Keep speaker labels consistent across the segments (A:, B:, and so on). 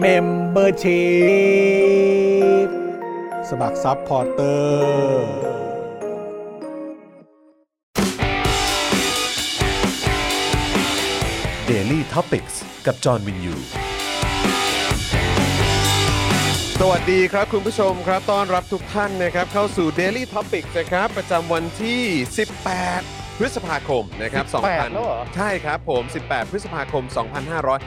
A: เมมเบอร์ชีพสมัครซัพพอร์เตอร์
B: Daily t o p i c กกับจอห์นวินยู
C: สวัสดีครับคุณผู้ชมครับต้อนรับทุกท่านนะครับเข้าสู่ Daily Topic นะครับประจำวันที่ 18 พฤษภาคมนะครับ
D: 18แล้วเหรอ
C: ใช่ครับผม 18 พฤษภาคม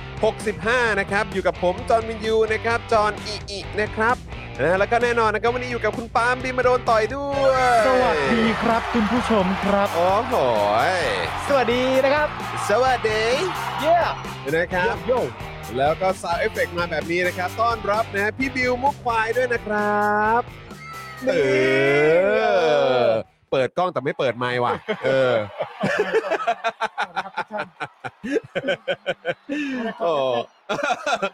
C: 2565 นะครับอยู่กับผมจอห์นวินยูนะครับจอห์นอีอีนะครับนะแล้วก็แน่นอนนะครับวันนี้อยู่กับคุณปาล์มดีมาโดนต่อยด้วย
D: สวัสดีครับคุณผู้ชมครับ
C: โอ้โหย
D: สวัสดีนะครับ
C: สวัสดี
D: เย้
C: นะครับ
D: โย่
C: แล้วก็ซาวเอฟเฟกมาแบบนี้นะครับ ต้อนรับนะฮะพี่บิวมุกควายด้วยนะครับเออเปิดกล้องแต่ไม่เปิดไมค์ว่ะ เออโอ้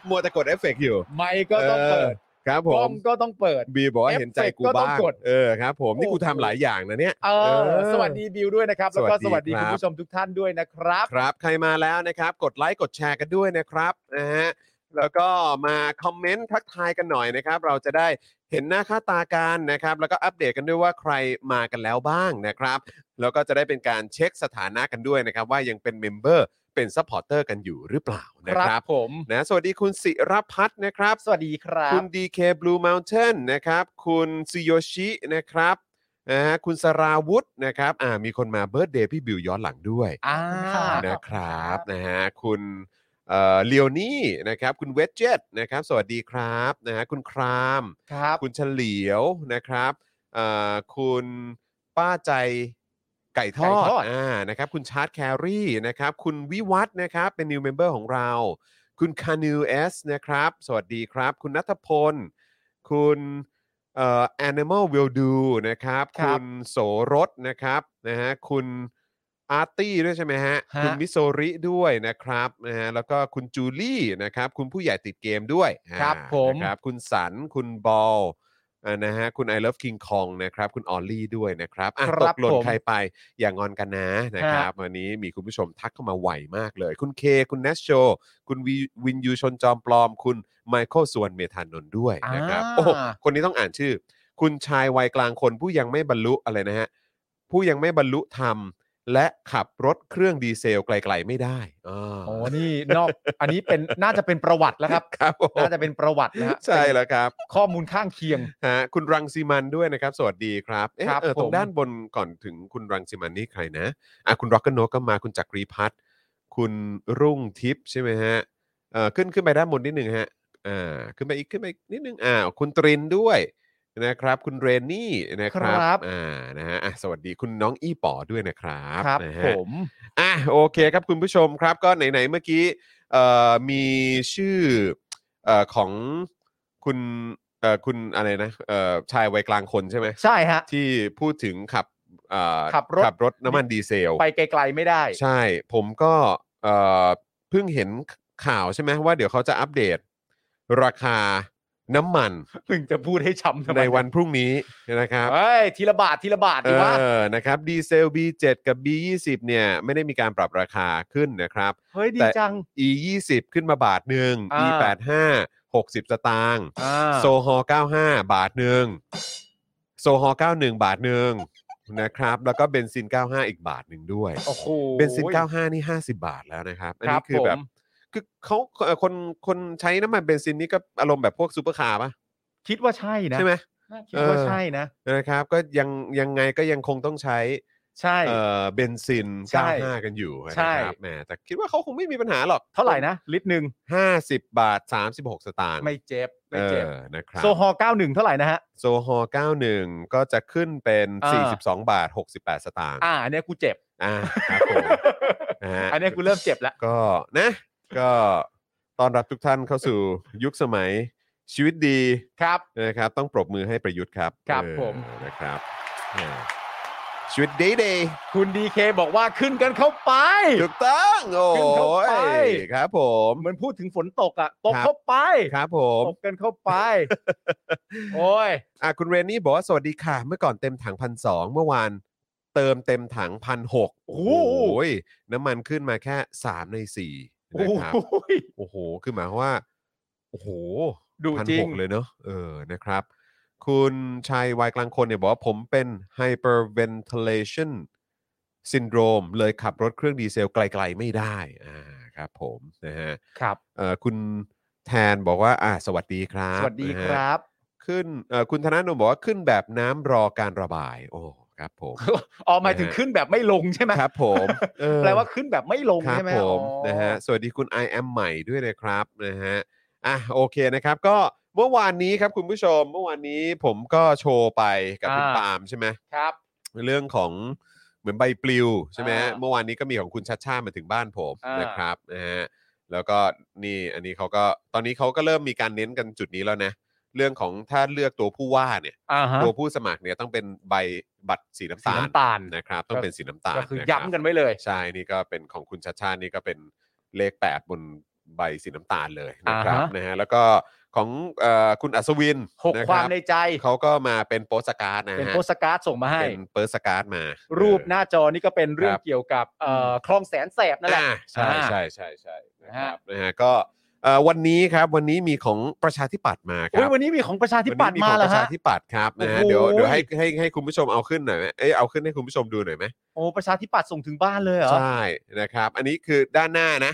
C: มัวแต่กดเอฟเฟกต์อยู่
D: ไมค์ก็ต้องเปิด
C: ครับผ
D: กล้อ
C: ม
D: งก็ต้องเปิด
C: บีบอกว่าเห็นใจกูบ้า
D: เอฟเฟกต์ก็ต้อง
C: ง
D: กด
C: เออครับ ผมนี่กู
D: โอ้โห
C: ทำหลายอย่างนะเนี่ย
D: เอ
C: เอ
D: อ
C: อ
D: สวัสดีบิวด้วยนะครับ แล้วก็
C: ส
D: ส
C: วั
D: วั
C: ส
D: ส
C: ดี
D: ดี
C: ครับ
D: คุณผู้ชมทุกท่านด้วยนะครับ
C: ครับ ใครมาแล้วนะครับ กดไลค์กดแชร์กันด้วยนะครับนะฮะแล้วก็มาคอมเมนต์ทักทายกันหน่อยนะครับ เราจะได้เห็นหน้าค่าตากันนะครับ แล้วก็อัปเดตกันด้วยว่าใครมากันแล้วบ้างนะครับ แล้วก็จะได้เป็นการเช็คสถานะกันด้วยนะครับ ว่ายังเป็นเมมเบอร์เป็นซัพพอร์เตอร์กันอยู่หรือเปล่านะค
D: ค
C: รั
D: รั
C: บบ
D: ผม
C: นะสวัสดีคุณสิรพัฒน์นะครับ
D: สวัสดีครับ
C: คุณ DK Blue Mountain นะครับ คุณซิโยชินะครับนะฮะคุณสราวุธนะครับอ่ามีคนมาเบิร์ดเดย์พี่บิวย้อนหลังด้วย
D: อ่า
C: นะครับนะฮะคุณเอ่อเลโอนี่นะครับ คุณเวจเจตนะครับ สวัสดีครับนะฮะคุณคราม
D: ครับ
C: คุณเฉลียวนะครับเอ่อคุณป้าใจไก่ทอ
D: ไก่
C: ด
D: ทอด
C: อ่านะครับคุณชาร์ตแครี่นะครับ คุณวิวัฒน์นะครับเป็น new member ของเรา คุณคานิวเอสนะครับ สวัสดีครับ คุณนัทพล คุณเอ่อ Animal Will Do นะครับ
D: ครั
C: คุ
D: บ
C: ณโสรสนะครับนะฮะคุณอาร์ตี้ด้วยใช่ไหมฮะ
D: ฮะ
C: คุณมิโซริด้วยนะครับนะฮะแล้วก็คุณจูลี่นะครับ คุณผู้ใหญ่ติดเกมด้วย
D: ครับ
C: อ่า
D: ผม
C: นะครับ คุณสัน คุณบอลอ่านะฮะคุณ I love King Kong นะครับ คุณออลลี่ด้วยนะครับอ่ะ
D: ค
C: ต
D: รับ
C: กหล่น
D: ผม
C: ใครไปอย่างงอนกันนะนะครับ วันนี้มีคุณผู้ชมทักเข้ามาไวมากเลย คุณเค คุณเนชโช คุณวิวินยูชนจอมปลอม คุณไมเคิลส่วนเมธานนท์ด้วยนะครับ
D: อ่า
C: โอ้โหคนนี้ต้องอ่านชื่อ คุณชายวัยกลางคนผู้ยังไม่บรรลุอะไรนะฮะ ผู้ยังไม่บรรลุธรรม และขับรถเครื่องดีเซลไกลๆไม่ได้อ่า
D: โอ้นี่นอกอันนี้เป็นน่าจะเป็นประวัติแล้วครับ
C: ครับผม
D: น่าจะเป็นประวัตินะฮะ
C: ใช่แล้วครับ
D: เป็นข้อมูลข้างเคียง
C: ฮะคุณรังสีมันด้วยนะครับ สวัสดีครับเอ๊ะ
D: ครับ
C: เออตร
D: ผ
C: ง
D: ม
C: ด้านบนก่อนถึงคุณรังสีมันนี่ใครนะอ่ะคุณร็อกเกอร์โนก็มาคุณจักรีพัฒน์คุณรุ่งทิพย์ใช่ไหมฮะเออขึ้นขึ้นไปด้านบนนิดนึงฮะอ่าขึ้นไปอีกขึ้นไปอีกนิดนึงอ่าคุณตรินด้วยนะครับ คุณเรนนี่นะครับ
D: ครับ
C: อ่านะฮะอ่ะสวัสดีคุณน้องอี้ป๋อด้วยนะครับ
D: ครับ
C: นะ
D: ผ
C: ฮะ
D: ม
C: อ่ะโอเคครับคุณผู้ชมครับก็ไหนๆเมื่อกี้เอ่อมีชื่อเอ่อของคุณเอ่อคุณอะไรนะเอ่อชายวัยกลางคนใช่ไหม
D: ใช่ฮะ
C: ที่พูดถึงขับเอ่อ
D: ขับรถ
C: ขับรถน้ำมันดีเซล
D: ไปไกลๆไม่ได้
C: ใช่ผมก็เอ่อเพิ่งเห็นข่าวใช่ไหมว่าเดี๋ยวเขาจะอัปเดต ราคาน้ำมัน
D: ถึงจะพูดให้ช้ำทำไม
C: ในวันพรุ่งนี้นะครับ
D: เฮ้ยทีละบาททีละบาท
C: เอ
D: ดีวะ
C: อนะครับ ดีเซล B7 กับ B20 เนี่ยไม่ได้มีการปรับราคาขึ้นนะครับ
D: เฮ้ยดี
C: แต่
D: จัง
C: E 2 0ขึ้นมาบาทหนึ่ง E
D: อ่า
C: 8 5 60 สตางค์
D: อ่า
C: โซฮอล์95 บาทหนึ่งโซฮอล์91 บาทหนึ่งนะครับ แล้วก็เบนซิน 95 อีกบาทหนึ่งด้วย
D: โอ้โห
C: เบนซิน 95 นี่ 50 บาทแล้วนะครับ อัน
D: ครั
C: นี้
D: บ
C: คือแบบ
D: ผม
C: คือเขาเอ่อคนคนใช้น้ำมันเบนซินนี่ก็อารมณ์แบบพวกซูเปอร์คาร์ป่ะ
D: คิดว่าใช่นะ
C: ใช่ไหม
D: คิดว่า
C: เออ
D: ใช่นะ
C: นะครับก็ยังยังไงก็ยังคงต้องใช้
D: ใช่
C: เอ่อเบนซิน
D: ใช่
C: 95 กันอยู่นะ
D: ใช่
C: ครับแหมแต่คิดว่าเขาคงไม่มีปัญหาหรอก
D: เท่าไหร่นะลิตรหนึ่ง
C: 50 บาท 36 สตางค์
D: ไม่เจ็บไม่
C: เอ
D: เจ็บ
C: อนะครับ
D: โซฮอล์91 เท่าไหร่นะฮะ
C: โซฮอล์91 ก็จะขึ้นเป็น
D: อ่า
C: 42 บาท 68 สตางค์
D: อ่าอันเนี้ยกูเจ็บ
C: อ่าครับผมนะฮะ
D: อันเนี้ยกูเริ่มเจ็บแล้ว
C: ก็นะ ก็ต้อนรับทุกท่านเข้าสู่ยุคสมัยชีวิตดี
D: ครับ
C: นะครับ ต้องปรบมือให้ประยุทธ์ครับ
D: ครับ
C: เออ
D: ผม
C: นะครับแหมชีวิตดีดีๆ
D: คุณดีเคบอกว่าขึ้นกันเข้าไป
C: ถูกต้องโอ้
D: ขึ้นเข้าไป
C: ยครับผม
D: เหมือนพูดถึงฝนตกอ่ะตก
C: ครับ
D: เข้าไป
C: ครับผม
D: ตกกันเข้า ไป โอ้ย
C: อ่ะคุณเรนนี่บอกว่า สวัสดีค่ะ เมื่อก่อนเต็มถังพันสองเมื่อวานเติมเต็มถังพันหก
D: โอ้
C: โอ้
D: โห
C: ยน้ำมันขึ้นมาแค่ 3 ใน4
D: โอ้
C: นะครับ
D: ย
C: โอ้โห คือหมายความว่า โอ้โห
D: ดู
C: พัน
D: จริ
C: ห
D: ง
C: กเลยเนอะเออนะครับ คุณชัยวัยกลางคนเนี่ยบอกว่าผมเป็น hyperventilation syndrome เลยขับรถเครื่องดีเซลไกลๆไม่ได้อ่าครับผมนะฮะ
D: ครับ
C: เอ่อคุณแทนบอกว่าอ่าสวัสดีครับ
D: สวัสดี
C: นะฮะ
D: ครับ
C: ขึ้นเอ่อคุณธนาโนมบอกว่าขึ้นแบบน้ำรอการระบาย โอ้ครับ ผม
D: ออกหมายถึง
C: นะฮะ
D: ขึ้นแบบไม่ลงใช่ไหม
C: ครับผมเออ
D: แปลว่าขึ้นแบบไม่ลง
C: ครับ
D: ใช่ไหม
C: ผม
D: อ๋อ
C: นะฮะสวัสดีคุณ I am ใหม่ด้วยนะครับนะฮะอ่ะโอเคนะครับ ก็เมื่อวานนี้ครับคุณผู้ชม เมื่อวานนี้ผมก็โชว์ไปกับคุณ
D: อ่า
C: ปาล์มใช่ไหม
D: ครับ
C: เรื่องของเหมือนใบปลิวใช่ไหมฮะ
D: อ่า
C: เมื่อวานนี้ก็มีของคุณชัดชาติมาถึงบ้านผม
D: อ่าน
C: นะครับนะฮะแล้วก็นี่อันนี้เขาก็ตอนนี้เขาก็เริ่มมีการเน้นกันจุดนี้แล้วนะ เรื่องของถ้าเลือกตัวผู้ว่าเนี่ย
D: อ่าฮะ
C: ตัวผู้สมัครเนี่ยต้องเป็นใบบัตรสีน้ำ
D: สี
C: ตาล
D: น้ำตาล
C: นะครับ ต้องเป็นสีน้ำตาล
D: ก็คือ
C: นะรับ
D: ย้ำกันไว้เลย
C: ใช่นี่ก็เป็นของคุณชาชาตินี่ก็เป็นเลข 8 บนใบสีน้ำตาลเลยนะครับ
D: อ่าฮะ
C: นะฮะแล้วก็ของเออคุณอัศวิน
D: หก
C: นะ
D: ค
C: รั
D: วาม
C: บ
D: ในใจ
C: เขาก็มาเป็นโปสการ์ดนะฮะ
D: เป็นโพสต์การ์ดส่งมาให้
C: เป็นเปสการ์ดมา
D: รูป
C: เออ
D: หน้าจอนี่ก็เป็นเรื่อง
C: ครับ
D: เกี่ยวกับเอ่อคลองแสนแสบนั่นแหละ
C: อ่าใช่
D: อ่า
C: ใช่ใช่ใช่นะค
D: นะฮะ
C: รับนะฮะก็เอ่อวันนี้ครับวันนี้มีของประชาธิปัตย์มาครั
D: โอ้ย
C: บ
D: วันนี้มีของประชาธิปัตย์
C: วันนี้
D: มา
C: ของ
D: แล้
C: ป
D: ว
C: ระชา
D: ฮะ
C: ธิปัตย์ครับนะฮะ
D: โอ้โห
C: เดี๋ยวเดี๋ยวให้ให้ให้คุณผู้ชมเอาขึ้นหน่อยไหมเอ้ยเอาขึ้นให้คุณผู้ชมดูหน่อยไหม
D: โอ้ประชาธิปัตย์ส่งถึงบ้านเลยเหรอ
C: ใช่นะครับ อันนี้คือด้านหน้านะ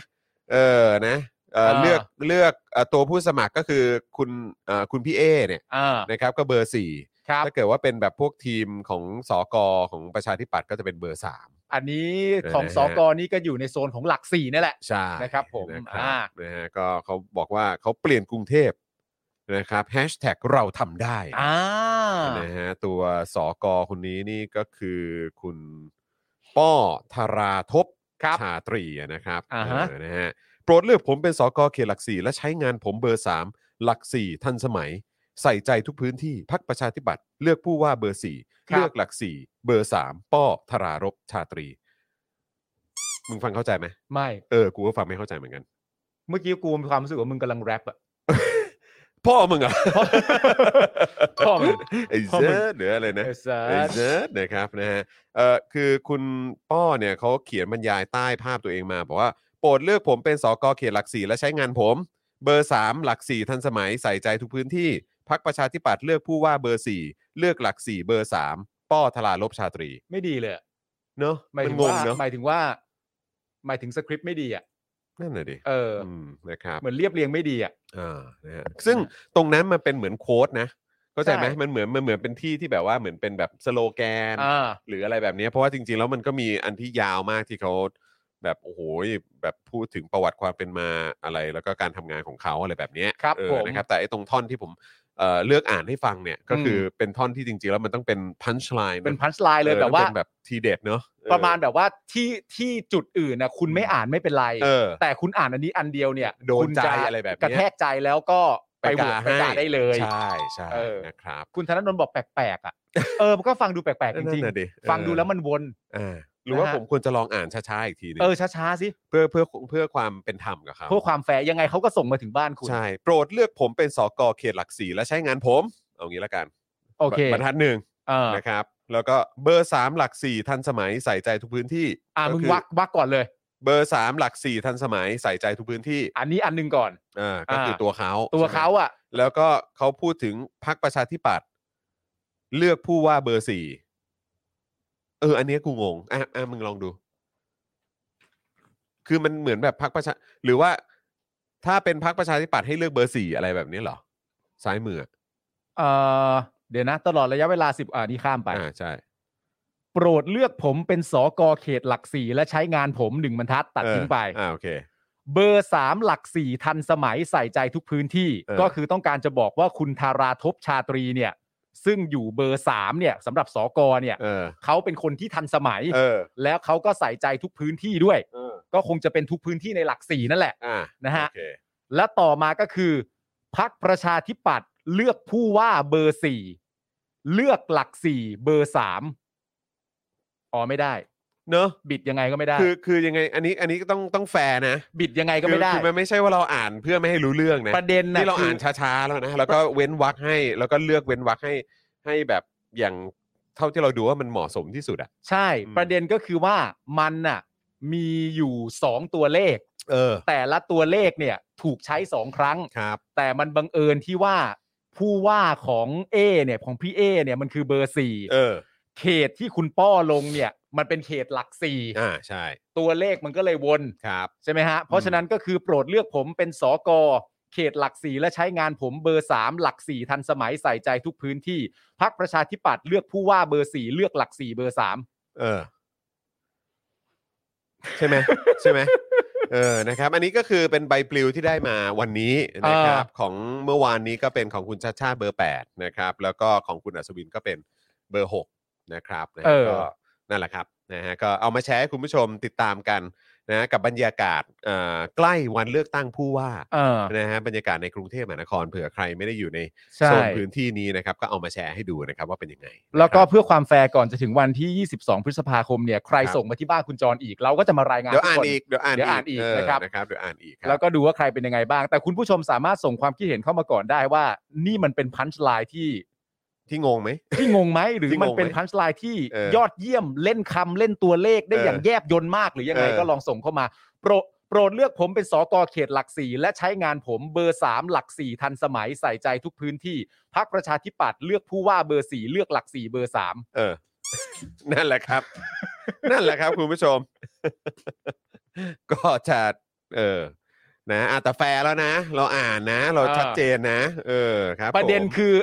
C: เออนะเออ
D: อ่า
C: เลือกเลือกเอ่อตัวผู้สมัครก็คือคุณเอ่อคุณพี่เอเนี่ย
D: อ่า
C: นะครับก็เบอร์สี่
D: ครับ
C: ถ้าเกิดว่าเป็นแบบพวกทีมของสกของประชาธิปัตย์ก็จะเป็นเบอร์สาม
D: อันนี้ของ
C: เออ
D: ส
C: นะฮะ
D: กนี่ก็อยู่ในโซนของหลักสี่นี่แหละ
C: ใช่
D: นะครับผม
C: นะค
D: อ่า
C: รับนะฮะก็เขาบอกว่าเขาเปลี่ยนกรุงเทพนะครับแฮชแท็กเราทำได้
D: อ่า
C: นะฮะตัวสอกอคนนี้นี่ก็คือคุณป้อธาราทบ
D: ครับ
C: ชาตรีอะนะครับ
D: อ่าฮะ
C: เออนะฮะโปรดเลือกผมเป็นสอกอเขตหลักสี่และใช้งานผมเบอร์ 3 หลัก 4 ทันสมัย ใส่ใจทุกพื้นที่พักประชาธิปัตย์เลือกผู้ว่าเบอร์ 4 เลือกหลัก 4 เบอร์ 3 ป้อธารารบชาตรี มึงฟังเข้าใจไหม
D: ไม่
C: เออกูก็ฟังไม่เข้าใจเหมือนกัน
D: เมื่อกี้กูมีความรู้สึกว่ามึงกำลังแรปอะ
C: พ่อมึงเหรอ่ะ
D: พ่อมึง
C: ไอ้
D: พ่อมึ
C: เจ๊
D: ง
C: หรืออะไรนะ
D: ไอ้สั
C: เอ
D: ส
C: เซิร์ชนะครับนะฮะเอ่อคือคุณป้อเนี่ยเขาเขียนบรรยายใต้ภาพตัวเองมาบอกว่าโปรดเลือกผมเป็นสกเขตหลักสี่และใช้งานผม เบอร์ 3 หลัก 4 ทันสมัยใส่ใจทุกพื้นที่พักประชาธิปัตย์เลือกผู้ว่าเบอร์ 4 เลือกหลัก 4 เบอร์ 3 ป้อทลาลบชาตรี
D: ไม่ดีเลยอะ
C: เนอะ
D: ห
C: มั
D: มาย
C: น
D: ถึง
C: งง
D: ว่า
C: เนอะ
D: หมายถึงว่า หมายถึงสคริปต์ไม่ดีอ่ะ
C: นั่นน่ะดิ
D: เอออ
C: มนะครับ
D: เหมือนเรียบเรียงไม่ดีอ่ะ
C: อ่านะฮะซึ่งตรงนั้นมันเป็นเหมือนโค้ดนะเข้าใจไหม
D: ใช่
C: มันเหมือนมันเหมือนเป็นที่ที่แบบว่าเหมือนเป็นแบบสโลแกน
D: อ่า
C: หรืออะไรแบบเนี้ยเพราะว่าจริงๆ แล้วมันก็มีอันที่ยาวมากที่เขาแบบโอ้โหแบบพูดถึงประวัติความเป็นมาอะไร แล้วก็การทำงานของเขาอะไรแบบเนี้ย
D: ครับ
C: เออ
D: ผม
C: นะครับแต่ไอ้ตรงท่อนที่ผมเอ่อเลือกอ่านให้ฟังเนี่ยก็คืออเป็นท่อนที่จริงๆ แล้วมันต้องเป็นพันช์ไลน์
D: เป็นพันช์ไลน์เลยแบบว่า
C: แบบทีเด็ดเนาะเออ
D: ประมาณแบบว่าที่ที่จุดอื่นนะคุณไม่อ่านไม่เป็นไร
C: เออ
D: แต่คุณอ่านอันนี้อันเดียวเนี่ย
C: โดนใจ
D: คุณ
C: อะไรแบบเนี้ย
D: กระแทกใจแล้วก็ไปโหวตไป
C: ให้
D: กาได้เลย
C: ใช่ใช่
D: เออ
C: นะครับ
D: คุณธนาโนนบอกแปลกๆอ่ะ เออมันก็ฟังดูแปลกๆจริง
C: นั่นน่ะดิ
D: ๆ ฟังดูแล้วมันวน
C: เออหรือว่า
D: นะฮะ
C: ผมควรจะลองอ่านช้าๆอีกทีหนึง
D: เออช้าๆสิ
C: เพื่อเพื่อเพื่อความเป็นธรรมกับเขา
D: เพื่อความแฟร์ยังไงเขาก็ส่งมาถึงบ้านคุณ
C: ใช่ โปรดเลือกผมเป็นสกเขตหลักสี่และใช้งานผม เอางี้ละกัน
D: โอเค
C: บรรทัดหนึ่ง
D: เออ
C: นะครับ แล้วก็เบอร์ 3 หลัก 4 ทันสมัยใส่ใจทุกพื้นที่
D: อ่ะมึง
C: คือ
D: วักวักก่อนเลย
C: เบอร์ 3 หลัก 4 ทันสมัยใส่ใจทุกพื้นที่
D: อันนี้อันหนึ่งก่อน
C: อ่าก็คืออา ตัวเขา
D: ตัว
C: ใช่ไหม
D: เขาอ่ะ
C: แล้วก็เขาพูดถึงพักประชาธิปัตย์เลือกผู้ว่าเบอร์สี่เออ อันเนี้ยกูงงอ่ะอ่ะมึงลองดู คือมันเหมือนแบบพักประชา หรือว่า ถ้าเป็นพักประชาธิปัตย์ให้เลือกเบอร์สี่อะไรแบบนี้เหรอซ้ายมืออะ
D: เอ่อเดี๋ยวนะ ตลอดระยะเวลาสิบอ่านี่ข้ามไป
C: อ่าใช่
D: โปรดเลือกผมเป็นสกเขตหลักสี่และใช้งานผมหนึ่งบรรทัดตัดทิ้งไป
C: เอออ่าโอเค
D: เบอร์สามหลักสี่ทันสมัยใส่ใจทุกพื้นที่
C: เออ
D: ก็คือต้องการจะบอกว่าคุณธาราทบชาตรีเนี่ย ซึ่งอยู่เบอร์สามเนี่ยสำหรับสกเนี่ย
C: เออ
D: เขาเป็นคนที่ทันสมัย
C: เออ
D: แล้วเขาก็ใส่ใจทุกพื้นที่ด้วย
C: เออ
D: ก็คงจะเป็นทุกพื้นที่ในหลักสี่นั่นแหละ
C: อ่า
D: นะฮะ
C: โอเค
D: และต่อมาก็คือพักประชาธิปัตย์เลือกผู้ว่าเบอร์สี่เลือกหลักสี่เบอร์สามอ๋อไม่ได้
C: เนอะ
D: บิดยังไงก็ไม่ได้
C: คือคือยังไงอันนี้อันนี้ก็ต้องต้องแฟร์นะ
D: บิดยังไงก็ไม่ได้
C: คือคือมันไม่ใช่ว่าเราอ่านเพื่อไม่ให้รู้เรื่องนะ
D: ประเด็นนะ
C: นี่เรา
D: คื
C: อ่านช้าๆแล้วนะแล้วก็เว้นวรรคให้แล้วก็เลือกเว้นวรรคให้ให้แบบอย่างเท่าที่เราดูว่ามันเหมาะสมที่สุดอ่ะ
D: ใช่
C: อืม
D: ประเด็นก็คือว่ามันน่ะ มีอยู่สองตัวเลข
C: เออ
D: แต่ละตัวเลขเนี่ยถูกใช้สองครั้ง
C: ครับ
D: แต่มันบังเอิญที่ว่าผู้ว่าของเอเนี่ยของพี่เอเนี่ยมันคือเบอร์สี่
C: เออ
D: เขตที่คุณป้อลงเนี่ย มันเป็นเขตหลักสี่
C: อ่าใช่
D: ตัวเลขมันก็เลยวน
C: ครับ
D: ใช่ไหมฮะ เพราะฉะนั้นก็คือโปรดเลือกผมเป็นสกเขตหลักสี่และใช้งานผมเบอร์สามหลักสี่ทันสมัยใส่ใจทุกพื้นที่พักประชาธิปัตย์เลือกผู้ว่าเบอร์สี่เลือกหลักสี่เบอร์สาม
C: เออ ใช่ไหม ใช่ไหมเออนะครับ อันนี้ก็คือเป็นใบปลิวที่ได้มาวันนี้นะครับ ของเมื่อวานนี้ก็เป็นของคุณชาติชาติเบอร์ 8 นะครับ แล้วก็ของคุณอัศวินก็เป็นเบอร์ 6 นะครับนะฮะ
D: เออ
C: ก็นั่นแหละครับนะฮะก็เอามาแชร์ให้คุณผู้ชมติดตามกันนะกับบรรยากาศเอ่อใกล้วันเลือกตั้งผู้ว่า
D: เออ
C: นะฮะบรรยากาศในกรุงเทพมหานครเผื่อใครไม่ได้อยู่ใน
D: ใช่
C: โซนพื้นที่นี้นะครับ ก็เอามาแชร์ให้ดูนะครับ ว่าเป็นยังไงนะครับ
D: แล้วก็เพื่อความแฟร์ก่อนจะถึงวันที่ 22 พฤษภาคมเนี่ยใคร
C: ครับ
D: ส่งมาที่บ้านคุณจรอีก เราก็จะมารายงาน
C: เดี๋ยว
D: ทุก
C: อ่าน
D: คน
C: อีก เดี๋ยวอ่าน
D: เดี๋ยวอ่านอีก
C: เ
D: นะครับ
C: นะครับ เดี๋ยวอ่านอีกครับ
D: แล้วก็ดูว่าใครเป็นยังไงบ้าง แต่คุณผู้ชมสามารถส่งความคิดเห็นเข้ามาก่อนได้ว่า นี่มันเป็นพันช์ไลน์ที่
C: ที่งงไหม
D: ที่งงไหมหรือ
C: ที่งงไหม
D: มันเป็นพันช์ไลน์ที่
C: เออย
D: อดเยี่ยมเล่นคำเล่นตัวเลขได้
C: เอออ
D: อย่างแยบยนต์มากหรือยังไง
C: เออ
D: ก็ลองส่งเข้ามา โปรโปรดเลือกผมเป็นสกเขตหลักสี่และใช้งานผมเบอร์สามหลักสี่ทันสมัยใส่ใจทุกพื้นที่พักประชาธิปัตย์เลือกผู้ว่าเบอร์สี่เลือกหลักสี่เบอร์สาม
C: เอ อ นั่นแหละครับ นั่นแหละครับ คุณผู้ชม ก็จะเออ นะอ่ะแต่แฟร์แล้วนะ เราอ่านนะ เรา
D: เออ
C: ชัดเจนนะ เออ ครับ
D: ประเด็น
C: ผม
D: คือ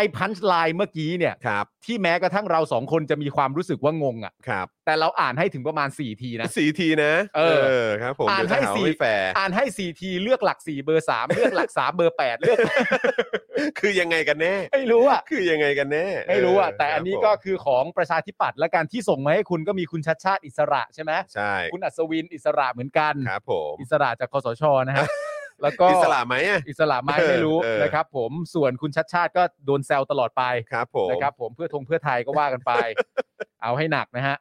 D: ไอ้พันช์ไลน์เมื่อกี้เนี่ย
C: ครับ
D: ที่แม้กระทั่งเราสองคนจะมีความรู้สึกว่างงอ่ะ
C: ครับ
D: แต่เราอ่านให้ถึงประมาณ 4 ทีนะ
C: สี่ทีนะ
D: เออ
C: เออ ครับ ผม
D: อ่าน
C: เดี๋ยวจะ
D: ให้
C: หา
D: สี่
C: ไม่แฟร์
D: อ่านให้ 4 ทีเลือกหลัก 4 เบอร์ 3 เลือกหลัก 3 เบอร์ 8 เลือก
C: คือยังไงกันแน่
D: ไม่รู้อ่ะ
C: คือยังไงกันแน่
D: ไม่รู้อ่ะ
C: เ
D: แต่อันนี้
C: ครับ
D: ก็
C: ผม
D: คือของประชาธิปัตย์และการที่ส่งมาให้คุณก็มีคุณชัดชาติอิสระใช่ไหม
C: ใช่
D: คุณอัศวินอิสระเหมือนกัน
C: ครับ ผม
D: อิสระจากคอสชนะ ฮะแล้วก็
C: อิสระไหมอ่ะ
D: อิสระไหม่
C: เออ
D: ไม่รู้
C: เออ
D: นะครับผมส่วนคุณชัดชาติก็โดนแซวตลอดไป
C: ครับผม
D: นะครับผมเพื่อทงเพื่อไทยก็ว่ากันไป เอาให้หนักนะฮะ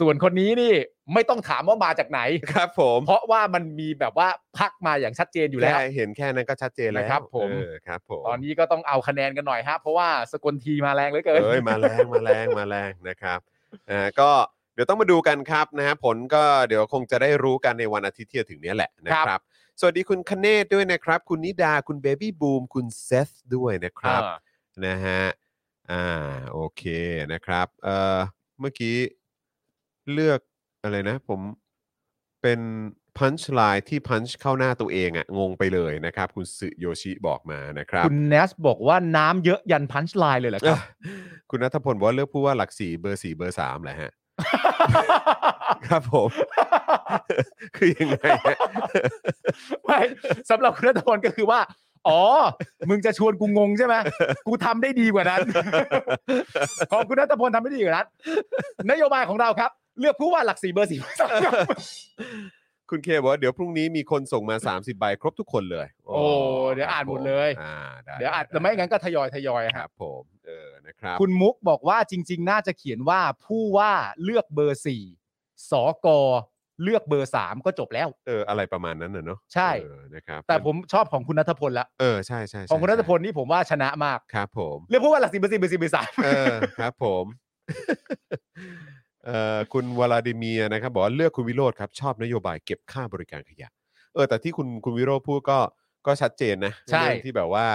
D: ส่วนคนนี้นี่ไม่ต้องถามว่ามาจากไหน
C: ครับผม
D: เพราะว่ามันมีแบบว่าพักมาอย่างชัดเจนอยู่แล้ว
C: ใช่เห็นแค่นั้นก็ชัดเจนแล้ว
D: นะครับผม
C: เออครับผม
D: ตอนนี้ก็ต้องเอาคะแนนกันหน่อยฮะ เพราะว่าสกลทีมาแรงเหลือเกิน
C: เอ้ยมาแรงมาแรงมาแรงนะครับอ่าก็เดี๋ยวต้องมาดูกันครับนะฮะผลก็เดี๋ยวคงจะได้รู้กันในวันอาทิตย์ที่จะถึงเนี้ยแหละนะค
D: ครั
C: รับ
D: บ
C: สวัสดีคุณคเนศด้วยนะครับ คุณนิดาคุณเบบี้บูมคุณเซธด้วยนะครับ
D: อ่า
C: นะฮะอ่าโอเคนะครับเอ่อเมื่อกี้เลือกอะไรนะ ผมเป็นพันช์ไลน์ที่พันช์เข้าหน้าตัวเองอะงงไปเลยนะครับ คุณสึโยชิบอกมานะครับ
D: คุณเนสบอกว่าน้ำเยอะยันพันช์ไลน์เลยเหรอครับ
C: คุณนัทพลบอกว่าเลือกผู้ว่าหลักสี่เบอร์สี่เบอร์สามแหละฮ ะ ครับผม คือยังไงฮะ
D: ไม่สำหรับคุณรัตพลก็คือว่า อ๋อ มึงจะชวนกูงงใช่ไหม กูทำได้ดีกว่านั้น ของคุณรัตพลทำได้ดีกว่านั้นนโยบายของเราครับ เลือกผู้ว่าหลักสี่เบอร์สี่เบอร์สาม ครับ
C: คุณเคบอกว่าเดี๋ยวพรุ่งนี้มีคนส่งมา 30 ใบครบทุกคนเลย
D: โอ้เดี๋ยวอ่านหมดเลย
C: อ่าไ
D: เดี๋ยวอาจจะไม่งั้นก็ทยอยทยอย
C: ค
D: ค
C: รั
D: รั
C: บบ ผมเออนะครับ
D: คุณมุกบอกว่าจริง ๆ น่าจะเขียนว่าผู้ว่าเลือกเบอร์สี่สกเลือกเบอร์สามก็จบแล้ว
C: เอออะไรประมาณนั้นน่ะเนาะ
D: ใช่
C: เออนะครับ
D: แต่ผมชอบของคุณนัทพลละ
C: เออใช่ใช่ใช่
D: ของคุณนัทพลนี่ผมว่าชนะมาก
C: ครับผม
D: เรียกพูดว่าหลักสิบเปอร์สิบเปอร์สิบเปอร์สาม
C: เออครับผมเอ่อคุณวลาดิเมียร์นะครับ บอกว่าเลือกคุณวิโรธครับ ชอบนโยบายเก็บค่าบริการขยะ เออ แต่ที่คุณคุณวิโรธพูดก็ก็ชัดเจนนะเรื่องที่แบบว่า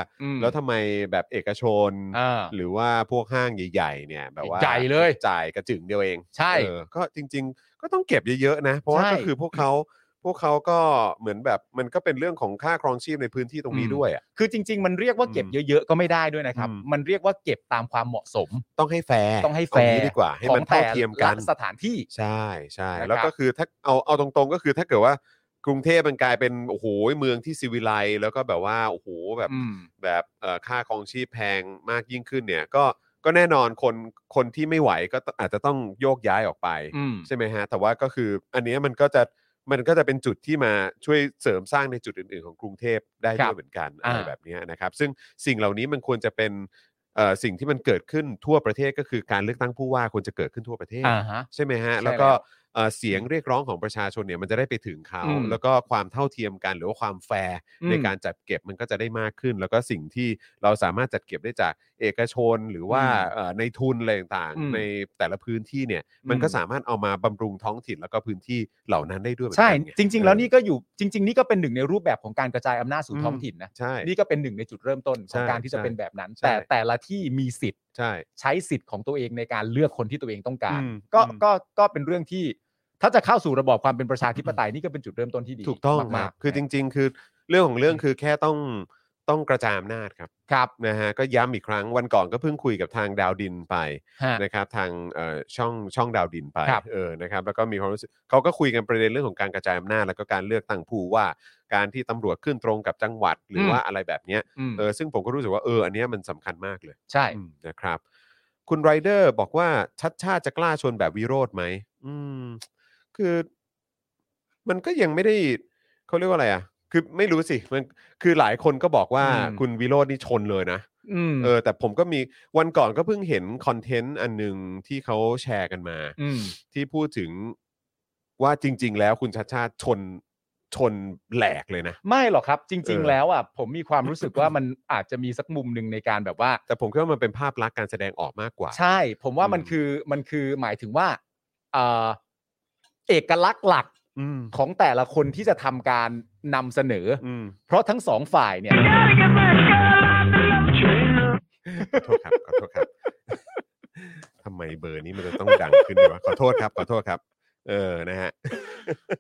C: แล้วทำไมแบบเอกชน
D: อ่า
C: หรือว่าพวกห้างใหญ่ ๆ เนี่ย แบบว่า
D: ใหญ่เลย
C: จ่ายกระจึงเดียวเอง
D: ใช่
C: เออก็จริง ๆ ก็ต้องเก็บเยอะๆนะ เพราะว่า
D: ใช่
C: ก็คือพวกเขา พวกเขาก็เหมือนแบบมันก็เป็นเรื่องของค่าครองชีพในพื้นที่ตรงนี้
D: อืม
C: ด้วยอ่ะ
D: คือจริง ๆ มันเรียกว่าเก็บ
C: อืม
D: เยอะ ๆ ก็ไม่ได้ด้วยนะครับ
C: อืม
D: มันเรียกว่าเก็บตามความเหมาะสม
C: ต้องให้แฟร์
D: ต้องให้แฟ
C: เา
D: ร์
C: งี้ดีกว่า ให้มัน
D: ของ
C: เท่าเทียมกัน
D: แต่ละสถานที่
C: ใช่ใช่
D: นะครับ
C: แล้วก็คือถ้าเอาเอาตรงๆ ก็คือถ้าเกิดว่ากรุงเทพมันกลายเป็นโอ้โหเมืองที่ซีวิไลซ์แล้วก็แบบว่าโอ้โหแบบ
D: อืม
C: แบบเอ่อค่าครองชีพแพงมากยิ่งขึ้นเนี่ยก็ก็แน่นอนคนคนที่ไม่ไหวก็ตอาจจะต้องโยกย้ายออกไป
D: อืม
C: ใช่ไหมฮะ แต่ว่าก็คืออันเนี้ยมันก็จะมันก็จะเป็นจุดที่มาช่วยเสริมสร้างในจุดอื่น ๆ ของกรุงเทพได้
D: ครั
C: ด้ว
D: บ
C: ยเหมือนกันอะไร
D: อ่า
C: แบบเนี้ยนะครับ ซึ่งสิ่งเหล่านี้มันควรจะเป็นเอ่อสิ่งที่มันเกิดขึ้นทั่วประเทศก็คือการเลือกตั้งผู้ว่าควรจะเกิดขึ้นทั่วประเทศ
D: อ่าฮะ
C: ใช่ไหมฮะ
D: ใช่
C: แล้วก็
D: แล้ว
C: เอ่อเสียงเรียกร้องของประชาชนเนี่ยมันจะได้ไปถึงเขา
D: อืม
C: แล้วก็ความเท่าเทียมกันหรือว่าความแฟร์
D: อืม
C: ในการจัดเก็บมันก็จะได้มากขึ้น แล้วก็สิ่งที่เราสามารถจัดเก็บได้จากเอกชนหรือว่า
D: อืม
C: เอ่อในทุนอะไรต่าง
D: อืม
C: ๆในแต่ละพื้นที่เนี่ยมัน
D: อืม
C: ก็สามารถเอามาบำรุงท้องถิ่นแล้วก็พื้นที่เหล่านั้นได้ด้วยเหมือน
D: ใช่
C: กันไ
D: จริง ๆ แล้วนี่ก็อยู่จริง ๆ นี่ก็เป็นหนึ่งในรูปแบบของการกระจายอำนาจสู่
C: อืม
D: ท้องถิ่นนะ
C: ใช่
D: นี่ก็เป็นหนึ่งในจุดเริ่มต้นของ
C: ใช่
D: การที่จะ
C: ใช่
D: เป็นแบบนั้น
C: ใช่
D: แต่แต่ละที่มีสิทธิ์
C: ใช่
D: ใช้สิทธิ์ของตัวเองในการเลือกคนที่ตัวเองต้องการ
C: อืม
D: ก็
C: อืม
D: ก็ก็เป็นเรื่องที่ ถ้าจะเข้าสู่ระบอบความเป็นประชาธิปไตยนี่ก็เป็นจุดเริ่มต้นที่ดี
C: ถูกต้องค
D: มา
C: รั
D: ก
C: บคือจริง ๆ คือเรื่องของเรื่องคือแค่ต้องต้องกระจายอำนาจครับ
D: ๆครับ
C: นะฮะก็ย้ำอีกครั้งวันก่อนก็เพิ่งคุยกับทางดาวดินไป
D: ฮะ
C: นะครับทางเอ่อช่องช่องดาวดินไป
D: ครับ
C: เออนะครับแล้วก็มีความรู้สึกเขาก็คุยกันประเด็นเรื่องของการกระจายอำนาจแล้วก็การเลือกตั้งผู้ว่าการที่ตำรวจขึ้นตรงกับจังหวัด หรืออ
D: ม
C: ว่าอะไรแบบเนี้ย
D: อืม
C: เออซึ่งผมก็รู้สึกว่าเอออันเนี้ยมันสำคัญมากเลย
D: ใช่
C: อืมนะครับ คุณไรเดอร์บอกว่าชัดชาติจะกล้าชนแบบวิโรธไหมอืมคือ มันก็ยังไม่ได้เขาเรียกว่าอะไรอ่ะ คือไม่รู้สิมันคือหลายคนก็บอกว่า
D: อืม
C: คุณวิโรจน์นี่ชนเลยนะ
D: อืม
C: เออแต่ผมก็มีวันก่อนก็เพิ่งเห็นคอนเทนต์อันหนึ่งที่เขาแชร์กันมา
D: อืม
C: ที่พูดถึงว่าจริง ๆ แล้วคุณชาชาติชนชนแหลกเลยนะ
D: ไม่หรอกครับ จ
C: เอ
D: ริง
C: อ
D: ๆ แล้วอ่ะผมมีความรู้สึกว่ามันอาจจะมีสักมุมหนึ่งในการแบบว่า
C: แต่ผมคิดว่ามันเป็นภาพลักษณ์การแสดงออกมากกว่า
D: ใช่ ผมว่ามัน
C: อืม
D: คือมันคือหมายถึงว่าเอ่อเอกลักษณ์หลัก
C: อืม
D: ของแต่ละคนที่จะทำการนำเสนออ
C: อืม
D: เพราะทั้งสองฝ่ายเนี่ย
C: ขอโทษครับขอโทษครับทำไมเบอร์นี้มันจะต้องดังขึ้นด้วยวะขอโทษครับขอโทษครับ เออนะฮะ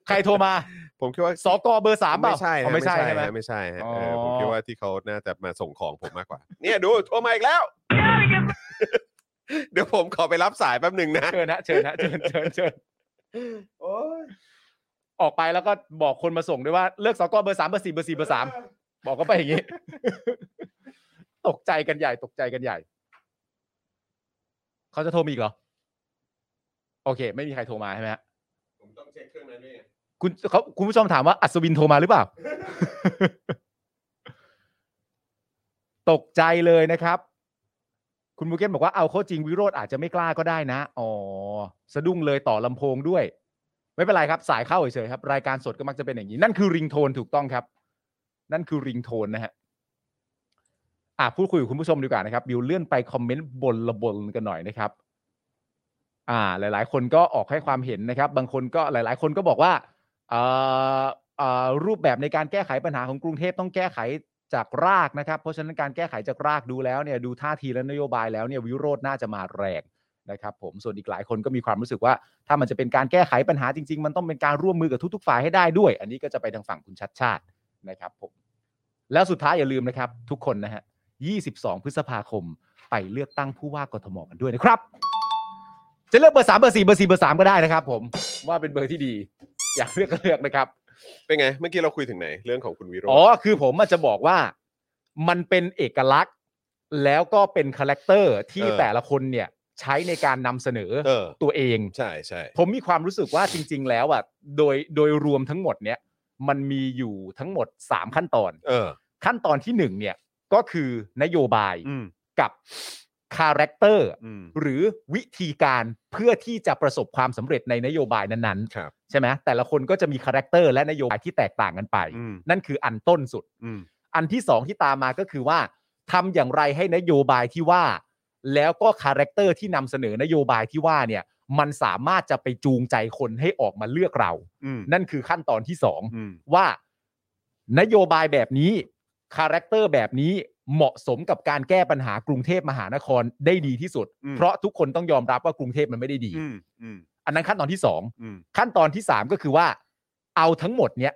D: ใครโทรมา
C: ผมคิดว่า
D: สกเบอร์สามเปล่า
C: ไม่ใช่
D: อ๋
C: ฮะ
D: อไม่ใช่ใช่ไหม
C: ฮะไม่ใช่ฮะ
D: อ๋อ
C: เออผมคิดว่าที่เขาน่าจะมาส่งของผมมากกว่า เนี่ยดูโทรมาอีกแล้ว เดี๋ยวผมขอไปรับสายแป๊บหนึ่งนะ
D: เชิญนะเชิญนะเชิญเชิญเชิญออกไปแล้วก็บอกคนมาส่งด้วยว่าเลิกสกเบอร์สามเบอร์สี่เบอร์สี่เบอร์สามบอกเขาไปอย่างนี้ ตกใจกันใหญ่ตกใจกันใหญ่ เขาจะโทรมาอีกเหรอ โอเค ไม่มีใครโทรมาใช่ไหมฮะ
C: ผมต้องเช็คเครื่องนั้นด้วยไง
D: คุณเขาคุณผู้ชมถามว่าอัศวินโทรมาหรือเปล่า ตกใจเลยนะครับ คุณบูเกนบอกว่าเอาเข้าจริงวิโรธอาจจะไม่กล้าก็ได้นะ อ๋อ สะดุ้งเลยต่อลำโพงด้วย ไม่เป็นไรครับ สายเข้าเฉยๆครับ รายการสดก็มักจะเป็นอย่างนี้ นั่นคือริงโทนถูกต้องครับ นั่นคือริงโทนนะฮะอ่ะพูดคุยกับคุณผู้ชมดีกว่านะครับบิวเลื่อนไปคอมเมนต์บนละบนกันหน่อยนะครับ อ่า หลาย ๆ คนก็ออกให้ความเห็นนะครับ บางคนก็หลาย ๆ คนก็บอกว่าเอ่อเอ่อรูปแบบในการแก้ไขปัญหาของกรุงเทพต้องแก้ไขจากรากนะครับ เพราะฉะนั้นการแก้ไขจากรากดูแล้วเนี่ยดูท่าทีและนโยบายแล้วเนี่ยวิโรจน์น่าจะมาแรงนะครับผมส่วนอีกหลายคนก็มีความรู้สึกว่า ถ้ามันจะเป็นการแก้ไขปัญหาจริง ๆ มันต้องเป็นการร่วมมือกับทุก ๆ ฝ่ายให้ได้ด้วย อันนี้ก็จะไปทางฝั่งคุณชัดชาตินะครับผมแล้วสุดท้ายอย่าลืมนะครับ ทุกคนนะฮะ 22 พฤษภาคมไปเลือกตั้งผู้ว่ากทมกันด้วยนะครับ จะเลือกเบอร์สามเบอร์สี่เบอร์สี่เบอร์สามก็ได้นะครับผมว่าเป็นเบอร์ที่ดี อยากเลือกก็เลือกนะครับ
C: เป็นไง เมื่อกี้เราคุยถึงไหน เรื่องของคุณวิโรจ
D: อ๋อ
C: น์
D: คือผมอาจจะบอกว่ามันเป็นเอกลักษณ์ แล้วก็เป็นคาแรคเตอร์ที่แต่ละคนเนี่ยใช้ในการนำเสนอ
C: เออ
D: ตัวเอง
C: ใช่ใช่
D: ผมมีความรู้สึกว่าจริง ๆ แล้วอ่ะโดยโดยรวมทั้งหมดเนี่ยมันมีอยู่ทั้งหมด 3 ขั้นตอน
C: เออ
D: ขั้นตอนที่ 1 เนี่ยก็คือนโยบาย
C: อืม
D: กับคาแรคเตอร์
C: อืม
D: หรือวิธีการเพื่อที่จะประสบความสำเร็จในนโยบายนั้นๆ
C: ครับ
D: ใช่ไหมแต่ละคนก็จะมีคาแรคเตอร์และนโยบายที่แตกต่างกันไป
C: อืม
D: นั่นคืออันต้นสุด
C: อืม
D: อันที่สองที่ตามมาก็คือว่าทำอย่างไรให้นโยบายที่ว่า แล้วก็คาแรคเตอร์ที่นำเสนอนโยบายที่ว่าเนี่ย มันสามารถจะไปจูงใจคนให้ออกมาเลือกเรา
C: อืม
D: นั่นคือขั้นตอนที่สอง
C: อืม
D: ว่านโยบายแบบนี้คาแรคเตอร์แบบนี้เหมาะสมกับการแก้ปัญหากรุงเทพมหานครได้ดีที่สุด เพราะทุกคนต้องยอมรับว่ากรุงเทพมันไม่ได้ดี
C: อืมอืม
D: อันนั้นขั้นตอนที่สอง
C: อืม
D: ขั้นตอนที่ 3 ก็คือว่า เอาทั้งหมดเนี้ย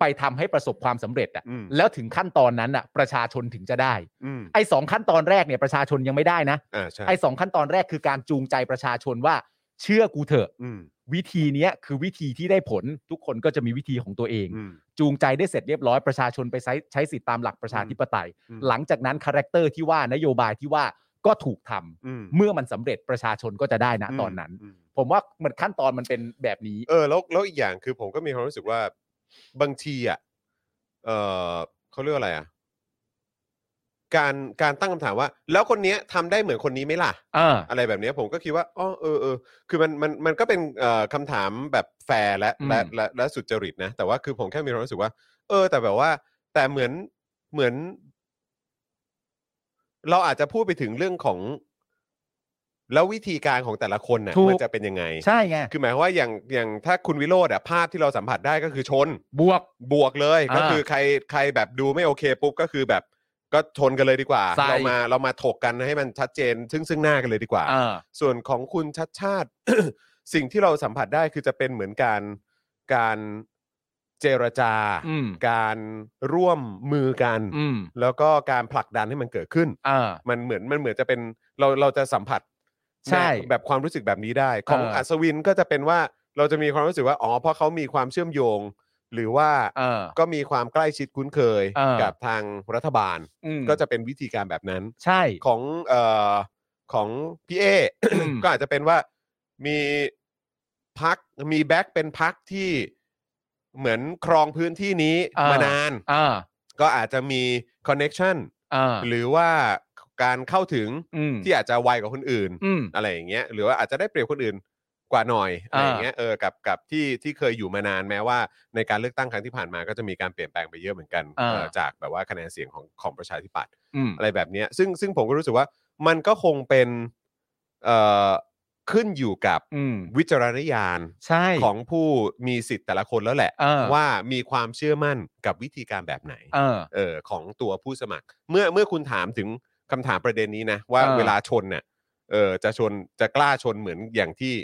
D: ไปทำให้ประสบความสำเร็จอะ
C: อืม
D: แล้วถึงขั้นตอนนั้นอะประชาชนถึงจะได้
C: อืม
D: ไอ้สองขั้นตอนแรกเนี่ยประชาชนยังไม่ได้นะ
C: อ่าใช่
D: ไอ้สองขั้นตอนแรกคือการจูงใจประชาชนว่า เชื่อกูเถอะ
C: อืม
D: วิธีเนี้ยคือวิธีที่ได้ผลทุกคนก็จะมีวิธีของตัวเอง
C: อืม
D: จูงใจได้เสร็จเรียบร้อยประชาชนไปใช้ใช้สิทธิตามหลักประชาธิปไตย
C: อืม
D: หลังจากนั้นคาแรคเตอร์ที่ว่านโยบายที่ว่าก็ถูกทำ
C: อืม
D: เมื่อมันสำเร็จประชาชนก็จะได้นะตอนนั้น
C: อืม
D: ผมว่ามันขั้นตอนมันเป็นแบบนี้
C: เออแล้วแล้วอีกอย่างคือผมก็มีความรู้สึกว่าบางทีอ่ะเออเขาเรียกว่าอะไรอ่ะการการตั้งคำถามว่า แล้วคนเนี้ยทำได้เหมือนคนนี้ไหมล่ะ
D: เออ
C: อะไรแบบเนี้ยผมก็คิดว่าอ๋อเออเออคือมันมันมันก็เป็นเอ่อคำถามแบบแฟร์และและ
D: อืม
C: และและสุจริตนะ แต่ว่าคือผมแค่มีความรู้สึกว่า เออ แต่แบบว่า แต่เหมือนเหมือน เราอาจจะพูดไปถึงเรื่องของ แล้ววิธีการของแต่ละคนน่ะ
D: ถูก
C: มันจะเป็นยังไง
D: ใช่ไง
C: คือหมายความว่าอย่างอย่างถ้าคุณวิโรธอ่ะภาพที่เราสัมผัสได้ก็คือชน
D: บวก
C: บวกเลย
D: อ่า
C: ก็คือใครใครแบบดูไม่โอเคปุ๊บก็คือแบบก็ชนกันเลยดีกว่า
D: ใส่
C: เรามาเรามาถกกันให้มันชัดเจน ซึ่งซึ่งหน้ากันเลยดีกว่า
D: เออ
C: ส่วนของคุณชัดชาติ สิ่งที่เราสัมผัสได้คือจะเป็นเหมือนการการเจรจา
D: อืม
C: การร่วมมือกัน
D: อืม
C: แล้วก็การผลักดันให้มันเกิดขึ้น
D: เออ
C: มันเหมือนมันเหมือนจะเป็นเราเราจะสัมผัส
D: ใช่
C: แบบแบบความรู้สึกแบบนี้ได้ ของ
D: เอออั
C: อัศวินก็จะเป็นว่าเราจะมีความรู้สึกว่าอ๋อเพราะเขามีความเชื่อมโยง หรือว่า
D: เออ
C: ก็มีความใกล้ชิดคุ้นเคย
D: เออ
C: กับทางรัฐบาล
D: อืม
C: ก็จะเป็นวิธีการแบบนั้น
D: ใช่
C: ของเอ่อของพี่เอ
D: อืม
C: ก็อาจจะเป็นว่ามีพักมีแบ็คเป็นพักที่เหมือนครองพื้นที่นี้มานาน
D: เออ
C: ก็อาจจะมีคอนเน็ชัน
D: เออ
C: หรือว่าการเข้าถึง
D: อืม
C: ที่อาจจะไวกว่าคนอื่น
D: อืม
C: อะไรอย่างเงี้ยหรือว่าอาจจะได้เปรียบคนอื่นกว่าหน่อยอะไรอย่างเงี้ยเออกับกับที่ที่เคยอยู่มานานแม้ว่า ในการเลือกตั้งครั้งที่ผ่านมาก็จะมีการเปลี่ยนแปลงไปเยอะเหมือนกัน
D: อ่า
C: เออจากแบบว่าคะแนนเสียงของของประชาธิปัตย์
D: อืม
C: อะไรแบบเนี้ยซึ่งซึ่งผมก็รู้สึกว่ามันก็คงเป็นเอ่อขึ้นอยู่กับ
D: อืม
C: วิจารณญาณ
D: ใช่
C: ของผู้มีสิทธิ์แต่ละคนแล้วแหละ
D: เออ
C: ว่ามีความเชื่อมั่นกับวิธีการแบบไหน
D: เออ
C: เออของตัวผู้สมัคร เมื่อเมื่อคุณถามถึงคำถามประเด็นนี้นะว่า
D: เออ
C: เวลาชนเนี่ยเออจะชนจะกล้าชนเหมือนอย่างที่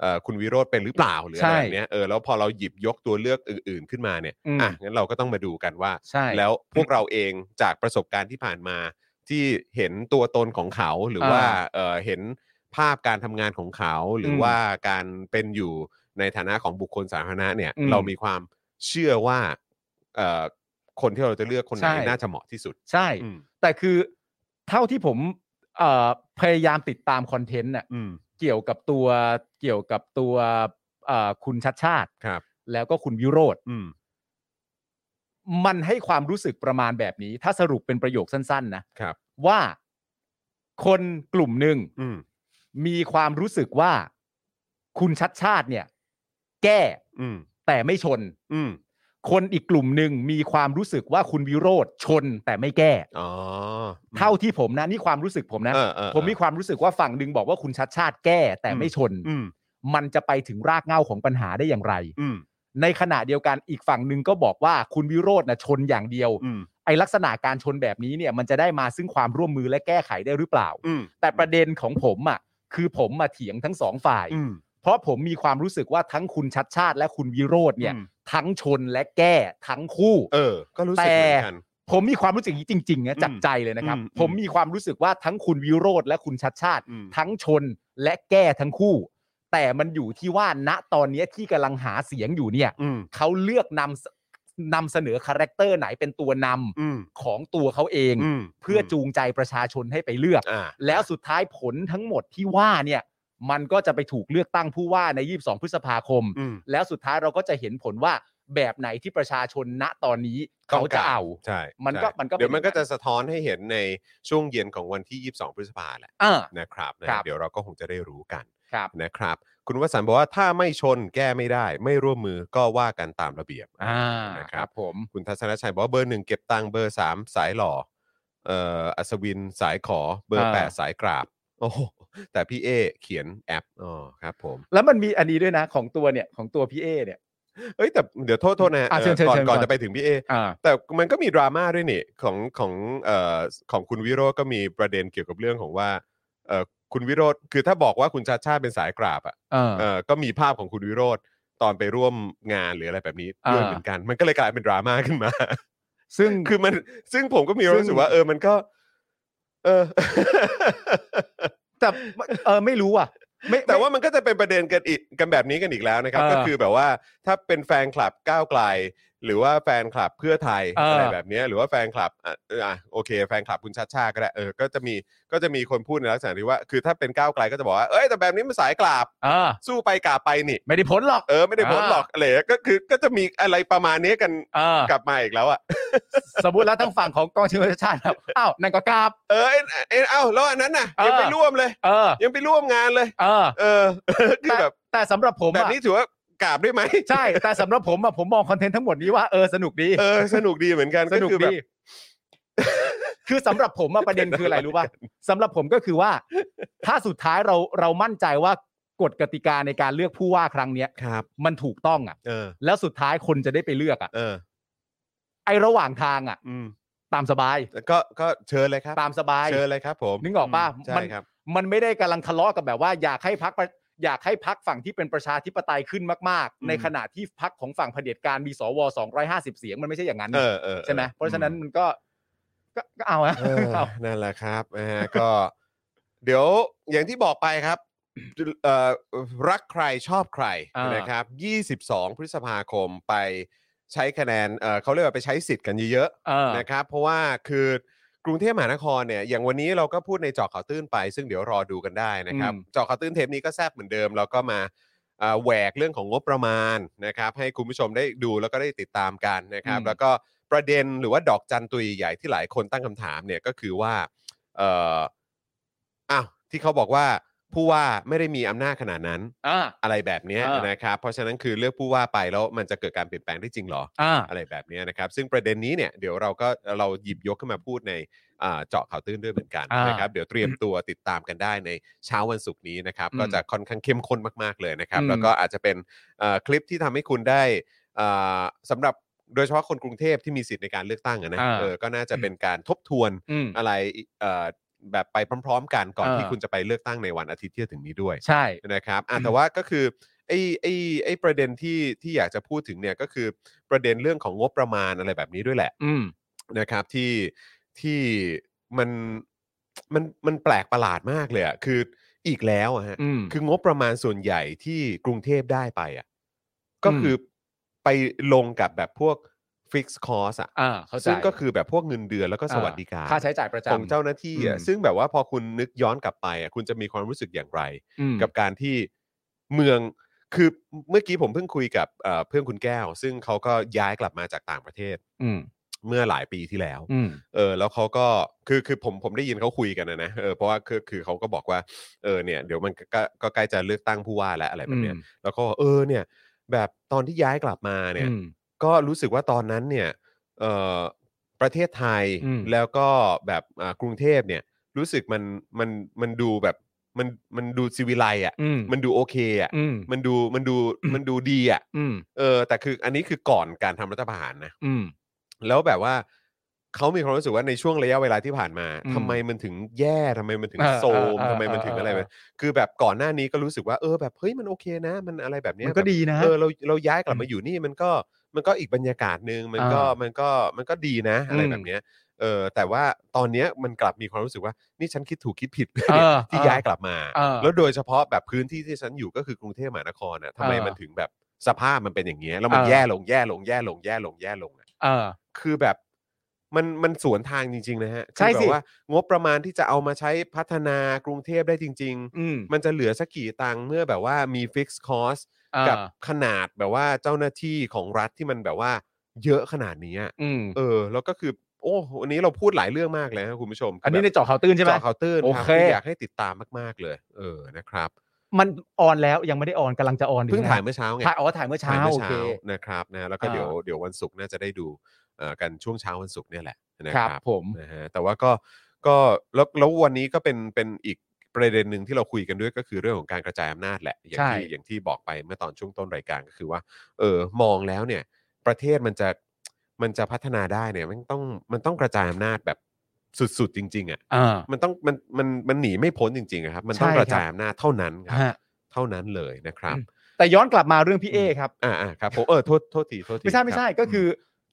C: เออคุณวิโรธเป็นหรือเปล่าหรืออะไรแบบเนี้ยเออแล้วพอเราหยิบยกตัวเลือกอื่น ๆขึ้นมาเนี่ย
D: อืม
C: อ่ะงั้นเราก็ต้องมาดูกันว่า
D: ใช่
C: แล้วพวกเราเองจากประสบการณ์ที่ผ่านมา ที่เห็นตัวตนของเขาหรืออา ว่าเออเห็นภาพการทำงานของเขาหรืออ
D: ม
C: ว่าการเป็นอยู่ในฐานะของบุคคลสาธารณะเนี่ย
D: อืม
C: เรามีความเชื่อว่าเอ่อคนที่เราจะเลือกคนไหน
D: ใช่
C: น่าจะเหมาะที่สุด
D: ใช่
C: อืม
D: แต่คือเท่าที่ผมเอ่อพยายามติดตามคอนเทนต์น่ะ
C: อืม
D: เกี่ยวกับตัวเกี่ยวกับตัวเอ่อคุณชัดชาติ
C: ครับ
D: แล้วก็คุณวิโรธ
C: อืม
D: มันให้ความรู้สึกประมาณแบบนี้ ถ้าสรุปเป็นประโยคสั้น ๆ นะครับ ว่าคนกลุ่มหนึ่ง
C: อืม
D: มีความรู้สึกว่าคุณชัดชาติเนี่ย แก้
C: อืม
D: แต่ไม่ชน
C: อืม
D: คนอีกกลุ่มหนึ่งมีความรู้สึกว่าคุณวิโรธชนแต่ไม่แก้
C: อ๋อ
D: เท่าที่ผมนะนี่ความรู้สึกผมนะ
C: เออเออเออ
D: ผมมีความรู้สึกว่าฝั่งหนึ่งบอกว่าคุณชัดชาติแก้แต่ไม่ชน
C: อืม
D: มันจะไปถึงรากเหง้าของปัญหาได้อย่างไร
C: อืม
D: ในขณะเดียวกันอีกฝั่งหนึ่งก็บอกว่าคุณวิโรจน์นะชนอย่างเดียว
C: อืม
D: ไอลักษณะการชนแบบนี้เนี่ยมันจะได้มาซึ่งความร่วมมือและแก้ไขได้หรือเปล่า
C: อืม
D: แต่ประเด็นของผมอ่ะคือผมมาเถียงทั้งสองฝ่าย
C: อืม
D: เพราะผมมีความรู้สึกว่าทั้งคุณชัดชาติและคุณวิโรจน์เนี่ย
C: อืม
D: ทั้งชนและแก้ทั้งคู่
C: เออ ก็รู้สึกเหมือนกัน
D: ผมมีความรู้สึกอย่างนี้จริงๆนะจากใจเลยนะครับ
C: อืมอืม
D: ผมมีความรู้สึกว่าทั้งคุณวิโรธและคุณชัดชาติ
C: อืม
D: ทั้งชนและแก้ทั้งคู่ แต่มันอยู่ที่ว่าณตอนเนี้ยที่กำลังหาเสียงอยู่เนี่ย
C: อืม
D: เขาเลือกนำนำเสนอคาแรคเตอร์ไหนเป็นตัวนำ
C: อืม
D: ของตัวเขาเอง
C: อืม
D: เพื่อจูงใจประชาชนให้ไปเลือก
C: อ่า
D: แล้วสุดท้ายผลทั้งหมดที่ว่าเนี่ยมันก็จะไปถูกเลือกตั้งผู้ว่าใน 22 พฤษภาคม
C: อืม
D: แล้วสุดท้ายเราก็จะเห็นผลว่าแบบไหนที่ประชาชนณตอนนี้เขาจะเอา
C: ใช่
D: มันก็
C: ใช่
D: มันก็เป็น
C: เดี๋ยวมัน
D: อย่างนั้
C: ก็
D: น
C: จะสะท้อนให้เห็นในช่วงเย็นของวันที่ 22 พฤษภาแหละ
D: อ่า
C: นะครับนะครับ เดี๋ยวเราก็คงจะได้รู้กัน
D: ครับ
C: นะครับ คุณวสันต์บอกว่าถ้าไม่ชนแก้ไม่ได้ ไม่ร่วมมือก็ว่ากันตามระเบียบ
D: อ่า
C: นะค
D: ค
C: รั
D: รั
C: บบ
D: ผม
C: คุณทัศนชัยบอกว่าเบอร์หนึ่งเก็บตังค์เบอร์สามสายหล่อเอ่ออัศวินสายขอเบอร์แปดสายกราบโอ้โหแต่พี่เอเขียนแอปอ๋อครับผม
D: แล้วมันมีอันนี้ด้วยนะของตัวเนี่ยของตัวพี่เอเนี่ย
C: เอ้ยแต่เดี๋ยวโทษโทษนะฮะ
D: อ่ะเชิญเชิญ
C: เอ่อก่อนก่อน
D: เชิญก่อน
C: จะไปถึงพี่เอ
D: อ่า
C: แต่มันก็มีดราม่าด้วยนี่ของของเอ่อของคุณวิโรจน์ก็มีประเด็นเกี่ยวกับเรื่องของว่าเอ่อคุณวิโรจน์คือถ้าบอกว่าคุณชาติชาติเป็นสายกราบอ่ะ
D: เออ
C: เอ่อก็มีภาพของคุณวิโรจน์ ตอนไปร่วมงานหรืออะไรแบบนี้ด้วย
D: อ่า
C: เหมือนกัน มันก็เลยกลายเป็นดราม่าขึ้นมา
D: ซึ่ง
C: คือมันซึ่งผมก็มีความรู้สึกว่า เออมันก็ เออ
D: แต่เออไม่รู้อ่ะ ไม่
C: แต่
D: ไม่
C: ว่ามันก็จะเป็นประเด็นกันอีกกันแบบนี้กันอีกแล้วนะครับ
D: เออ
C: ก็คือแบบว่าถ้าเป็นแฟนคลับก้าวไกล หรือว่าแฟนคลับเพื่อไทย
D: เอออ
C: อะไรแบบเนี้ยหรือว่าแฟนคลับอ่ะอ่ะโอเค แฟนคลับคุณชาติชาติก็ได้เออก็จะมีก็จะมีคนพูดในลักษณะที่ว่า คือถ้าเป็นก้าวไกลก็จะบอกว่าเอ้ยแต่แบบนี้มันสายกราบ
D: เออ
C: สู้ไปกราบไปนี่
D: ไม่ได้ผลหรอก
C: เออไม่ได้ผลหรอกอะไรอย่างเงี้ยก็คือก็จะมีอะไรประมาณนี้กัน
D: เออ
C: กลับมาอีกแล้วอ่ะ
D: สมมติแล้วทั้งฝั่งของกองเชียร์ชาติครับอ้าวนั่นก็กราบ
C: เออเอ็นเอ็นเอ้าแล้วอันนั้นน่ะยังไป
D: เออ
C: ร่วมเลย
D: เออ
C: ยังไปร่วมงานเลย
D: เออ
C: เอ อคือแบบ
D: แต่สำหรับผม
C: แบบ
D: อะ
C: นี้ถือว่ากราบได้ไหม
D: ใช่ แต่สำหรับผมอะผมมองคอนเทนต์ทั้งหมดนี้ว่าเออสนุกดี
C: เออสนุกดีเหมือนกัน
D: สนุก
C: คือแบบ
D: ดี คือสำหรับผมอะประเด็นคืออะไรรู้ป่ะสำหรับผมก็คือว่า ถ้าสุดท้ายเราเรามั่นใจว่ากฎกติกาในการเลือกผู้ว่าครั้งเนี้ย
C: ครับ
D: มันถูกต้องอะ
C: เออ
D: แล้วสุดท้ายคนจะได้ไปเลือกอะ
C: เออ
D: ไอระหว่างทางอะ
C: อืม
D: ตามสบาย
C: แล้วก็ ก็เชิญเลยครับ
D: ตามสบาย
C: เชิญเลยครับผม
D: นึกออกป่ะ
C: ใช่
D: มัน
C: ครับ
D: มันไม่ได้กำลังทะเลาะกับแบบว่าอยากให้พักอยากให้พักฝั่งที่เป็นประชาธิปไตยขึ้นมาก
C: อืม
D: ๆ ในขณะที่พักของฝั่งเผด็จการมีสว250 เสียงมันไม่ใช่อย่างนั้น
C: เออเออ
D: ใช่ไหม
C: ออ
D: เพราะฉะนั้นมันก็ก็ก็เอาอะ
C: เออ
D: เอา
C: นั่นแหละครับนะฮะก็ เดี๋ยวอย่างที่บอกไปครับเอ่อรักใครชอบใครนะครับ 22 พฤษภาคมไปใช้คะแนนเอ่อเขาเรียกว่าไปใช้สิทธิ์กันเยอะ
D: เออ
C: ๆนะครับ เพราะว่าคือกรุงเทพมหานครเนี่ย อย่างวันนี้เราก็พูดในเจาะข่าวตื้นไป ซึ่งเดี๋ยวรอดูกันได้นะครับ
D: อืม
C: เจาะข่าวตื้นเทปนี้ก็แซบเหมือนเดิมเราก็มา เอ่อแหวกเรื่องของงบประมาณนะครับ ให้คุณผู้ชมได้ดูแล้วก็ได้ติดตามกันนะครับ
D: อืม
C: แล้วก็ประเด็นหรือว่าดอกจันตุยใหญ่ที่หลายคนตั้งคำถามเนี่ยก็คือว่าเอ่ออ้าวที่เขาบอกว่าผู้ว่าไม่ได้มีอำนาจขนาดนั้น
D: อ่า
C: อะไรแบบเนี้ย
D: อ่าน
C: นะครับ เพราะฉะนั้นคือเลือกผู้ว่าไปแล้วมันจะเกิดการเปลี่ยนแปลงได้จริงเหรอ
D: อ่า
C: อะไรแบบเนี้ยนะครับ ซึ่งประเด็นนี้เนี่ยเดี๋ยวเราก็เราหยิบยกขึ้นมาพูดในอ่าเจาะข่าวตื้นด้วยเหมือนกัน
D: อ่าน
C: นะครับเดี๋ยวเตรียมตัวติดตามกันได้ในเช้าวันศุกร์นี้นะครับ
D: อืม
C: ก็จะค่อนข้างเข้มข้นมากๆเลยนะครับ
D: อืม
C: แล้วก็อาจจะเป็นเอ่อคลิปที่ทำให้คุณได้อ่าสำาหรับโดยเฉพาะคนกรุงเทพที่มีสิทธิ์ในการเลือกตั้งอะนะ
D: อ่า
C: เออก็น่าจะเป็นการทบทวน
D: อืม
C: อะไรเอ่อแบบไปพร้อม ๆ กันก่อน
D: อ่า
C: ที่คุณจะไปเลือกตั้งในวันอาทิตย์ที่จะถึงนี้ด้วย
D: ใช่
C: นะครับอ่ะแต่ว่าก็คือไอ้ไอ้ไอ้ประเด็นที่ที่อยากจะพูดถึงเนี่ยก็คือประเด็นเรื่องของงบประมาณอะไรแบบนี้ด้วยแหละ
D: อืม
C: นะครับที่ที่มันมันมันแปลกประหลาดมากเลยอะคืออีกแล้วอะฮะ
D: อืม
C: คืองบประมาณส่วนใหญ่ที่กรุงเทพได้ไปอะก็
D: อืม
C: คือไปลงกับแบบพวกฟิกซ์คอสอะ
D: อ่าเข้าใจ
C: ซึ่งก็คือแบบพวกเงินเดือนแล้วก็สวัสดิการ
D: ค่าใช้จ่ายประจำ
C: ของเจ้าหน้าที่อะ
D: อืม
C: ซึ่งแบบว่าพอคุณนึกย้อนกลับไปอะคุณจะมีความรู้สึกอย่างไร
D: อืม
C: กับการที่เมืองคือเมื่อกี้ผมเพิ่งคุยกับเอ่อเพื่อนคุณแก้ว ซึ่งเขาก็ย้ายกลับมาจากต่างประเทศ
D: อืม
C: เมื่อหลายปีที่แล้ว
D: อืม
C: เออแล้วเขาก็คือคือผมผมได้ยินเขาคุยกันนะนะเออเพราะว่าคือคือเขาก็บอกว่าเออเนี่ยเดี๋ยวมันก็ก็ก็ใกล้จะเลือกตั้งผู้ว่าแล้วอะไรแบบเนี้ยแล้วก็เออเนี่ยแบบตอนที่ย้ายกลับมาเนี่ย ก็รู้สึกว่าตอนนั้นเนี่ยเอ่อประเทศไทย
D: อืม
C: แล้วก็แบบอ่ากรุงเทพเนี่ยรู้สึกมันมันมันดูแบบมันมันดูซีวิไลซ์อ่ะ
D: อืม
C: มันดูโอเคอ่ะ
D: อืม
C: มันดูมันดู
D: อืม
C: มันดูดีอ่ะ
D: อืม
C: เออ แต่คืออันนี้คือก่อนการทำรัฐประหารนะ
D: อืม
C: แล้วแบบว่าเขามีความรู้สึกว่าในช่วงระยะเวลาที่ผ่านมา
D: อืม
C: ทำไมมันถึงแย่ทำไมมันถึง
D: เออ
C: โซม
D: เออ
C: ทำไมมันถึง
D: เออ
C: อะ
D: อ
C: ไรแบบคือแบบก่อนหน้านี้ก็รู้สึกว่าเออแบบเฮ้ยมันโอเคนะ มันอะไรแบบเนี้ย
D: มันก็
C: แบบ
D: ดีนะ
C: เออเราเราย้ายกลับมาอยู่นี่มันก็มันก็อีกบรรยากาศหนึ่งมันก็
D: อ่ามั
C: มันก็มันก็ดีนะอะไร
D: อืม
C: แบบเนี้ยเออแต่ว่าตอนเนี้ยมันกลับมีความรู้สึกว่านี่ฉันคิดถูกคิดผิด
D: เออ
C: ที่ย้ายกลับมา
D: เออ
C: แล้วโดยเฉพาะแบบพื้นที่ที่ฉันอยู่ก็คือกรุงเทพมหานครน่ะทำไม
D: เออ
C: มันถึงแบบสภาพมันเป็นอย่างเงี้ยแล้วมัน
D: เออ
C: แย่ลงแย่ลงแย่ลงแย่ลงแย่ลงอะ
D: เออ
C: คือแบบมันมันสวนทางจริง ๆ นะฮะ
D: ใช่
C: คือ
D: สิ
C: แบบว่างบประมาณที่จะเอามาใช้พัฒนากรุงเทพได้จริง
D: อืม
C: ๆ มันจะเหลือสักกี่ตังค์เมื่อแบบว่ามีฟิกซ์คอส
D: เออ
C: กับขนาดแบบว่าเจ้าหน้าที่ของรัฐที่มันแบบว่าเยอะขนาดนี้อะ
D: อืม
C: เออ แล้วก็คือ โอ้วันนี้เราพูดหลายเรื่องมากเลยนะคุณผู้ชมคื
D: อันนี้
C: แบบ
D: ในเจาะข่าวตื้นใช่ไหม
C: เจาะข่าวตื้น
D: โอ
C: ครับ
D: เค
C: ที่อยากให้ติดตามมากๆเลย เออนะครับ
D: มันออนแล้วยังไม่ได้ออนกำลังจะออน
C: เพิ่งถ่ายเมื่
D: เมื่อ
C: อเช้าไง
D: ถ่ายอ๋อถ่ายเมื่อเช้า
C: ถ่ายเมื่อ
D: โอเค
C: เช้านะครับนะแล้วก็
D: อ่า
C: เดี๋ยวเดี๋ยววันศุกร์น่าจะได้ดูเอ่อกันช่วงเช้าวันศุกร์เนี่ยแหละนะ
D: ค
C: ค
D: รั
C: รั
D: บบ ผม
C: นะฮะแต่ว่าก็ก็แล้วแล้ววันนี้ก็เป็นเป็นอีกประเด็นหนึ่งที่เราคุยกันด้วยก็คือเรื่องของการกระจายอำนาจแหละอย่างที่
D: ใช่
C: อย่างที่บอกไปเมื่อตอนช่วงต้นรายการก็คือว่า เออมองแล้วเนี่ย ประเทศมันจะมันจะพัฒนาได้เนี่ยมันต้องมันต้องกระจายอำนาจแบบสุดๆจริงๆอ่ะ
D: อ่า
C: มันต้องมันมันมันหนีไม่พ้นจริงๆอะครับ มันต้อง
D: ใช่
C: ก
D: ครับ
C: ระจายอำนาจเท่านั้นครับ
D: ฮะ
C: เท่านั้นเลยนะครับ
D: แต่ย้อนกลับมาเรื่องพี่เอครับ
C: อ่าอ่าครับผมเออโทษโทษทีโทษที
D: ไม่ใช่
C: ค
D: ไม่
C: รับ
D: ใช่ก็คือ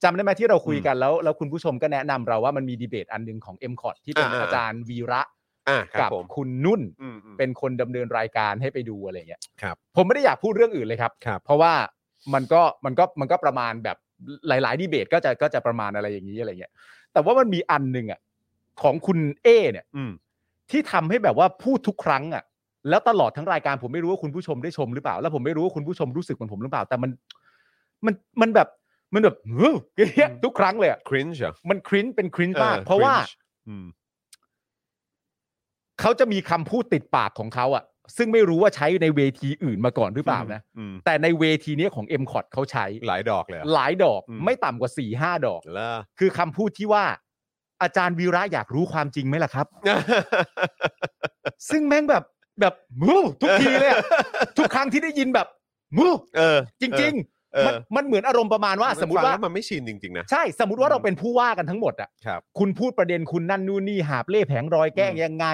D: จำได้ไหมที่เราคุยกันแล้วแล้วคุณผู้ชมก็แนะนำเราว่ามันมีดีเบตอันหนึ่งของ m c o t ที่เป็น
C: อ่าๆ
D: อาจารย์วีระ
C: อ่าครั
D: กับ
C: ผม
D: คุณนุ่น
C: อืมอืม
D: เป็นคนดำเนินรายการให้ไปดูอะไรอย่างเงี้ย
C: ครับ
D: ผมไม่ได้อยากพูดเรื่องอื่นเลยครับ
C: ครับ
D: เพราะว่ามันก็มันก็มันก็ประมาณแบบหลาย ๆ ดีเบตก็จะก็จะประมาณอะไรอย่างนี้อะไรเงี้ย แต่ว่ามันมีอันหนึ่งอ่ะของคุณเอเนี่ย
C: อืม
D: ที่ทำให้แบบว่าพูดทุกครั้งอ่ะแล้วตลอดทั้งรายการผมไม่รู้ว่าคุณผู้ชมได้ชมหรือเปล่า แล้วผมไม่รู้ว่าคุณผู้ชมรู้สึกเหมือนผมหรือเปล่า แต่มันมันมันแบบมันแบบเฮ้ยอย่างเงี้ยทุกครั้งเลยอะ
C: ครินช์เหรอ
D: มันคริ้นเป็นคริ้นมาก
C: ออ
D: เพราะว่า
C: cringe อืม
D: เขาจะมีคำพูดติดปากของเขาอะซึ่งไม่รู้ว่าใช้ในเวทีอื่นมาก่อนหรือเปล่านะ
C: อืม
D: แต่ในเวทีเนี้ยของ m c o t เขาใช้
C: หลายดอกเลยเหรอ
D: หลายดอก
C: อืม
D: ไม่ต่ำกว่า4ี่ห้าดอก
C: แล้ว
D: คือคำพูดที่ว่า อาจารย์วีระอยากรู้ความจริงไหมล่ะครับ ซึ่งแม่งแบบแบบมูทุกที เลยอะทุกครั้งที่ได้ยินแบบมู
C: เออ
D: จริง
C: เออ
D: ๆมันมันเหมือนอารมณ์ประมาณว่าสมมติว่า
C: ฟังแล้มันไม่ชินจริง ๆ นะ
D: ใช่สมมติว่าเราเป็นผู้ว่ากันทั้งหมดอะ
C: ครับ
D: คุณพูดประเด็นคุณนั่นนู่นนี่หาบเล่แผงรอยแกล้งยังไง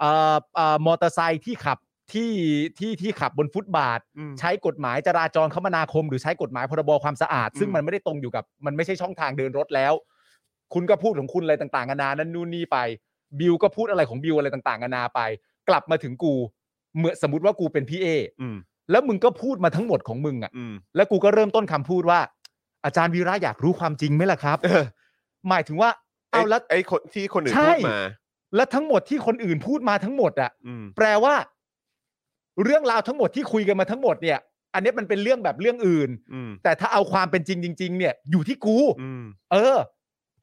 D: เอ่อเอ่อมอเตอร์ไซค์ที่ขับที่ที่ที่ขับบนฟุตบาท
C: อืม
D: ใช้กฎหมายจราจรคมนาคม หรือใช้กฎหมายพรบความสะอาด
C: อืม
D: ซึ่งมันไม่ได้ตรงอยู่กับมันไม่ใช่ช่องทางเดินรถแล้ว คุณก็พูดของคุณอะไรต่างๆนานานั่นนู่นนี่ไป บิวก็พูดอะไรของบิวอะไรต่างๆนานาไป กลับมาถึงกูเมื่อสมมติว่ากูเป็นพี่เอ
C: อืม
D: แล้วมึงก็พูดมาทั้งหมดของมึงอ่ะ
C: อืม
D: แล้วกูก็เริ่มต้นคำพูดว่า อาจารย์วีระอยากรู้ความจริงไหมล่ะครับ
C: เออ
D: หมายถึงว่าเอาแล้ว
C: ไไอ้คนที่คนอื่น
D: ใช่
C: พูดมา
D: และทั้งหมดที่คนอื่นพูดมาทั้งหมดอะ
C: อืม
D: แปลว่า เรื่องราวทั้งหมดที่คุยกันมาทั้งหมดเนี่ย อันเนี้ยมันเป็นเรื่องแบบเรื่องอื่น
C: อืม
D: แต่ถ้าเอาความเป็นจริงจริง ๆ เนี่ย อยู่ที่กู
C: อืม
D: เออ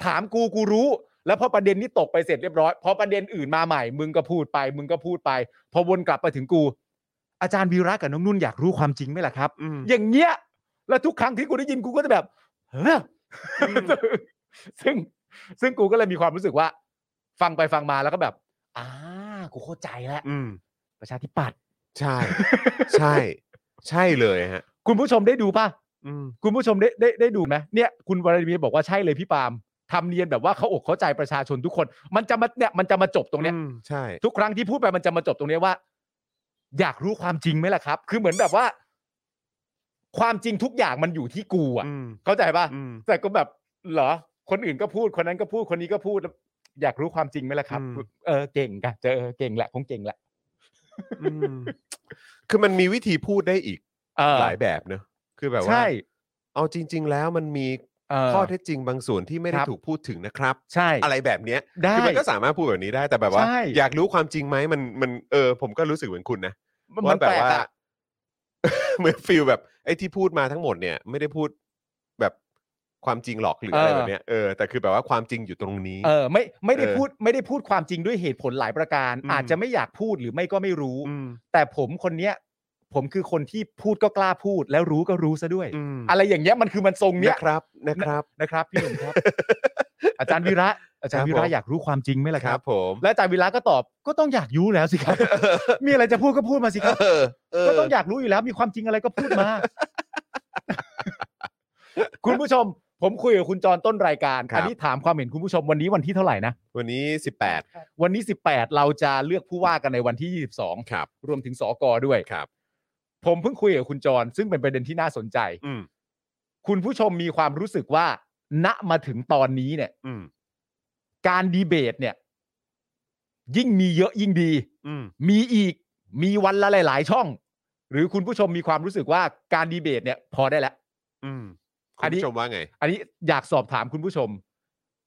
D: ถามกูกูรู้ แล้วพอประเด็นนี้ตกไปเสร็จเรียบร้อยพอประเด็นอื่นมาใหม่ มึงก็พูดไป มึงก็พูดไป พอวนกลับมาถึงกู อาจารย์วีระกับน้องนุ่นอยากรู้ความจริงไหมล่ะครับ
C: อืม
D: อย่างเงี้ย แล้วทุกครั้งที่กูได้ยินกูก็จะแบบเฮ้อ ซึ่งซึ่งกูก็เลยมีความรู้สึกว่า ฟังไปฟังมาแล้วก็แบบอ่ากูเข้าใจแล้ว
C: อืม
D: ประชาธิปัตย์
C: ใช่ ใช่ ใช่เลยฮะ
D: คุณผู้ชมได้ดูป่ะ
C: อืม
D: คุณผู้ชมได้ได้ได้ดูไหมเนี่ยคุณวรดีบอกว่าใช่เลยพี่ปาล์มทำเนียนแบบว่าเขาอกเข้าใจประชาชนทุกคน มันจะมาเนี่ยมันจะมาจบตรงเนี้ย
C: อืมใช่
D: ทุกครั้งที่พูดไปมันจะมาจบตรงเนี้ยว่า อยากรู้ความจริงไหมล่ะครับ คือเหมือนแบบว่า ความจริงทุกอย่างมันอยู่ที่กูอ่ะ
C: อืม
D: เข้าใจป่ะ
C: อืม
D: แต่ก็แบบเหรอ คนอื่นก็พูดคนนั้นก็พูดคนนี้ก็พูดแล้วอยากรู้ความจริงไหมล่ะครับ
C: อืม
D: เออเก่งกันเจออเก่งแหละคงเก่งแหละ
C: อืมคือมันมีวิธีพูดได้อีก
D: เออ
C: หลายแบบเนอะคือแบบว่า
D: ใช่
C: เอาจริง ๆ แล้วมันมี
D: เออ
C: ข้อเท็จจริงบางส่วนที่ไม่ได้
D: ครับ
C: ถูกพูดถึงนะครับ
D: ใช่
C: อะไรแบบเนี้ย
D: ได้
C: คือมันก็สามารถพูดแบบนี้ได้แต่แบบว่า
D: ใช่
C: อยากรู้ความจริงไหมมันมันเออผมก็รู้สึกเหมือนคุณนะ
D: มัน
C: ว่า
D: แบ
C: แบบ บว่า
D: ว่า
C: เหมือนฟิลแบบไอ้ที่พูดมาทั้งหมดเนี่ย ไม่ได้พูดแบบความจริงหรอกหรืออะไร
D: เออ
C: แบบเนี้ยเออแต่คือแบบว่าความจริงอยู่ตรงนี้
D: เออไม่ไม่ได้
C: เออ
D: พูดไม่ได้พูดความจริงด้วยเหตุผลหลายประการ
C: อืม
D: อาจจะไม่อยากพูดหรือไม่ก็ไม่รู้
C: ม
D: แต่ผมคนเนี้ย ผมคือคนที่พูดก็กล้าพูด แล้วรู้ก็รู้ซะด้วย
C: อืม
D: อะไรอย่างเงี้ยมันคือมันทรงเนี้ย
C: นะครับนะครับ
D: นะครับพี่หนุ่ม ครับ อาจารย์วิระ อาจารย์วิ
C: ครั
D: ระ
C: บผม
D: อยากรู้ความจริงไหมล่ะ
C: ค
D: ค
C: รั
D: รับ
C: บผม
D: และอาจารย์วิระก็ตอบก็ต้องอยากรู้แล้วสิ ครับ มีอะไรจะพูดก็พูดมาสิครับ
C: เออเ
D: ก็ต้องอยากรู้อยู่แล้ว มีความจริงอะไรก็พูดมา คุณผู้ชม ผมคุยกับคุณจรต้นรายการ
C: ครับ
D: อันนี้ถามความเห็นคุณผู้ชมวันนี้วันที่เท่าไหร่นะ
C: วันนี้ 18
D: วันนี้ 18 เราจะเลือกผู้ว่ากันในวันที่
C: ครับ
D: 22 รวมถึงสกด้วย
C: ครับ
D: ผมเพิ่งคุยกับคุณจร ซึ่งเป็นประเด็นที่น่าสนใจ
C: อืม
D: คุณผู้ชมมีความรู้สึกว่า ณมาถึงตอนนี้เนี่ย
C: อืม
D: การดีเบตเนี่ย ยิ่งมีเยอะยิ่งดี
C: อืม
D: มีอีกมีวันละหลาย ๆ ช่อง หรือคุณผู้ชมมีความรู้สึกว่าการดีเบตเนี่ย พอได้แล้ว
C: อืม
D: อั
C: คุ
D: น
C: ณ
D: นี้
C: ผู้ชมว่าไง
D: อันนี้อยากสอบถามคุณผู้ชม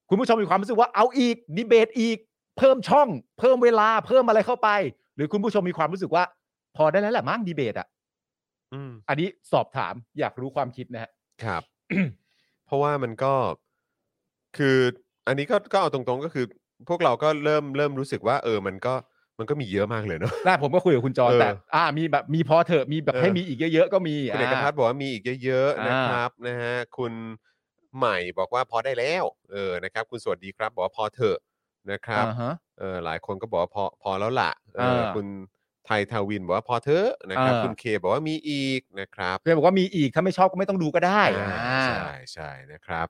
D: คุณผู้ชมมีความรู้สึกว่าเอาอีกดีเบตอีก เพิ่มช่อง เพิ่มเวลาเพิ่มอะไรเข้าไป หรือคุณผู้ชมมีความรู้สึกว่า พอได้แล้วแหละมั้งดีเบตอ่ะ
C: อืม
D: อันนี้สอบถามอยากรู้ความคิดนะฮะ
C: ครับ เพราะว่ามันก็คืออันนี้ก็ก็เอาตรงๆก็คือ พวกเราก็เริ่มเริ่มรู้สึกว่า เออมันก็มันก็มีเยอะมากเลยเนอะ
D: ได้ผมก็คุยกับคุณจอน
C: เออ
D: แต่อ่า มีแบบมีพอเถอะมีแบบ
C: เออ
D: ให้มีอีกเยอะๆก็มี
C: คุณเอกพัฒ
D: อ่า
C: น์บอกว่ามีอีกเยอะๆ
D: อ่า
C: นะครับนะฮะคุณใหม่บอกว่าพอได้แล้ว เออนะครับ คุณสวัสดีครับ บอกว่าพอเถอะนะครับ
D: อ่าฮะ
C: เออหลายคนก็บอกว่าพอพอแล้วล่ะเออ
D: เออ
C: คุณไทยทาวินบอกว่าพอเถอะนะครับ
D: เออ
C: คุณเคบอกว่ามีอีกนะครับ
D: เพื่อนบอกว่ามีอีกถ้าไม่ชอบก็ไม่ต้องดูก็ได้
C: อ่า
D: อ่า
C: ใช่ใช่นะครับ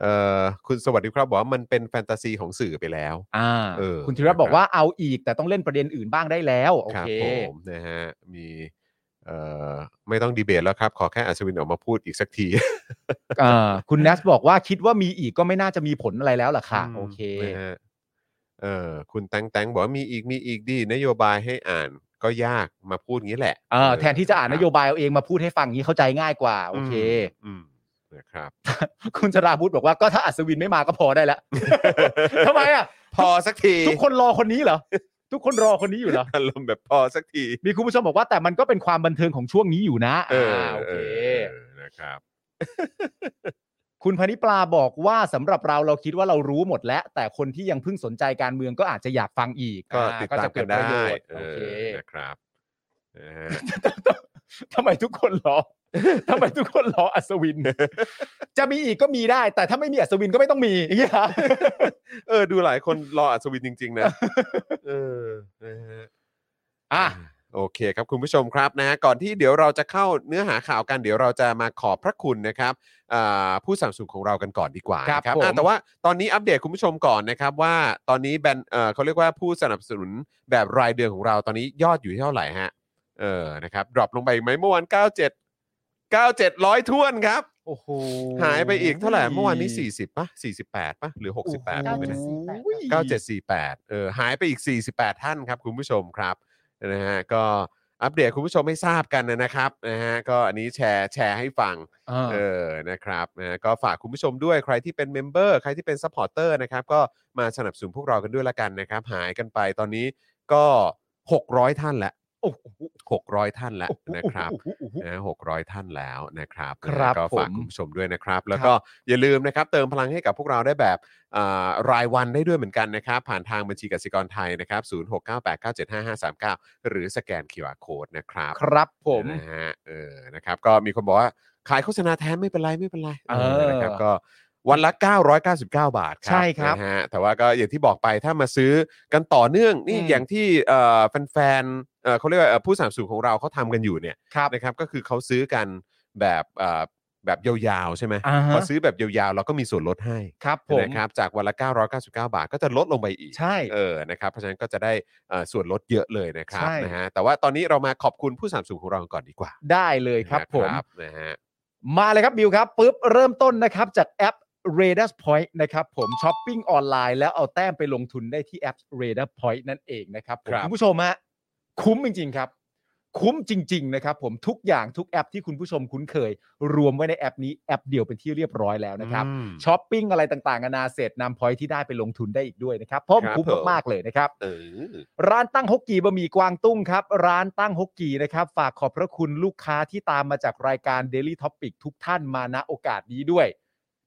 C: เอ่อคุณสวัสดีครับบอกว่ามันเป็นแฟนตาซีของสื่อไปแล้ว
D: อ่า
C: เออ
D: คุณธีระ
C: นะครับ
D: บอกว่าเอาอีกแต่ต้องเล่นประเด็นอื่นบ้างได้แล้ว โอ
C: ครับ
D: เค
C: ผมนะฮะมี เอ่อไม่ต้องดีเบตแล้วครับ ขอแค่อัศวินออกมาพูดอีกสักที
D: อ่าคุณเนสบอกว่าคิดว่ามีอีกก็ไม่น่าจะมีผลอะไรแล้วล่ะค่ะ
C: ม
D: โอเค
C: นะฮะเออคุณแตงแตงบอกว่ามีอีกมีอีกดีนโยบายให้อ่านก็ยากมาพูดงี้แหละ
D: เออแทนที่จะอ่านนโยบายเอาเองมาพูดให้ฟังอย่างนี้เข้าใจง่ายกว่า โอเค
C: อืมอืมนะครับ
D: คุณจราพุธบอกว่าก็ถ้าอัศวินไม่มาก็พอได้แล้ว ทำไมอ่ะ
C: พอสักที
D: ทุกคนรอคนนี้เหรอ ทุกคนรอคนนี้อยู่เหรอ
C: อารมณ์แบบพอสักที
D: มีคุณผู้ชมบอกว่าแต่มันก็เป็นความบันเทิงของช่วงนี้อยู่นะ
C: เออ
D: โอเค
C: เออนะครับ
D: คุณพนิปลาบอกว่าสำหรับเราเราคิดว่าเรารู้หมดแล้ว แต่คนที่ยังเพิ่งสนใจการเมืองก็อาจจะอยากฟังอีก
C: ก็
D: อ่
C: ติด
D: ก็
C: ตา
D: จะ
C: ม
D: เกิ
C: กั
D: ด
C: น
D: ประโย
C: ได้
D: ชน์
C: เอ
D: โอ
C: อ
D: เค
C: นะครับนะฮะ
D: ทำไมทุกคนรอ ทำไมทุกคนรออัศวิ น จะมีอีกก็มีได้ แต่ถ้าไม่มีอัศวินก็ไม่ต้องมี อย่างเงี้ยเหรอ
C: เออ ดูหลายคนรออัศวินจริง ๆ นะ เออนะฮะ
D: อ่ะ
C: โอเคครับ คุณผู้ชมครับนะฮะก่อนที่เดี๋ยวเราจะเข้าเนื้อหาข่าวกันเดี๋ยวเราจะมาขอบพระคุณนะครับอ่าผู้สนัมสูงของเรากันก่อนดีกว่า
D: ครับ
C: นะครับ
D: ผม
C: อ่ะแต่ว่าตอนนี้อัปเดตคุณผู้ชมก่อนนะครับว่าตอนนี้แบรนด์เอ่อเขาเรียกว่าผู้สนับสนุนแบบรายเดือนของเราตอนนี้ยอดอยู่ที่เท่าไหร่ฮะเออนะครับดรอปลงไปอีกไหมเมื่อวาน97 97ร้อยท่วนครับ
D: โอ้โห
C: หายไปอีกเท่าไหร่เมื่อวานนี้ 40ป่ะ48ป่ะหรือ 68ไม่แน่ 9748 เออหายไปอีก 48 ท่านครับ คุณผู้ชมครับนะฮะก็อัปเดตคุณผู้ชมให้ทราบกันนะครับนะฮะก็อันนี้แชร์แชร์ให้ฟัง เออ นะครับนะฮะก็ฝากคุณผู้ชมด้วยใครที่เป็นเมมเบอร์ใครที่เป็นซัพพอร์เตอร์นะครับ ก็มาสนับสนุนพวกเรากันด้วยละกันนะครับ หายกันไปตอนนี้ก็ 600 ท่านละ
D: โอ้โห
C: 600 ท่านละนะครับ นะหกร้อยท่านแล้วนะครับ
D: ครับ
C: นะก็ฝาก
D: ผม
C: คุณผู้ชมด้วยนะครับ แล้วก็อย่าลืมนะครับ เติมพลังให้กับพวกเราได้แบบอ่ารายวันได้ด้วยเหมือนกันนะครับ ผ่านทางบัญชีกสิกรไทยนะครับ 0698975539 หรือสแกน QR Code นะครับ
D: ครับผม
C: นะฮะเออนะครับ ก็มีคนบอกว่า ขายโฆษณาแทนไม่เป็นไรไม่เป็นไร
D: เออ
C: นะครับก็วันละ 999 บาทครั
D: ใช่ครับ
C: นะฮะแต่ว่าก็อย่างที่บอกไปถ้ามาซื้อกันต่อเนื่องนี่
D: อืม
C: อย่างที่เอ่อแฟนๆเอ่อเขาเรียกว่าเอ่อผู้สามสูงของเราเขาทำกันอยู่เนี่ย
D: ครับ
C: นะครับก็คือเขาซื้อกันแบบเอ่อแบบยาวๆ ใช่ไหม
D: อ่าฮะ
C: พอซื้อแบบยาวๆ เราก็มีส่วนลดให้
D: ครับผม
C: นะครับจากวันละ 999 บาทก็จะลดลงไปอีก
D: ใช่
C: เออนะครับเพราะฉะนั้นก็จะได้เอ่อส่วนลดเยอะเลยนะครับ
D: ใช่
C: นะฮะแต่ว่าตอนนี้เรามาขอบคุณผู้สนัมสูงของเราก่อนดีกว่า
D: ได้เลยครับผม
C: นะนะฮะ
D: มาเลยครับบิวครับปุ๊บเริ่มต้นนะครับจากแอป r a d a r Point นะครับผมช้อปปิ้งออนไลน์แล้วเอาแต้มไปลงทุนได้ที่แอป r a d a r Point นั่นเองนะครับผมคุณผู้ชมฮะคุ้มจริง ๆ ครับ คุ้มจริง ๆ นะครับผมทุกอย่างทุกแอปที่คุณผู้ชมคุ้นเคย รวมไว้ในแอปนี้แอปเดียวเป็นที่เรียบร้อยแล้วนะครับ
C: อืม
D: ช้อปปิ้งอะไรต่างๆนานาเสร็จนำพอยที่ได้ไปลงทุนได้อีกด้วยนะครับเพราะ
C: ครับ
D: คุ้ม
C: ผม
D: มากๆเลยนะครับ
C: เออ
D: ร้านตั้งฮกกีบะหมี่กวางตุ้งครับ ร้านตั้งฮกกีนะครับ ฝากขอบพระคุณลูกค้าที่ตามมาจากรายการ Daily Topic ทุกท่านมาณโอกาสนี้ด้วย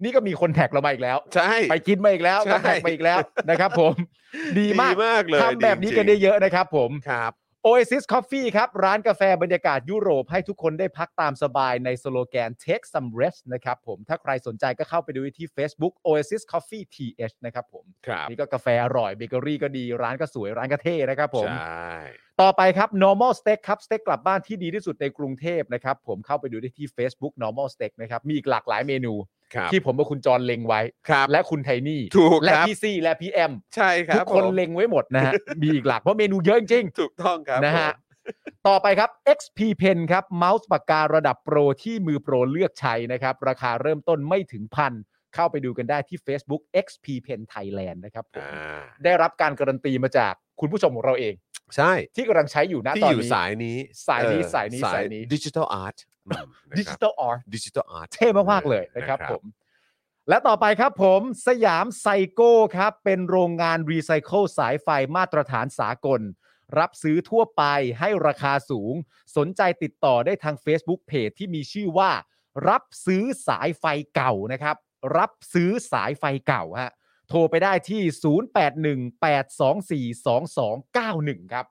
D: นี่ก็มีคนแท็กเรามาอีกแล้ว
C: ใช่
D: ไปกินมาอีกแล้ว
C: ใช่
D: ก็แท็กมาอีกแล้วนะครับผม ดีมาก
C: มากเลย
D: ทำแบบนี้กันได้
C: จริง
D: เยอะนะครับผม
C: ๆครับ
D: Oasis Coffee ครับ ร้านกาแฟบรรยากาศยุโรปให้ทุกคนได้พักตามสบายในสโลแกน Take some rest นะครับผมถ้าใครสนใจก็เข้าไปดูที่ Facebook Oasis Coffee TH นะครับผม
C: ครับ
D: นี่ก็กาแฟอร่อยเบเกอรี่ก็ดีร้านก็สวยร้านก็เท่นะครับผม
C: ใช่
D: ต่อไปครับ normal steak ครับสเต็กกลับบ้านที่ดีที่สุดในกรุงเทพนะครับผมเข้าไปดูได้ที่ Facebook normal steak นะครับมีอีกหลากหลายเมนู
C: ครับ
D: ที่ผมกับคุณจรเล็งไว้
C: ครับ
D: และคุณไทนี่
C: ถูก
D: และ
C: ครับ
D: พี่ซี่และพี่แอม
C: ใช่ครับ
D: ทุกคน
C: ผม
D: เล็งไว้หมดนะฮะ มีอีกหลากเพราะเมนูเยอะจริง
C: ถูกต้องครับ
D: ๆนะ
C: ผ
D: ฮะ
C: ม
D: ต่อไปครับ XP Pen ครับเมาส์ปากการะดับโปรที่มือโปรเลือกใช้นะครับราคาเริ่มต้นไม่ถึงพันเข้าไปดูกันได้ที่ Facebook XP Pen Thailand นะครับผม
C: อ่า
D: ได้รับการการันตีมาจากคุณผู้ชมของเราเอง
C: ใช่
D: ที่กำลังใช้อยู่นะ
C: ที่
D: ตอน
C: อยู่
D: นี้
C: สายนี้
D: สายนี้
C: เออ
D: สายนี้สายนี้
C: ดิจิทัลอาร์ต
D: ดิจิ t a ลออร์
C: ดิจิทัลอาร์ต
D: เท่มากๆเลยนะครับผม และต่อไปครับผมสยามไซโก้ครับ เป็นโรงงานรีไซเคิลสายไฟมาตรฐานสากล รับซื้อทั่วไปให้ราคาสูง สนใจติดต่อได้ทาง Facebook Page ที่มีชื่อว่า รับซื้อสายไฟเก่านะครับ รับซื้อสายไฟเก่าฮะโทรไปได้ที่ 0818242291 ครับ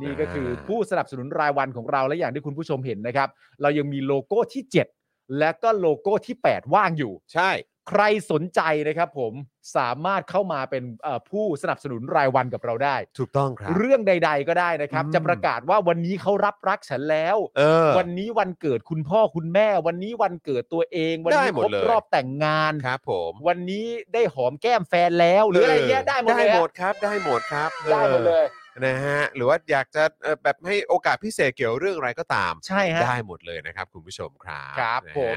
D: นี่ก็คือ
C: อ่า
D: ผู้สนับสนุนรายวันของเราและอย่างที่คุณผู้ชมเห็นนะครับ เรายังมีโลโก้ที่ 7 และก็โลโก้ที่ 8 ว่างอยู่
C: ใช่
D: ใครสนใจนะครับผมสามารถเข้ามาเป็นเอ่อผู้สนับสนุนรายวันกับเราได้
C: ถูกต้องครับ
D: เรื่องใด ๆ ก็ได้นะครับ
C: อืม
D: จะประกาศว่าวันนี้เขารับรักฉันแล้ว
C: เออ
D: วันนี้วันเกิดคุณพ่อคุณแม่ วันนี้วันเกิดตัวเอง วัน
C: ได้
D: นี้
C: หมด
D: ครบ
C: เลย
D: รอบแต่งงาน
C: ครับผม
D: วันนี้ได้หอมแก้มแฟนแล้ว หรืออะไรเงี้ยได้หมดเลย
C: ได้หม
D: ฮะ
C: ดครับ ได้หมดครับ
D: ได้หมดเลย
C: นะฮะหรือว่าอยากจะเอ่อแบบให้โอกาสพิเศษเกี่ยวเรื่องอะไรก็ตาม
D: ใช่ฮะ
C: ได้หมดเลยนะครับ คุณผู้ชมครับ
D: ครับ
C: นะฮะ
D: ผม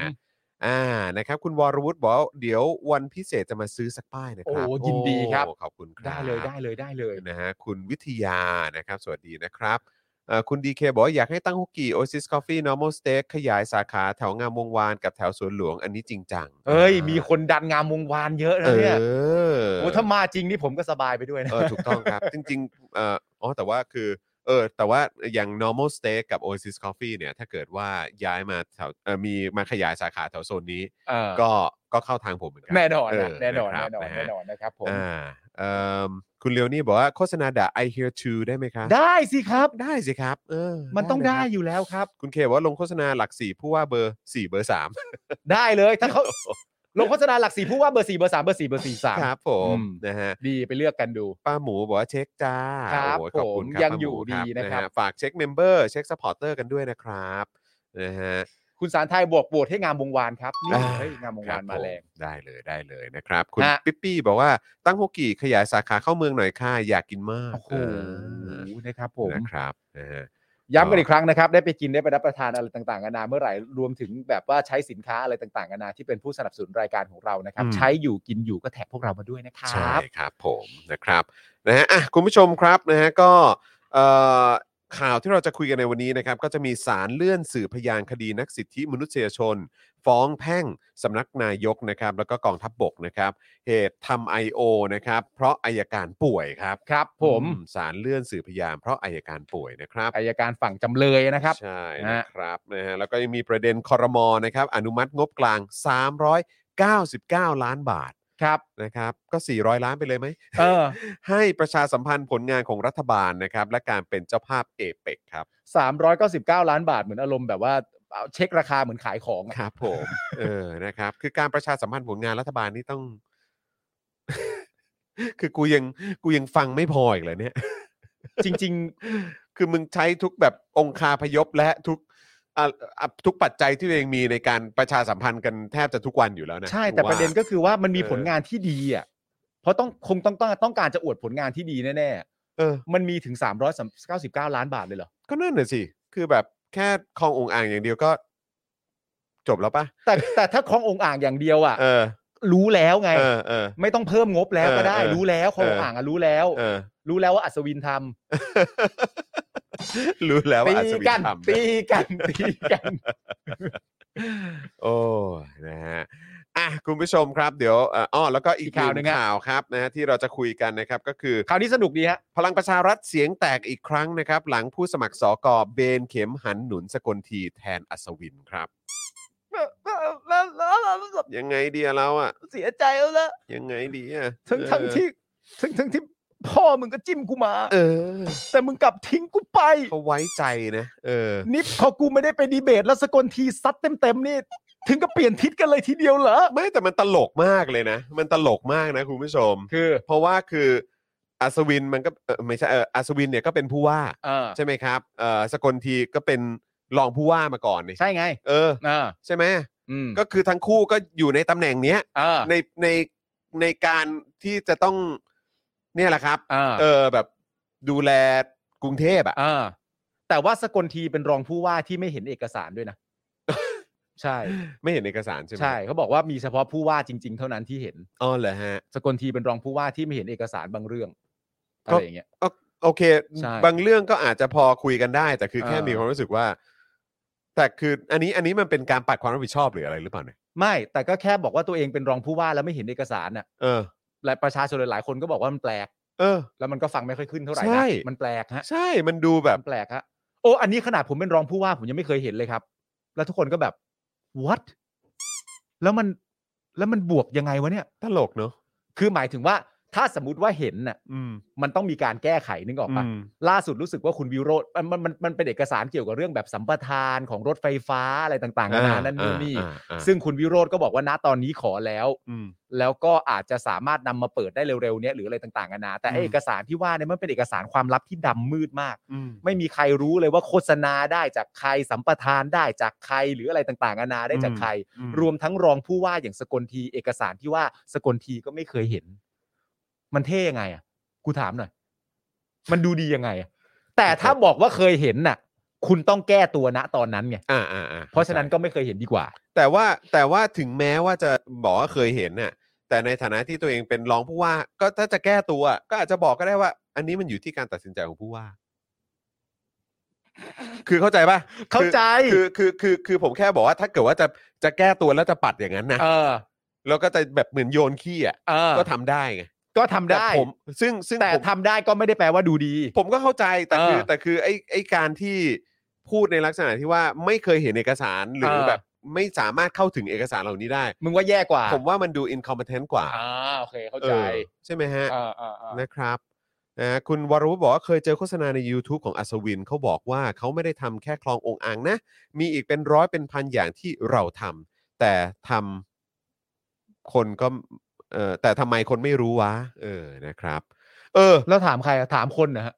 C: อ่านะครับ คุณวรวุฒิบอกว่าเดี๋ยววันพิเศษจะมาซื้อสักป้ายนะครั
D: โอ้ยินดีครับ
C: โอ้ขอบคุณครับ
D: ได้เลยได้เลยได้เลย
C: นะฮะคุณวิทยานะครับ สวัสดีนะครับเอ่อคุณดีเคบอกว่าอยากให้ตั้งฮกกี้ Oasis Coffee Normal Steak ขยายสาขาแถวงามวงวานกับแถวสวนหลวงอันนี้จริงจัง
D: เอ้ย มีคนดันงามวงวานเยอะ
C: เอ
D: นะเนี่ย
C: อ
D: โอ้ถ้ามาจริงนี่ผมก็สบายไปด้วยนะ
C: เออถูกต้องครับ จริงๆเอ่ออ๋อแต่ว่าคือเออแต่ว่าอย่าง normal steak กับ Oasis Coffee เนี่ยถ้าเกิดว่าย้ายมาแถวเอ่อมีมาขยายสาขาแถวโซนนี้
D: เออ
C: ก็ก็เข้าทางผมเหมือนกั
D: แน่นอน
C: เอ
D: นะ
C: อ
D: แน่นอน
C: นะครับ
D: แน่นอน
C: นะฮะ
D: แน่นอนนะครับผม
C: อ่าเอิ่มคุณเลียวนี่บอกว่าโฆษณาด่า I hear too ได้ไหมครับ
D: ได้สิครับ
C: ได้สิครับเออ
D: มันต้อง
C: เลย
D: ได้
C: ครับ
D: อยู่แล้วครับ
C: คุณเคบอกว่าลงโฆษณาหลักสี่ผู้ว่าเบอร์สี่เบอร์สาม
D: ได้เลยถ้าเขาลงโฆษณาหลักสี่ผู้ว่าเบอร์สี่เบอร์สามเบอร์สี่เบอร์สี่สาม
C: ครับผม
D: อืม
C: นะฮะ
D: ดีไปเลือกกันดู
C: ป้าหมูบอกว่าเช็คจ้า
D: ครับ
C: โอ้ยขอบคุณ
D: ผม
C: ครับ
D: ยัง
C: ป้าหมู
D: อยู่ดีนะครับ
C: ฮฝากเช็คเมมเบอร์เช็คสปอร์เตอร์กันด้วยนะครับนะฮะ
D: คุณสารไทยบวกบวชให้งามวงวานครับนี่
C: อ่
D: เฮ้ยงามวงวาน
C: คบ
D: มาแรง
C: ผได้เลยได้เลยนะครับ คุณ
D: ฮะ
C: ปิ๊ปปี้บอกว่าตั้งฮกกี่ขยายสาขาเข้าเมืองหน่อยค่ะอยากกินมาก
D: โอ้โห
C: เออ
D: นะครับผม
C: นะครับนะฮะ
D: ย้ำกันอีกครั้งนะครับ ได้ไปกินได้ไปรับประทานอะไรต่างๆกันานาเมื่อไหร่รวมถึงแบบว่าใช้สินค้าอะไรต่างๆกันานาที่เป็นผู้สนับสนุนรายการของเรานะครับ
C: อืม
D: ใช้อยู่กินอยู่ก็แท็กพวกเรามาด้วยนะคร
C: ใช่
D: ับ
C: ครับผมนะครับนะฮะอ่ะคุณผู้ชมครับนะฮะก็เอ่อข่าวที่เราจะคุยกันในวันนี้นะครับ ก็จะมีสารเลื่อนสื่อพยานคดีนักสิทธิมนุษยชน ฟ้องแพ่งสำนักนายกนะครับ แล้วก็กองทัพบบกนะครับ เหตุทำ I.O. นะครับ เพราะอายการป่วยครับ
D: ครับ ผม
C: อืสารเลื่อนสื่อพยานเพราะอายการป่วยนะครับ
D: อายการฝั่งจำเลยนะครับ
C: ใช่
D: นะฮะ
C: นะครับนะฮะแล้วก็ยังมีประเด็นคอรมอนะครับ อนุมัติงบกลาง 399 ล้านบาท
D: ครับ
C: นะครับก็ 400 ล้านไปเลยไหม
D: เออ
C: ให้ประชาสัมพันธ์ผลงานของรัฐบาลนะครับ และการเป็นเจ้าภาพเอเปกครับ
D: สามร้อยเก้าสิบเก้าล้านบาทเหมือนอารมณ์แบบว่าเอาเช็คราคาเหมือนขายของอะ
C: ครับผม เออนะครับ คือการประชาสัมพันธ์ผลงานรัฐบาลนี่ต้อง คือกูยังกูยังฟังไม่พออีกเลยเนี่ย
D: จริง
C: คือมึงใช้ทุกแบบองคาพยพและทุกอ่ะอ่ะทุกปัจจัยที่ตัวเองมีในการประชาสัมพันธ์กันแทบจะทุกวันอยู่แล้วนะ
D: ๆ ใช่แต่
C: ว่า
D: ประเด็นก็คือว่ามันมี
C: เออ
D: ผลงานที่ดีอ่ะเพราะต้องคงต้องต้องต้องการจะอวดผลงานที่ดีแน่
C: เออ
D: ๆมันมีถึง399ล้านบาทเลยเหรอ
C: ก็นั่นน่ะสิ คือแบบแค่คลององอ่างอย่างเดียวก็ จบแล้วปะ
D: แต่แต่ถ้าคลององอ่างอย่างเดียวอ่ะ
C: เออ
D: รู้แล้วไง
C: เออเออ
D: ไม่ต้องเพิ่มงบแล้วก็ได้
C: เออเออ
D: รู้แล้วคลอง
C: เออ
D: อ่างอะรู้แล้ว
C: เออ
D: รู้แล้วว่าอัศวินท
C: รู้แล้ว
D: ำ
C: ว่า
D: ตี
C: อัศวิน
D: กัน
C: ทำ
D: ตี
C: นะ
D: กันตีกัน
C: โอ้ยนะฮะอ่ะคุณผู้ชมครับเดี๋ยวเอ่ออ้อแล้วก็อีกข่าวหนึ่งข่าวครับนะฮะที่เราจะคุยกันนะครับก็คือ
D: คราวนี้สนุกดีฮะ
C: พลังประชารัฐเสียงแตกอีกครั้งนะครับ หลังผู้สมัครสกเบนเข็มหันหนุนสกลทีแทนอัศวินครับ ยังไงดีอะเราอ่ะ
D: เสียใจแล้วละ
C: ยังไงดีอ่ะ
D: ทั้งทั้งที่ทั้งทั้งที่พ่อมึงก็จิ้มกูมา
C: เออ
D: แต่มึงกลับทิ้งกูไป
C: เขาไว้ใจนะ เออ
D: นิพพอกูไม่ได้ไปดีเบต แล้วสกลทีซัดเต็มๆนี่ ถึงก็เปลี่ยนทิศกันเลยทีเดียวเหรอ
C: ไม่แต่มันตลกมากเลยนะ มันตลกมากนะคุณผู้ชม
D: คือ
C: เพราะว่าคืออัศวินมันก็เอ่อไม่ใช่เอออัศวินเนี่ยก็เป็นผู้ว่า
D: อ่า
C: ใช่ไหมครับเอ่อสกลทีก็เป็นรองผู้ว่ามาก่อนนี่
D: ใช่ไง
C: เออ
D: อ่า
C: ใช่ไหม
D: อืม
C: ก็คือทั้งคู่ก็อยู่ในตำแหน่งเนี้ย
D: อ่า
C: ในในในการที่จะต้องเนี่ยแหละครับ
D: อ่า
C: เออแบบดูแลกรุงเทพอ่ะ
D: อ่าแต่ว่าสกลทีเป็นรองผู้ว่าที่ไม่เห็นเอกสาร ด้วยนะ ใช่
C: ไม่เห็นเอกสารใช่ไหม
D: ใช่เขาบอกว่ามีเฉพาะผู้ว่าจริง ๆ เท่านั้นที่เห็น
C: อ๋อเหรอฮะ
D: สกลทีเป็นรองผู้ว่าที่ไม่เห็นเอกสารบางเรื่อง
C: ก็
D: อะไรอย่างเงี้ย
C: โอเค
D: ใช่
C: บางเรื่องก็อาจจะพอคุยกันได้ แต่คือแค่
D: เออ
C: มีความรู้สึกว่า แต่คืออันนี้อันนี้มันเป็นการปัดความรับผิดชอบหรืออะไรหรือเปล่าเนี่ย
D: ไม่แต่ก็แค่บอกว่าตัวเองเป็นรองผู้ว่าแล้วไม่เห็นเอกสารน่ะ
C: เออ
D: และประชาชนหลายๆคนก็บอกว่ามันแปลก
C: เออ
D: แล้วมันก็ฟังไม่ค่อยขึ้นเท่าไหร่
C: ใช่
D: นะมันแปลกฮะ
C: ใช่มันดูแบบ
D: มันแปลกฮะโอ้อันนี้ขนาดผมเป็นรองผู้ว่าผมยังไม่เคยเห็นเลยครับ แล้วทุกคนก็แบบ what แล้วมันแล้วมันบวกยังไงวะเนี่ย
C: ตลกเนอะ
D: คือหมายถึงว่าถ้าสมมติว่าเห็นน่ะ
C: อืม
D: มันต้องมีการแก้ไขนึกออกปะ
C: อืม
D: ล่าสุดรู้สึกว่าคุณวิโรจน์มันมันมันมันเป็นเอกสารเกี่ยวกับเรื่องแบบสัมปทานของรถไฟฟ้าอะไรต่างๆนานานั่นนู่นนี่
C: อ่าอ่าอ่า
D: ซึ่งคุณวิโรจน์ก็บอกว่าณตอนนี้ขอแล้ว
C: อืม
D: แล้วก็อาจจะสามารถนำมาเปิดได้เร็วๆเนี้ยหรืออะไรต่างๆนานาแต่
C: อื
D: ไอ้
C: ม
D: เอกสารที่ว่าเนี่ยมันเป็นเอกสารความลับที่ดำมืดมาก
C: อืม
D: ไม่มีใครรู้เลยว่าโฆษณาได้จากใครสัมปทานได้จากใครหรืออะไรต่างๆนานาได้จากใคร
C: อื
D: รวมทั้งรองผู้ว่าอย่างสกลที เอกสารที่ว่าสกลทีก็ไม่เคยเห็น มันเท่ยังไงอ่ะกูถามหน่อย มันดูดียังไงอะแต่ถ้าบอกว่าเคยเห็นน่ะ คุณต้องแก้ตัวณตอนนั้นไง
C: อ่าอ่าอ่า
D: เพราะฉะนั้นก็ไม่เคยเห็นดีกว่า
C: แต่ว่าแต่ว่าถึงแม้ว่าจะบอกว่าเคยเห็นน่ะแต่ในฐานะที่ตัวเองเป็นรองผู้ว่า ก็ถ้าจะแก้ตัว ก็อาจจะบอกก็ได้ว่า อันนี้มันอยู่ที่การตัดสินใจของผู้ว่า คือเข้าใจปะ
D: เข้าใจ
C: คือคือคือคือผมแค่บอกว่าถ้าเกิดว่าจะจะแก้ตัวแล้วจะปัดอย่างนั้นนะ
D: เออ
C: แล้วก็จะแบบเหมือนโยนขี้อ่ะ
D: เออ
C: ก็ทำได้ไง
D: ก็ทำ
C: แต่
D: ได้
C: ผมซึ่งซึ่ง
D: แต่
C: ผม
D: ทำได้ก็ไม่ได้แปลว่าดูดี
C: ผมก็เข้าใจแต่คือ
D: เออ
C: แต่คือไอ้ไอ้การที่พูดในลักษณะที่ว่าไม่เคยเห็นเอกสารหรือ
D: เออ
C: แบบไม่สามารถเข้าถึงเอกสารเหล่านี้ได้
D: มึงว่าแย่กว่า
C: ผมว่ามันดู incompetent กว่า
D: อ่าโอเคเข้า
C: เอ
D: ใจ
C: อใช่ไหมฮะ
D: เออเออเออ
C: นะครับนะคุณวรวุฒิบอกว่าเคยเจอโฆษณาใน YouTube ของอัศวินเขาบอกว่าเขาไม่ได้ทำแค่คลององค์อังนะ มีอีกเป็นร้อยเป็นพันอย่างที่เราทำแต่ทำคนก็เออแต่ทำไมคนไม่รู้วะเออนะครับ เออ
D: แล้วถามใครอะถามคน นะฮะ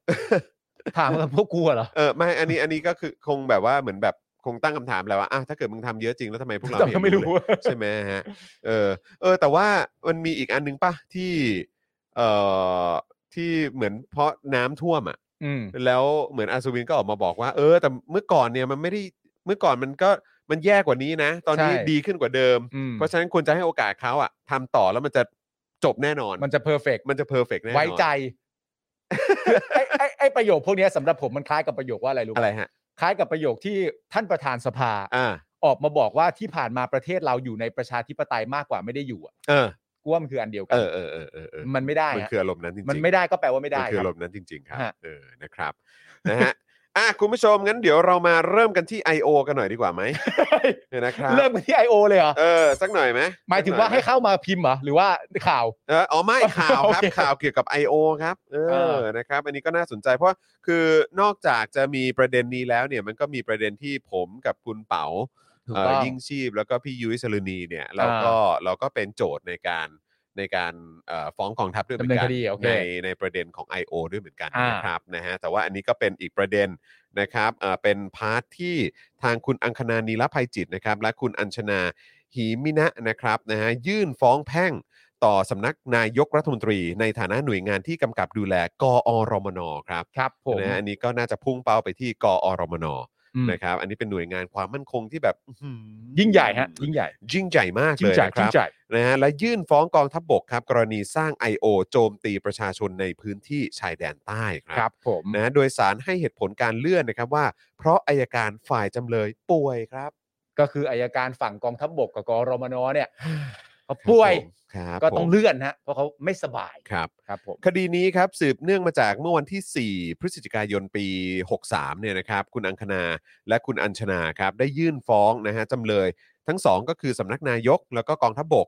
D: ถามกับพวกกูเหรอ
C: เออไม่อันนี้อันนี้ก็คือคงแบบว่าเหมือนแบบคงตั้งคำถามแหละว่าอ่ะถ้าเกิดมึงทำเยอะจริงแล้วทำไมพวกเรา
D: แต่ก็
C: เห็น
D: ไม่รู้
C: เลยใช่ไหมฮะเออเออ แต่ว่ามันมีอีกอันนึงป่ะที่เอ่อที่เหมือนเพราะน้ำท่วมอ่ะ
D: อืม
C: แล้วเหมือนอัศวินก็ออกมาบอกว่า เออ แต่เมื่อก่อนเนี่ยมันไม่ได้เมื่อก่อนมันก็มันแย่กว่านี้นะ ตอนนี้
D: ใช่
C: ดีขึ้นกว่าเดิม
D: อืม
C: เพราะฉะนั้นควรจะให้โอกาสเขาอ่ะทำต่อแล้วมันจะจบแน่นอน
D: มันจะเพอร์เฟก
C: มันจะเพอร์เฟกแน่นอน
D: ไว้ใจ ไอ้ไอ้ไอ้ประโยคพวกเนี้ยสำหรับผมมันคล้ายกับประโยคว่าอะไรรู้ป
C: อะไรฮะ
D: คล้ายกับประโยคที่ท่านประธานสภา
C: อ่า
D: ออกมาบอกว่าที่ผ่านมาประเทศเราอยู่ในประชาธิปไตยมากกว่าไม่ได้อยู่อะ
C: เออ
D: กูว่ามันคืออันเดียวกั
C: เอน อเออเออเออเออ
D: มันไม่ได้
C: มัน
D: ฮะ
C: คืออารมณ์นั้นจริงๆ
D: มันไม่ได้ก็แปลว่าไม่ได้
C: มันคือ
D: ค
C: อาร
D: รั
C: ม
D: บ
C: ณ์นั้นจริง ๆ ครับ
D: ฮะ
C: เออ นะครับ นะฮะ อ่ะ คุณผู้ชม งั้นเดี๋ยวเรามาเริ่มกันที่ I.O. กันหน่อยดีกว่าไหม เนี่ยนะครับ
D: เริ่มกันที่ I.O. เลยเหรอ
C: เออ สักหน่อยไหม
D: หมายถึงว่าให้
C: สักน่อยไ
D: เข้ามาพิมพ์เหรอหรือว่าข่าว
C: เออ อ๋อ ไม่ ข่าวครับ
D: โอเค
C: ข่าวเกี่ยวกับ I.O. ครับ เอ
D: เอ
C: อ
D: อ
C: นะครับ อันนี้ก็น่าสนใจ เพราะ คือนอกจากจะมีประเด็นนี้แล้วเนี่ย มันก็มีประเด็นที่ผมกับคุณเป๋า
D: ถูก
C: เอ่อ
D: ต้อง
C: ยิ่งชีพ แล้วก็พี่ยุ้ยสรุณีเนี่ย เราก็ เราก็เป็นโจทย์ในการ ในการเอ่อฟ้องกองทัพด้วยเหมือนกั
D: ดำเนินคดีโอเค
C: ในในประเด็นของ I.O. ด้วยเหมือนกัน
D: อ่าน
C: นะครับนะฮะแต่ว่าอันนี้ก็เป็นอีกประเด็นนะครับเอ่อเป็นพาร์ทที่ทางคุณอังคณานีลภัยจิตนะครับ และคุณอัญชนาหีมินะนะครับนะฮะยื่นฟ้องแพ่งต่อสำนักนายกรัฐมนตรี ในฐานะหน่วยงานที่กำกับดูแล กอรมนครับ
D: ครับ ผม
C: นะฮะอันนี้ก็น่าจะพุ่งเป้าไปที่กอรมน
D: อืม
C: นะครับ อันนี้เป็นหน่วยงานความมั่นคงที่แบบอื้อหือ
D: ยิ่งใหญ่ฮะ ยิ่งใหญ่
C: ยิ่งใหญ่มาก
D: ยิ่
C: เล
D: ง
C: ย
D: ใหญ่
C: นะค
D: ยิ่
C: รับ
D: งใหญ่
C: นะฮะและยื่นฟ้องกองทัพบบกครับ กรณีสร้าง I.O. โจมตีประชาชนในพื้นที่ชายแดนใต้ค
D: ครั
C: รับ
D: ผม
C: นะฮะโดยสารให้เหตุผลการเลื่อนนะครับว่า เพราะอายการฝ่ายจำเลยป่วยครับ
D: ก็คืออายการฝั่งกองทัพบกกับกรมนเนี่ยเขาป่วย
C: ครับผม
D: ก็ต้องเลื่อนฮะเพราะเขาไม่สบาย
C: ครับ
D: ครับผม
C: คดีนี้ครับสืบเนื่องมาจากเมื่อวันที่ 4 พฤศจิกายนปี 63 เนี่ยนะครับ คุณอังคณาและคุณอัญชนาครับ ได้ยื่นฟ้องนะฮะจำเลย ทั้งสองก็คือสำนักนายกแล้วก็กองทัพบก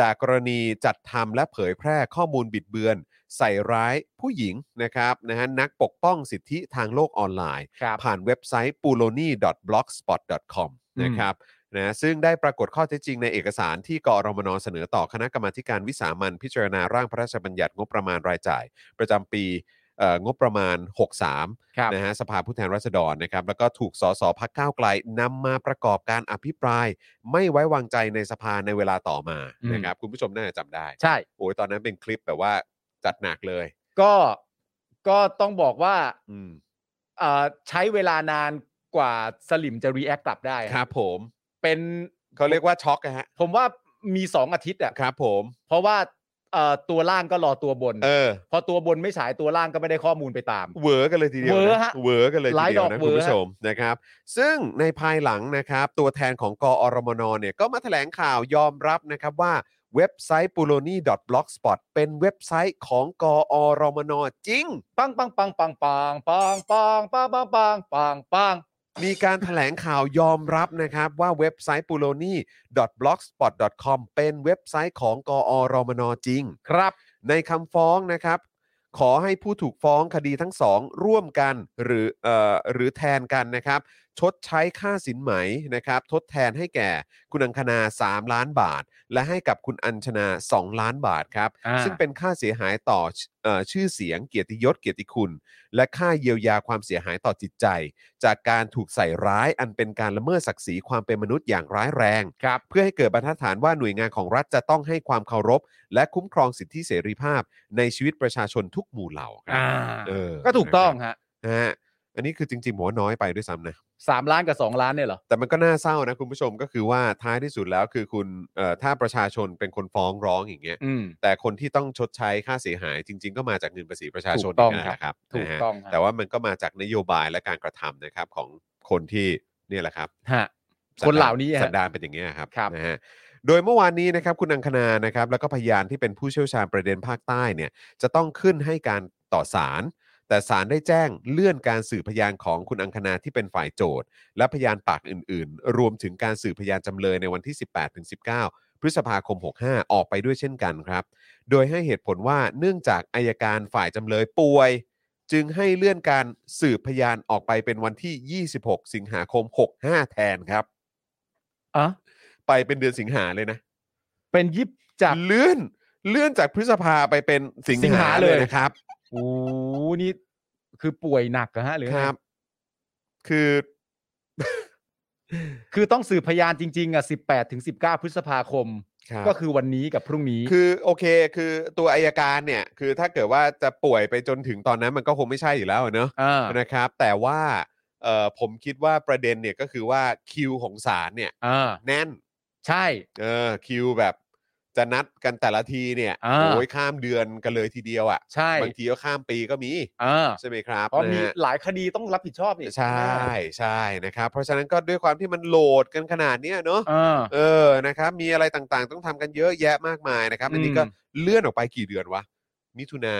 C: จากกรณีจัดทำและเผยแพร่ข้อมูลบิดเบือน ใส่ร้ายผู้หญิงนะครับนะฮะนักปกป้องสิทธิทางโลกออนไลน์
D: ครับ
C: ผ่านเว็บไซต์ p u l o n i b l o g s p o t c o m
D: อืม
C: นะครับนะซึ่งได้ปรากฏข้อเท็จจริงในเอกสารที่กอรมนเสนอต่อคณะกรรมาธิการวิสามันพิจารณาร่างพระราชบัญญัติงบประมาณรายจ่าย ประจำปีเอ่องบประมาณ 63
D: ครับ
C: นะฮะสภาผู้แทนราษฎรนะครับ แล้วก็ถูกสสพักก้าวไกลนำมาประกอบการอภิปราย ไม่ไว้วางใจในสภาในเวลาต่อมา
D: อืม
C: นะครับ คุณผู้ชมน่าจะจำได้
D: ใช่
C: โอ้ยตอนนั้นเป็นคลิปแบบว่าจัดหนักเลย
D: ก็ก็ต้องบอกว่า
C: อืม
D: เอ่อใช้เวลานานกว่าสลิมจะรีแอคกลับได้ฮะ
C: ครับผม
D: เป็น
C: เขาเรียกว่าช็อกอะฮะ
D: ผมว่ามีสองอาทิตย์อ่ะ
C: ครับผม
D: เพราะว่าเอ่อตัวล่างก็รอตัวบน
C: เออ
D: พอตัวบนไม่ฉายตัวล่างก็ไม่ได้ข้อมูลไปตาม
C: เหวอกันเลยทีเดียว
D: เหวอ
C: นะ
D: ฮะ
C: เหวอกันเลยทีเดียว
D: หลายดอ
C: นะ
D: กเหวอ
C: คุณผู้ชมนะครับ ซึ่งในภายหลังนะครับ ตัวแทนของกอรมนเนี่ยก็มาแถลงข่าวยอมรับนะครับว่าเว็บไซต์ p u l o n i b l o g s p o t เป็นเว็บไซต์ของกอรมนจริง
D: ปังปังปังปังปังปังปังปังปังปังปังปัง
C: มีการแถลงข่าวยอมรับนะครับ ว่าเว็บไซต์ p u l o n i b l o g s p o t c o m เป็นเว็บไซต์ของกอรมนจริง
D: ครับ
C: ในคำฟ้องนะครับ ขอให้ผู้ถูกฟ้องคดีทั้งสองร่วมกันหรือเอ่อหรือแทนกันนะครับ ชดใช้ค่าสินไหมนะครับทดแทนให้แก่คุณอังคณา 3 ล้านบาท และให้กับคุณอัญชนา 2 ล้านบาทครับ
D: อ่า
C: ซึ่งเป็นค่าเสียหายต่อเอ่อชื่อเสียงเกียรติยศเกียรติคุณ และค่าเยียวยาความเสียหายต่อจิตใจ จากการถูกใส่ร้ายอันเป็นการละเมิดศักดิ์ศรีความเป็นมนุษย์อย่างร้ายแรงครับเพื่อให้เกิดบรรทัดฐานว่าหน่วยงานของรัฐจะต้องให้ความเคารพ และคุ้มครองสิทธิเสรีภาพ ในชีวิตประชาชนทุกหมู่เหล่าครั
D: อ่า
C: เออ
D: ก็ถูกต้องฮะ
C: นะฮะอันนี้คือจริงๆผมว่าน้อยไปด้วยซ้ำนะ
D: สามล้านกับสองล้านเนี่ยเหรอ
C: แต่มันก็น่าเศร้านะคุณผู้ชมก็คือว่าท้ายที่สุดแล้วคือคุณเอ่อถ้าประชาชนเป็นคนฟ้องร้องอย่างเงี้ย
D: อืม
C: แต่คนที่ต้องชดใช้ค่าเสียหายจริง ๆ ก็มาจากเงินภาษีประชาชน
D: ถูกต้อง
C: ย่านั้นแหละครับ
D: ถูก
C: นะฮะ
D: ต้องครับ
C: แต่ว่ามันก็มาจากนโยบายและการกระทำนะครับของคนที่เนี่ยแหละครับ
D: ฮะ คนเหล่านี้
C: สัน
D: ฮะ
C: ดานเป็นอย่างนี้ยครับ
D: ครับ
C: นะฮะโดยเมื่อวานนี้นะครับคุณอังคณานะครับ แล้วก็พยานที่เป็นผู้เชี่ยวชาญประเด็นภาคใต้เนี่ยจะต้องขึ้นให้การต่อศาลแต่ศาลได้แจ้งเลื่อนการสืบพยานของคุณอังคณาที่เป็นฝ่ายโจทย์ และพยานปากอื่น ๆ รวมถึงการสืบพยานจำเลยในวันที่ 18-19 พฤษภาคม 65 ออกไปด้วยเช่นกันครับ โดยให้เหตุผลว่าเนื่องจากอายการฝ่ายจำเลยป่วย จึงให้เลื่อนการสืบพยานออกไปเป็นวันที่ 26 สิงหาคม 65 แทนครับ
D: อ่ะ
C: ไปเป็นเดือนสิงหาเลยนะ
D: เป็นยิบจาก
C: เลื่อนเลื่อนจากพฤษภาไปเป็นสิง
D: สิง
C: หา
D: หา
C: เล
D: เลย ย
C: นะครับ
D: โอ้นี่คือป่วยหนักเหรอฮะหรือไง
C: ครับ คือ
D: คือต้องสืบพยานจริงๆอ่ะสิบแปดถึงสิบเก้าพฤษภาคม
C: ครับ
D: ก็คือวันนี้กับพรุ่งนี้
C: คือโอเค คือตัวอายการเนี่ย คือถ้าเกิดว่าจะป่วยไปจนถึงตอนนั้นมันก็คงไม่ใช่อยู่แล้วอะเนอะ
D: อ่า
C: นะครับ แต่ว่าเอ่อผมคิดว่าประเด็นเนี่ยก็คือว่าคิวของศาลเนี่ย
D: อ่า
C: แน่น
D: ใช่
C: เออคิวแบบจะนัดกันแต่ละทีเนี่ย
D: อ่า
C: โอ้ยข้ามเดือนกันเลยทีเดียวอะ
D: ใช่
C: ่ะบางทีก็ข้ามปีก็มี
D: อ่า
C: ใช่ไหมครับ
D: เพราะมี
C: นะฮะ
D: หลายคดีต้องรับผิดชอบนี่
C: ใช่ใช่นะครับ เพราะฉะนั้นก็ด้วยความที่มันโหลดกันขนาดเนี้ยเนอะ
D: อ่า
C: เออนะครับ มีอะไรต่างๆ ต้องทำกันเยอะแยะมากมายนะครับ อันนี้
D: อืม
C: ก็เลื่อนออกไปกี่เดือนวะ มิถุนา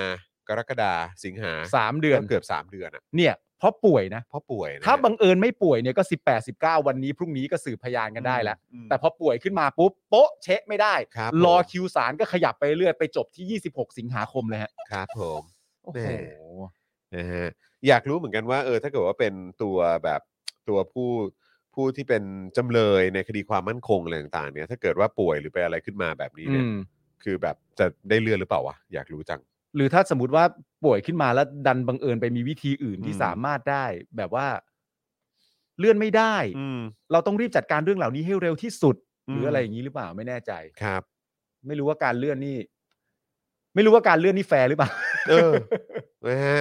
C: กรกฎาสิงหา
D: สามเดือน
C: ก็เกือบ 3 เดือนอะ
D: เนี่ย เพราะป่วยนะ
C: เพราะป่วยนะ
D: ถ้าบังเอิญไม่ป่วยเนี่ยก็สิบแปดสิบเก้าวันนี้พรุ่งนี้ก็สืบพยานกันได้แล้ว
C: อืม
D: แต่พอป่วยขึ้นมาปุ๊บโป๊ะเช็คไม่ได้
C: ครับ
D: รอคิวสารก็ขยับไปเรื่อยไปจบที่ 26 สิงหาคมเลยฮะ
C: ครับผม
D: โอ้
C: แหม
D: โห
C: นะฮะอยากรู้เหมือนกันว่าเออถ้าเกิดว่าเป็นตัวแบบตัวผู้ผู้ที่เป็นจำเลยในคดีความมั่นคงอะไรต่างๆเนี่ย ถ้าเกิดว่าป่วยหรือไปนอะไรขึ้นมาแบบนี้
D: อื
C: เนี่ย
D: ม
C: คือแบบจะได้เลื่อนหรือเปล่าวะอยากรู้จัง
D: หรือถ้าสมมติว่าป่วยขึ้นมาแล้วดันบังเอิญไปมีวิธีอื่นที่
C: อืม
D: สามารถได้ แบบว่า เลื่อนไม่ได้
C: อืม
D: เราต้องรีบจัดการเรื่องเหล่านี้ให้เร็วที่สุด
C: อืม
D: หรืออะไรอย่างนี้หรือเปล่าไม่แน่ใจ
C: ครับ
D: ไม่รู้ว่าการเลื่อนนี่ ไม่รู้ว่าการเลื่อนนี่แฟร์หรือเปล่า
C: เออ นะฮะ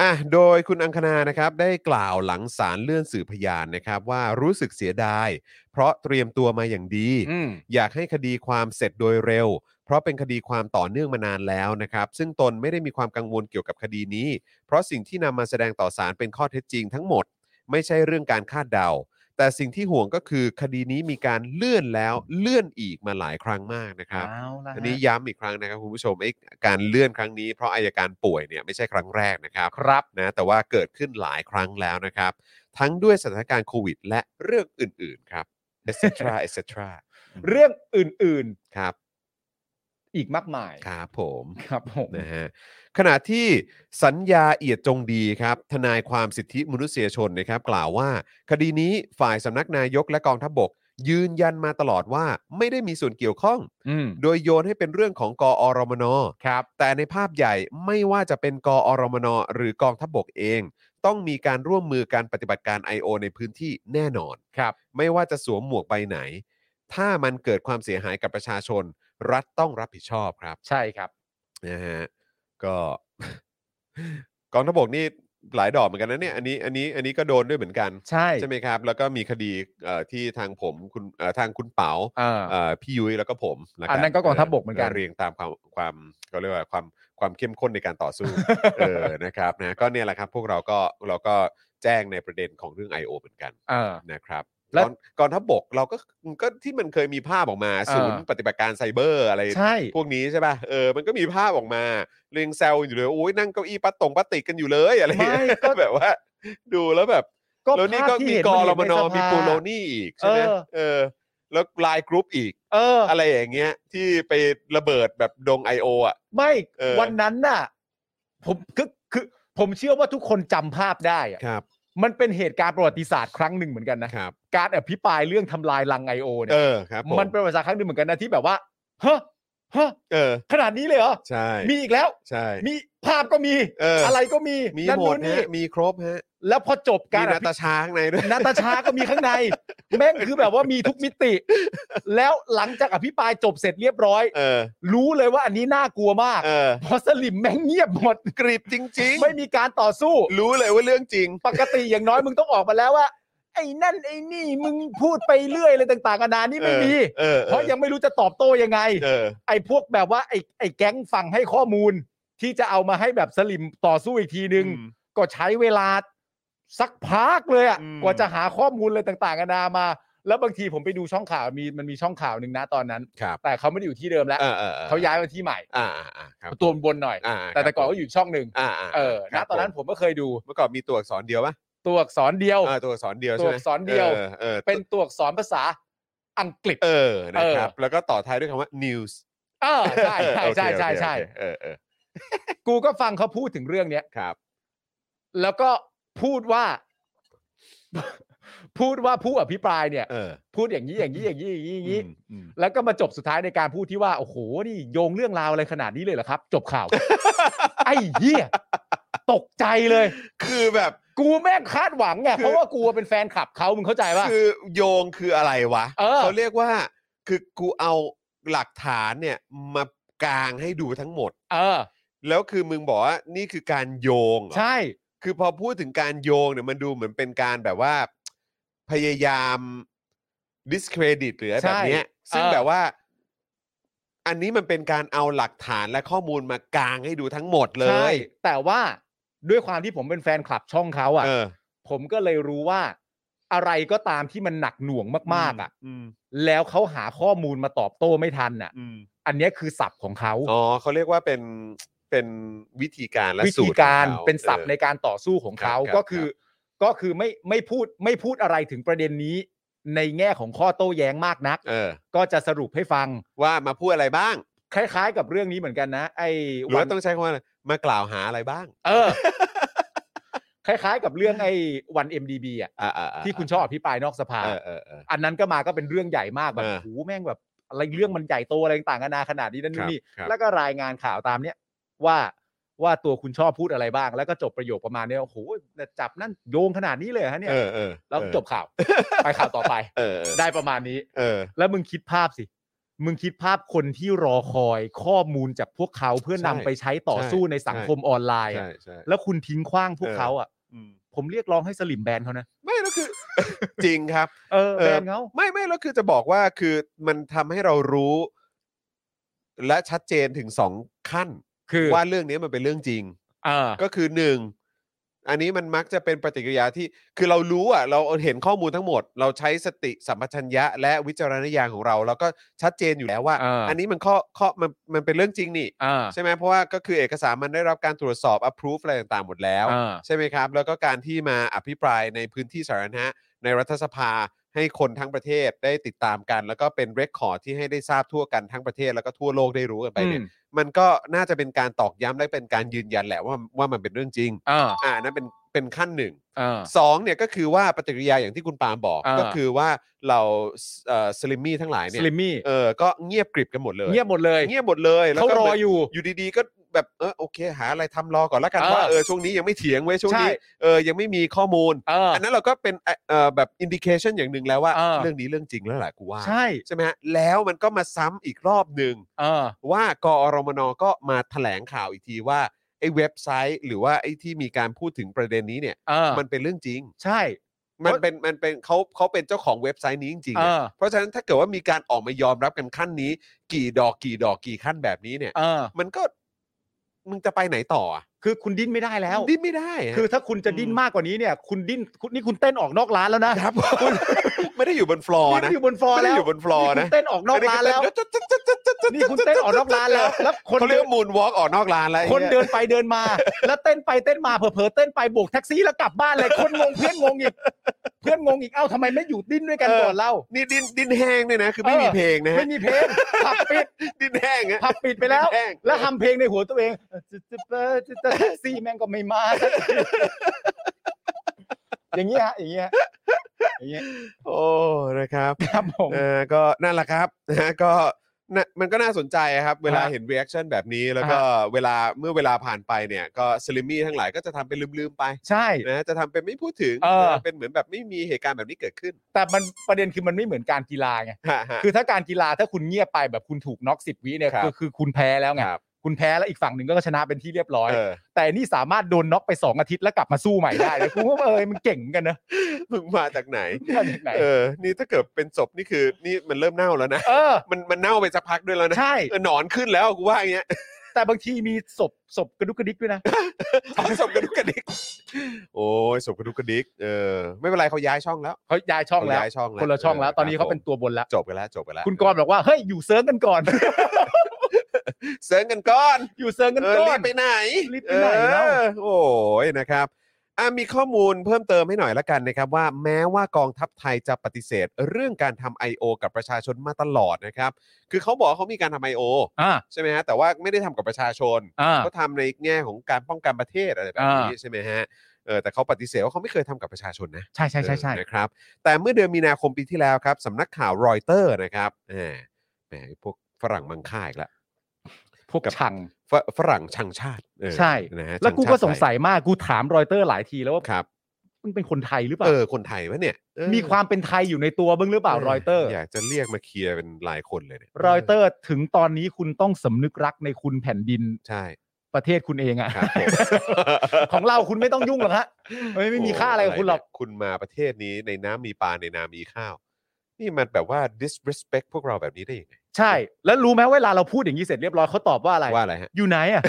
C: อ่ะ โดยคุณอังคณานะครับ ได้กล่าวหลังสารเลื่อนสื่อพยานนะครับ ว่ารู้สึกเสียดาย เพราะเตรียมตัวมาอย่างดี
D: อืม
C: อยากให้คดีความเสร็จโดยเร็ว เพราะเป็นคดีความต่อเนื่องมานานแล้วนะครับ ซึ่งตนไม่ได้มีความกังวลเกี่ยวกับคดีนี้ เพราะสิ่งที่นำมาแสดงต่อศาลเป็นข้อเท็จจริงทั้งหมด ไม่ใช่เรื่องการคาดเดา แต่สิ่งที่ห่วงก็คือคดีนี้มีการเลื่อนแล้วเลื่อนอีกมาหลายครั้งมากนะครับ
D: เอาละฮะ
C: อันนี้ย้ำอีกครั้งนะครับคุณผู้ชมไอ้การเลื่อนครั้งนี้เพราะอายการป่วยเนี่ยไม่ใช่ครั้งแรกนะครับ
D: ครับ
C: นะแต่ว่าเกิดขึ้นหลายครั้งแล้วนะครับ ทั้งด้วยสถานการณ์โควิด และเรื่องอื่นๆครับ etc etc
D: เรื่องอื่น
C: ครับ
D: ๆ อีกมากมาย
C: ครับผม
D: ครับผม
C: นะฮะขณะที่สัญญาเอียดจงดีครับ ทนายความสิทธิมนุษยชนนะครับ กล่าวว่า คดีนี้ฝ่ายสำนักนายกและกองทัพบก ยืนยันมาตลอดว่าไม่ได้มีส่วนเกี่ยวข้อง
D: อืม
C: โดยโยนให้เป็นเรื่องของกอรมน
D: ครับ
C: แต่ในภาพใหญ่ไม่ว่าจะเป็นกอรมนหรือกองทัพบกเอง ต้องมีการร่วมมือการปฏิบัติการ I.O. ในพื้นที่แน่นอน
D: ครับ
C: ไม่ว่าจะสวมหมวกใบไหน ถ้ามันเกิดความเสียหายกับประชาชน รัฐต้องรับผิดชอบครับ
D: ใช่ครับ
C: นะฮะก็ กองทัพบกนี่หลายดอกเหมือนกันนะเนี่ยอันนี้อันนี้อันนี้ก็โดนด้วยเหมือนกัน
D: ใช่
C: ใช่ไหมครับ แล้วก็มีคดีเอ่อที่ทางผมคุณเอ่อทางคุณเปา
D: อ่า
C: เอ่อพี่ยุ้ยแล้วก็ผมละ
D: อันนั้นก็กองทัพบกเหมือนกัน
C: เรียงตามความความก็เรียกว่าความความเข้มข้นในการต่อ สู้ เออนะครับนะก็เนี่ยแหละครับ พวกเราก็เราก็แจ้งในประเด็นของเรื่อง I.O. เหมือนกัน
D: า
C: นะครับ
D: และ
C: ก่อนก่อนทัพบกเราก็ก็ที่มันเคยมีภาพออกมา
D: อ่า
C: ศูนย์ปฏิบัติการไซเบอร์อะไร
D: ใช่
C: พวกนี้ใช่ป่ะเออมันก็มีภาพออกมาเรียงแซวอยู่เลยโอ้ยนั่งเก้าอี้ปัดตรงปัดติกกันอยู่เลยอะไรอย่างเงี้ย
D: ไม่ก็
C: แบบว่า ดูแล้วแบบ
D: ก็
C: แล้วนี่ก็
D: ภาพที่
C: มี
D: เห็น
C: ก
D: น
C: อร
D: เห็น
C: ม
D: ใน
C: น
D: ส
C: มี
D: ภา
C: ปูโรนี่อีกใช่ไหม
D: เออ
C: เออ แล้วไลน์กรุ๊ปอีก
D: เออ
C: อะไรอย่างเงี้ยที่ไประเบิดแบบดง I.O. อ่ะ
D: ไม่
C: เออ
D: วันนั้นน่ะ ผมคือคือผมเชื่อว่าทุกคนจำภาพได้อะ
C: ครับ
D: มันเป็นเหตุการณ์ประวัติศาสตร์ครั้งหนึ่งเหมือนกันนะ
C: ครับ
D: การอภิปรายเรื่องทำลายลังไอโอเนี่
C: เอย อครับผ
D: มันเป็นประวัติศาสตร์ครั้งหนึ่งเหมือนกันนะที่แบบว่าฮะฮะ
C: เออ
D: ขนาดนี้เลยเหรอ
C: ใช่
D: มีอีกแล้ว
C: ใช่
D: มีภาพก็มี
C: เอออ
D: ไรก็มี
C: มี
D: นั่น
C: หม
D: นู่
C: ด
D: น
C: ฮะ
D: นี่
C: มีครบฮะ
D: แล้วพอจบกา
C: มี
D: ร
C: นาตาชาข้างในด้วย
D: นาตาชาก็มีข้างใน แม่งคือแบบว่ามีทุกมิติ แล้วหลังจากอภิปรายจบเสร็จเรียบร้อย
C: เออ
D: รู้เลยว่าอันนี้น่ากลัวมาก
C: เออ
D: เพอสลิมแม่งเงียบหมด
C: กรีบจริง
D: ไม่มีการต่อสู้
C: ๆ รู้เลยว่าเรื่องจริง
D: ปกติ อย่างน้อยมึงต้องออกมาแล้วว่า ไอ้นั่นไอ้นี่มึงพูดไปเรื่อยอะไรต่างๆกันานานี่ไม่มี
C: เออออ
D: เพราะยังไม่รู้จะตอบโต้ยังไง
C: เออ
D: ไอ้พวกแบบว่าไอ้ไอ้แก๊งฝั่งให้ข้อมูล ที่จะเอามาให้แบบสลิมต่อสู้อีกทีนึง
C: อืม
D: ก็ใช้เวลาสักพักเลยอะ
C: อืม
D: กว่าจะหาข้อมูลอะไรต่างๆกันานามา แล้วบางทีผมไปดูช่องข่าวมีมันมีช่องข่าวหนึ่งนะตอนนั้น
C: ครับ
D: แต่เขาไม่ได้อยู่ที่เดิมแล้ว
C: เออออออ
D: เขาย้ายมาที่ใหม่
C: อ่าอ่าอ่าครับ
D: ตัวบนหน่อย
C: อ่า
D: แต่แต่ก่อ
C: ค
D: น
C: รับ
D: ก็อยู่ช่องหนึ่ง
C: อ่าา
D: เออ
C: ค
D: ณ
C: รับ
D: ตอนนั้น
C: ผ
D: ผมก็เคยดู
C: มเมื่อก่อนมีตัวอักษรเดียวปะ
D: ตัวอักษรเดียว
C: อ่าตัวอักษรเดียว
D: ตั
C: ใช่
D: ว
C: ไหม
D: อักษรเดียว
C: ออเออ
D: เป็นตัวอักษรภาษาอังกฤษ
C: เออนะครับ แล้วก็ต่อท้ายด้วยคำว่า news
D: เออใช่ใช่ใช่ใช่ใช่
C: โอเคโอเคโอเคเออเออ
D: กูก็ฟังเขาพูดถึงเรื่องเนี้ย
C: ครับ
D: แล้วก็พูดว่า พูดว่าผู้อภิปรายเนี่ย
C: เออ
D: พูดอย่างนี้อย่างนี้อย่างนี้อย่างนี้อย่างนี้
C: อืมอืม
D: แล้วก็มาจบสุดท้ายในการพูดที่ว่า โอ้โหนี่โยงเรื่องราวอะไรขนาดนี้เลยเหรอครับ จบ ข่าว ไอ้เหี้ยตกใจเลย
C: คือแบบ
D: กูแม่งคาดหวังไง
C: คือ
D: เพราะว่ากูเป็นแฟนคลับเขามึงเข้าใจป่ะ
C: คือโยงคืออะไรวะ
D: เออ
C: เรียกว่า คือกูเอาหลักฐานเนี่ยมากางให้ดูทั้งหมด
D: เออ
C: แล้วคือมึงบอกว่านี่คือการโยงเหรอ
D: ใช่
C: คือพอพูดถึงการโยงเนี่ยมันดูเหมือนเป็นการแบบว่า พยายาม discredit หรืออะไร
D: ใช่
C: แบบเนี้ย ซึ่ง
D: เออ
C: แบบว่า อันนี้มันเป็นการเอาหลักฐานและข้อมูลมากางให้ดูทั้งหมดเล
D: ใช่
C: ย
D: แต่ว่าด้วยความที่ผมเป็นแฟนคลับช่องเขาอ่ะ
C: เออ
D: ผมก็เลยรู้ว่า อะไรก็ตามที่มันหนักหน่วงมาก ๆ อ่ะ
C: ม
D: แล้วเขาหาข้อมูลมาตอบโต้ไม่ทันอ่ะ
C: อืม
D: อันเนี้ยคือศัพท์ของเขา
C: อ๋อเขาเรียกว่าเป็นเป็นวิธีการและ
D: วิ
C: สู
D: ธี
C: ตร
D: การ
C: ของข
D: เป็นศัพท์
C: ออ
D: ในการต่อสู้ของเขา
C: ครับครับ
D: ก็คือ
C: ครับ
D: ก็คือไม่ไม่พูดไม่พูดอะไรถึงประเด็นนี้ ในแง่ของข้อโต้แย้งมากนัก
C: เออ
D: ก็จะสรุปให้ฟัง
C: ว่ามาพูดอะไรบ้าง
D: คล้าย ๆ กับเรื่องนี้เหมือนกันนะ ไอ้
C: หรือว่าต้องใช้คำว่าอะไรมากล่าวหาอะไรบ้าง
D: เอ อ คล้าย ๆ กับเรื่องไอ้วัน MDB อ่ะ
C: อ่าๆๆ
D: ที่คุณชอบอภิปรายนอกสภา
C: เออเออเออ
D: อันนั้นก็มาก็เป็นเรื่องใหญ่มากแบบ
C: เออ
D: โหแม่งแบบอะไรเรื่องมันใหญ่โตอะไรต่างกันานาขนาดนี้นั่น
C: ครับ
D: นี่
C: ครับ
D: แล้วก็รายงานข่าวตามเนี้ยว่าว่าตัวคุณชอบพูดอะไรบ้าง แล้วก็จบประโยคประมาณเนี้ยโอ้โหจับนั่นโยงขนาดนี้เลยเหรอฮะเนี่ย
C: เออเออ
D: แล้วจบข่าว ไปข่าวต่อไป
C: เออเออ
D: ได้ประมาณนี้
C: เออ
D: แล้วมึงคิดภาพสิ มึงคิดภาพคนที่รอคอยข้อมูลจากพวกเขาเพื่อนำไปใช้ต่อสู้ในสังคมออนไลน์
C: ใช่
D: อะ
C: ใช่
D: แล้วคุณทิ้งขว้างพวก
C: เออ
D: เขาอ่ะ
C: อืม
D: ผมเรียกร้องให้สลิมแบนเขานะ
C: ไม่แล้วคือ จริงครับ
D: เออ
C: เออ
D: แบนเขา
C: ไม่ไม่แล้วคือจะบอกว่าคือมันทำให้เรารู้ และชัดเจนถึงสองขั้น
D: คือ
C: ว่าเรื่องนี้มันเป็นเรื่องจริง
D: เออ
C: ก็คือหนึ่งอันนี้มันมักจะเป็นปฏิกิริยาที่คือเรารู้อ่ะเราเห็นข้อมูลทั้งหมด เราใช้สติสัมปชัญญะ และวิจารณญาณของเรา แล้วก็ชัดเจนอยู่แล้วว่า
D: อ่า
C: นนี้มันข้อข้อมันมันเป็นเรื่องจริงนี่
D: เออ
C: ใช่ไหมเพราะว่าก็คือเอกสารมันได้รับการตรวจสอบ approve อะไรต่างๆหมดแล้ว
D: อ่า
C: ใช่ไหมครับ แล้วก็การที่มาอภิปรายในพื้นที่สาธารณะในรัฐสภาให้คนทั้งประเทศได้ติดตามกัน แล้วก็เป็นเรคคอร์ดที่ให้ได้ทราบทั่วกันทั้งประเทศแล้วก็ทั่วโลกได้รู้กันไปเนี่ย
D: อืม
C: มันก็น่าจะเป็นการตอกย้ำและเป็นการยืนยันแหละว่าว่ามันเป็นเรื่องจริง
D: เอ่า
C: อ่านั่นเป็นเป็นขั้นหนึ่ง
D: อ่า
C: สองเนี่ยก็คือว่าปฏิกิริยาอย่างที่คุณปาล์มบอก
D: อ่า
C: ก็คือว่าเราสลิมมี่อ Slimmy ทั้งหลาย
D: ส
C: เนี่ย
D: ลิมมี่
C: เออก็เงียบกริบกันหมดเลย
D: เงียบหมดเลย
C: เงียบหมดเลยแล้ว
D: เขา
C: ก็
D: รอ
C: หมืน
D: อยู่
C: อยู่ดีๆ ก็แบบเออโอเค หาอะไรทำรอก่อนละกัน
D: เออ
C: ว่าเออช่วงนี้ยังไม่เถียงไว้ยช่วงนี้
D: ใช่
C: เออยังไม่มีข้อมูล
D: เออ
C: อันนั้นเราก็เป็นเอ่อเอ่อแบบอินดิเคชันอย่างหนึ่งแล้วว่า
D: เออ
C: เรื่องนี้เรื่องจริงแล้วแหละกูว่า
D: ใช่
C: ใช่ไหมฮะแล้วมันก็มาซ้ำอีกรอบหนึ่ง
D: เออ
C: ว่ากอรมนก็มาแถลงข่าวอีกทีว่าไอ้เว็บไซต์ หรือว่าไอ้ที่มีการพูดถึงประเด็นนี้เนี่ย
D: เออ
C: มันเป็นเรื่องจริง
D: ใช่
C: มันเป็นมันเป็นเขาเขาเป็นเจ้าของเว็บไซต์นี้จริงๆ
D: เอ
C: เนี่ย
D: อ
C: เพราะฉะนั้นถ้าเกิดว่ามีการออกมายอมรับกันขั้นนี้ กี่ดอกกี่ดอกกี่ขั้นแบบนี้เนี่ย
D: เออ
C: มันก็มึงจะไปไหนต่ออะ
D: คือคุณดิ้นไม่ได้แล้ว
C: ดิ้นไม่ได้ะ
D: คือถ้าคุณจะดิ้น
C: อืม
D: มากกว่านี้เนี่ย คุณดิ้นคุณนี่คุณเต้นออกนอกร้านแล้ว นะครับ
C: ไม่ได้อยู่บนฟลอร์
D: นี่
C: นะ
D: คุณอยู่บนฟลอร์
C: ไม่
D: แล้
C: ได้
D: ว
C: อยู่บนฟลอร์นะ
D: คุณเต้นออกนอกร้านแล้ว
C: จ๊ะจ๊ะจ๊ะจ๊ะจ๊ะจ๊ะ
D: นี่คุณเต้นออกนอกร้านแล้ว แล้วคน
C: เขาเรีย
D: เดิ
C: ก
D: น
C: มูนวอล์กออกนอกร้านแล้วไอ้
D: คน
C: เหี้ย
D: เดินไปเดินมา แล้วเต้นไปเต้นมาเผลอๆเต้นไปโบกแท็กซี่แล้วกลับบ้านเลย คนงงเพื่อนงงอีก เพื่อนงงอีกเอ้าทำไมไม่อยู่ดิ้นด้วยกัน
C: เออ
D: ก่อนเล่า
C: นี่ดินดินแห้งเนี่ยนะ คือไม่
D: เออ
C: มีเพลงนะฮะ
D: ไม่มีเพลงผับปิด
C: ดินแห้งฮะ
D: ผับปิดไปแล้ว
C: ดินห้ง
D: แล้วทำเพลงในหัวตัวเอง แท็กซี่แม่งก็ไม่มาสักที อย่างนี้ฮะอย่างนี้ฮะอย่างนี้
C: โอ้นะครับ
D: ครับผม
C: เออก็นั่นแหละครับ นะฮะก็น่ะมันก็น่าสนใจครับ เวลาเห็น reaction แบบนี้ แล้วก็เวลาเมื่อเวลาผ่านไปเนี่ยก็สลิมมี่ทั้งหลายก็จะทำเป็นลืมๆไป
D: ใช่
C: นะจะทำเป็นไม่พูดถึง
D: เออ
C: นะเป็นเหมือนแบบไม่มีเหตุการณ์แบบนี้เกิดขึ้น
D: แต่มันประเด็นคือมันไม่เหมือนการกีฬาไง
C: ฮะฮะ
D: คือถ้าการกีฬาถ้าคุณเงียบไปแบบคุณถูกน็อกสิบวิเนี่ย
C: ครับ
D: ก็คือคุณแพ้แล้วไง
C: ครับ
D: คุณแพ้แล้วอีกฝั่งหนึ่งก็ชนะเป็นที่เรียบร้อย
C: เออ
D: แต่นี่สามารถโดนน็อกไปสองอาทิตย์ แล้วกลับมาสู้ใหม่ได้เลยคุณว่าเออมันเก่งเหมือนกันนะ
C: มึงมาจากไหน
D: มาจากไหน
C: เออ นี่ถ้าเกิดเป็นศพนี่คือนี่มันเริ่มเน่าแล้วนะ
D: เออ
C: มันมันเน่าไปสักพักด้วยแล้วนะ
D: ใช่
C: เออหนอนขึ้นแล้วกูว่าอย่างเงี้ย
D: แต่บางทีมีศพศพกระดุกกระดิกด้วยนะ
C: เอาศพกระดุกกระดิก โอ้ยศพกระดุกกระดิกเออไม่เป็นไรเขาย้ายช่องแล้ว
D: เขาย้ายช่องแล้ว
C: เขาย้ายช่องแล้ว
D: คนละช่องแล้ว ตอนนี้เขาเป็น
C: ครับผ
D: ตัวบนแล้ว
C: มจบกันแล้วจบกันแล้ว
D: คุณกรณ์บอกว่า เฮ้ย อยู่เซิร์ฟกัน ก่อน
C: เสิร์งกันก่อน
D: อยู่เซิร์ฟกัน
C: เออ
D: ก่อ
C: รี
D: น
C: บไปไหน
D: รีบไปไหนแล้ว
C: เออโอ้ยนะครับอ่ะมีข้อมูลเพิ่มเติมให้หน่อยละกันนะครับ ว่าแม้ว่ากองทัพไทยจะปฏิเสธ เรื่องการทำ I.O. กับประชาชนมาตลอดนะครับ คือเขาบอกเขามีการทำ I.O.
D: อ่า
C: ใช่ไหมฮะแต่ว่าไม่ได้ทำกับประชาชน
D: อ่า
C: เขาทำในแง่ของการป้องกันประเทศอะไรแบบนี้ใช่ไหมฮะเออแต่เขาปฏิเสธว่าเขาไม่เคยทำกับประชาชนนะ
D: ใช่ใช่ใช่ใช่
C: เออนะครับ แต่เมื่อเดือนมีนาคมปีที่แล้วครับสำนักข่าวรอยเตอร์นะครับแหมแหมพวกฝรั่งมังค่าอีกแล้ว
D: พวก
C: กับ
D: ชัง
C: ฝฝรั่งชังชาติเออ
D: ใช่
C: นะฮะ
D: แล้วกู
C: ชัชา
D: ก็
C: ติ
D: สงสัยมาก กูถามรอยเตอร์หลายทีแล้วว่า
C: ครับ
D: มึงเป็นคนไทยหรือเปล่า
C: เออ คนไทยวะเนี่ยเออ
D: มีความเป็นไทยอยู่ในตัวบ้างหรือเปล่ารอยเตอร์
C: อยากจะเรียกมาเคลียร์เป็นหลายคนเลยเนี่ย
D: รอยเตอร์ถึงตอนนี้คุณต้องสำนึกรักในคุณแผ่นดิน
C: ใช่
D: ประเทศคุณเองอะ
C: ครับผม
D: ของเราคุณไม่ต้องยุ่งหรอกฮะไม่ไม่มีค่าอะไรกับคุณหรอก
C: โเนี่ยคุณมาประเทศนี้ในน้ำมีปลาในนามีข้าว นี่มันแบบว่า disrespect พวกเราแบบนี้ได้ยังไง
D: ใช่ แล้วรู้ไหมเวลาเราพูดอย่างนี้เสร็จเรียบร้อยเขาตอบว่าอะไร
C: ว่าอะไรฮะ
D: อยู่ไหน อ่ะ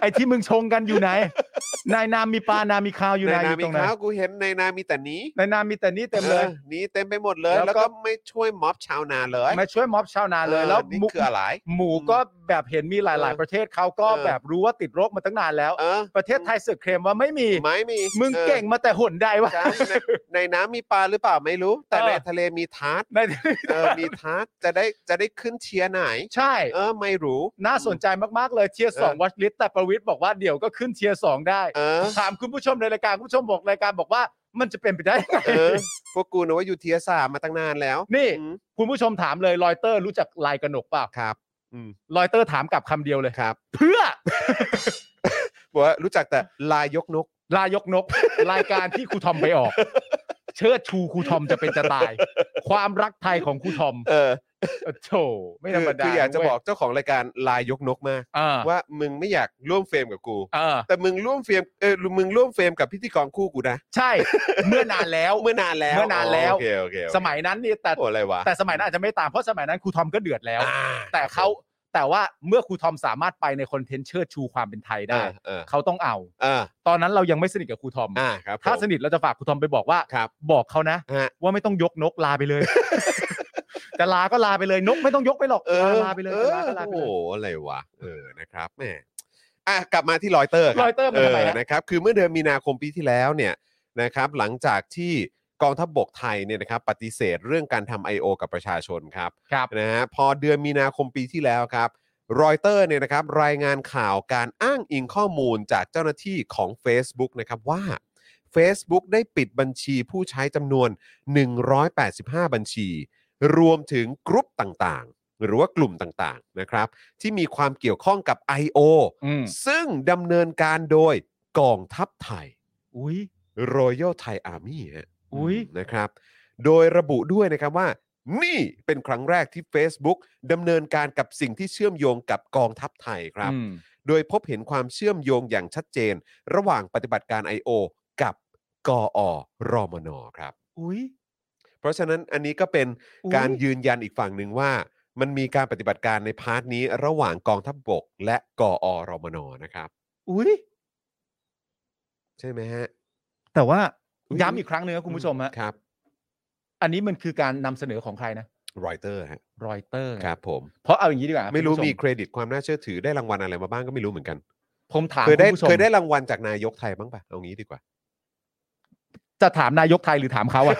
D: ไอที่มึงชงกันอยู่ไหน นายนามมีปลานามมีข้าวอยู่
C: ใน
D: ไหนอ
C: นา
D: ยู่
C: มี
D: ตรงไหน
C: ข้าวกูเห็นในนามีแต่หนี้
D: นายนามมีแต่นี้เต็มเลย
C: ออหนี่เต็มไปหมดเลย
D: แล้
C: แล้ว
D: วก็
C: ก็ไม่ช่วยม็อบชาวนาเลย
D: มาช่วยม็อบชาวนาเลย
C: ออ
D: แล้ว
C: นี่
D: หมู
C: คืออะไร
D: หมูก็แบบเห็นมีหลาย
C: เออ
D: ๆ ประเทศเขาก็
C: เออ
D: แบบรู้ว่าติดโรคมาตั้งนานแล้ว
C: เออ
D: ประเทศไทยเสือกเคลมว่าไม่มี
C: ไม่มี
D: มึง
C: ออ
D: เก่งมาแต่หนใดวะ
C: ใช่ในในน้ำมีปลาหรือเปล่าไม่รู้ แต่
D: เออ
C: ในทะเลมีทาร์ต
D: ใน
C: เออมีทาร์ตจะได้จะได้ขึ้นเชียร์ไหน
D: ใช่
C: เออไม่รู้
D: น่าสนใจมากๆเลยเทียร์สอง
C: เออ
D: วัชลิสแต่ประวิทย์บอกว่าเดี๋ยวก็ขึ้นเทียร์สองได้
C: เออ
D: ถามคุณผู้ชมในรายการคุณผู้ชมบอกรายการบอกว่ามันจะเป็นไปได้ยังไง
C: เออพวกกูนะว่าอยู่เทียร์สามมาตั้งนานแล้ว
D: นี่
C: อืม
D: คุณผู้ชมถามเลยรอยเตอร์รู้จักลายกระหนกเปล่า
C: ครับอืม
D: รอยเตอร์ถามกลับคำเดียวเลย
C: ครับ
D: เพื่อ
C: บอกว่ารู้จักแต่ลายยกนก
D: ลายกนก รายการที่ครูทอมไป ออก เชิดชูครูทอมจะเป็นจะตาย ความรักไทยของครูทอม
C: เออ
D: โถไม่
C: คือ
D: ธรรมดา
C: คืออยากจะ
D: เว้
C: บอกเจ้าของรายการลายยกนกมาก
D: อ่า
C: ว่ามึงไม่อยากร่วมเฟรมกับกู
D: อ่า
C: แต่มึงร่วมเฟรมเออมึงร่วมเฟรมกับพิธีกรคู่กูนะ
D: ใช่ เมื่อนานแล้ว
C: เมื่อนานแล้ว
D: เมื่อนานแล้ว
C: โอเคโอเคโอเค
D: สมัยนั้นนี่แต่
C: โอ้อะไรวะ
D: แต่สมัยนั้นอาจจะไม่ตามเพราะสมัยนั้นครูทอมก็เดือดแล้ว
C: อ่า
D: แต่เขาแต่ว่าเมื่อครูทอมสามารถไปในคอนเทนต์เชิดชูความเป็นไทยได้
C: เออ
D: เขาต้องเอา
C: เออ
D: ตอนนั้นเรายังไม่สนิทกับครูทอม
C: อ่าครับผม
D: ถ้าสนิทเราจะฝากครูทอมไปบอกว่า
C: ครับ
D: บอกเขานะ
C: ฮะ
D: ว่าไม่ต้องยกนกลาไป เลย แต่ลาก็ลาไปเลยนกไม่ต้องยกไปหรอก
C: เออ
D: ลาลาไปเลย
C: เอ
D: แต่
C: อ
D: ลาก็ลาไป
C: โอ้
D: เล
C: โห
D: ย
C: อะไรวะเออนะครับแหมอ่ะกลับมาที่รอยเตอร์คบ
D: รอยเตอร์มันทำไมฮะ
C: นะครับคือเมื่อเดือนมีนาคมปีที่แล้วเนี่ยนะครับหลังจากที่กองทัพบกไทยเนี่ยนะครับปฏิเสธเรื่องการทำ I.O. กับประชาชนครับ
D: ครับ
C: นะฮะพอเดือนมีนาคมปีที่แล้วครับรอยเตอร์เนี่ยนะครับรายงานข่าวการอ้างอิงข้อมูลจากเจ้าหน้าที่ของ Facebook นะครับว่า Facebook ได้ปิดบัญชีผู้ใช้จำนวน 185 บัญชี รวมถึงกรุ๊ปต่างๆ หรือว่ากลุ่มต่างๆนะครับที่มีความเกี่ยวข้องกับ I.O.
D: อืม
C: ซึ่งดำเนินการโดยกองทัพไทย
D: อุ้ย
C: Royal Thai Army ฮะ
D: อุ๊ย
C: มนะครับ โดยระบุด้วยนะครับว่า นี่เป็นครั้งแรกที่ Facebook ดำเนินการกับสิ่งที่เชื่อมโยงกับกองทัพไทยครับ
D: อืม
C: โดยพบเห็นความเชื่อมโยงอย่างชัดเจน ระหว่างปฏิบัติการ I.O. กับกออรอมนครับ
D: อุ้ย
C: เพราะฉะนั้นอันนี้ก็เป็น
D: อุ๊ย
C: การยืนยันอีกฝั่งหนึ่งว่า มันมีการปฏิบัติการในพาร์ทนี้ ระหว่างกองทัพบก และกออรอมนนะครับ
D: อุ้ย
C: ใช่ไหมฮะ
D: แต่ว่า
C: อุ๊ย
D: ย้ำอีกครั้งหนึ่งนะคุณผู้ชมฮะ
C: ครับ
D: อันนี้มันคือการนำเสนอของใครนะ
C: รอยเตอร์ฮะ
D: รอยเตอร์
C: ครับผม
D: เพราะเอาอย่างนี้ดีกว่า
C: ไม่รู้
D: คุณผู้
C: มี
D: ช
C: เครดิตความน่าเชื่อถือได้รางวัลอะไรมาบ้างก็ไม่รู้เหมือนกัน
D: ผมถาม
C: เคยได้
D: คุณผู้ชม
C: เคยได้รางวัลจากนายกไทยบ้างปะเอางี้ดีกว่า
D: จะถามนายกไทยหรือถามเขา อ่ะ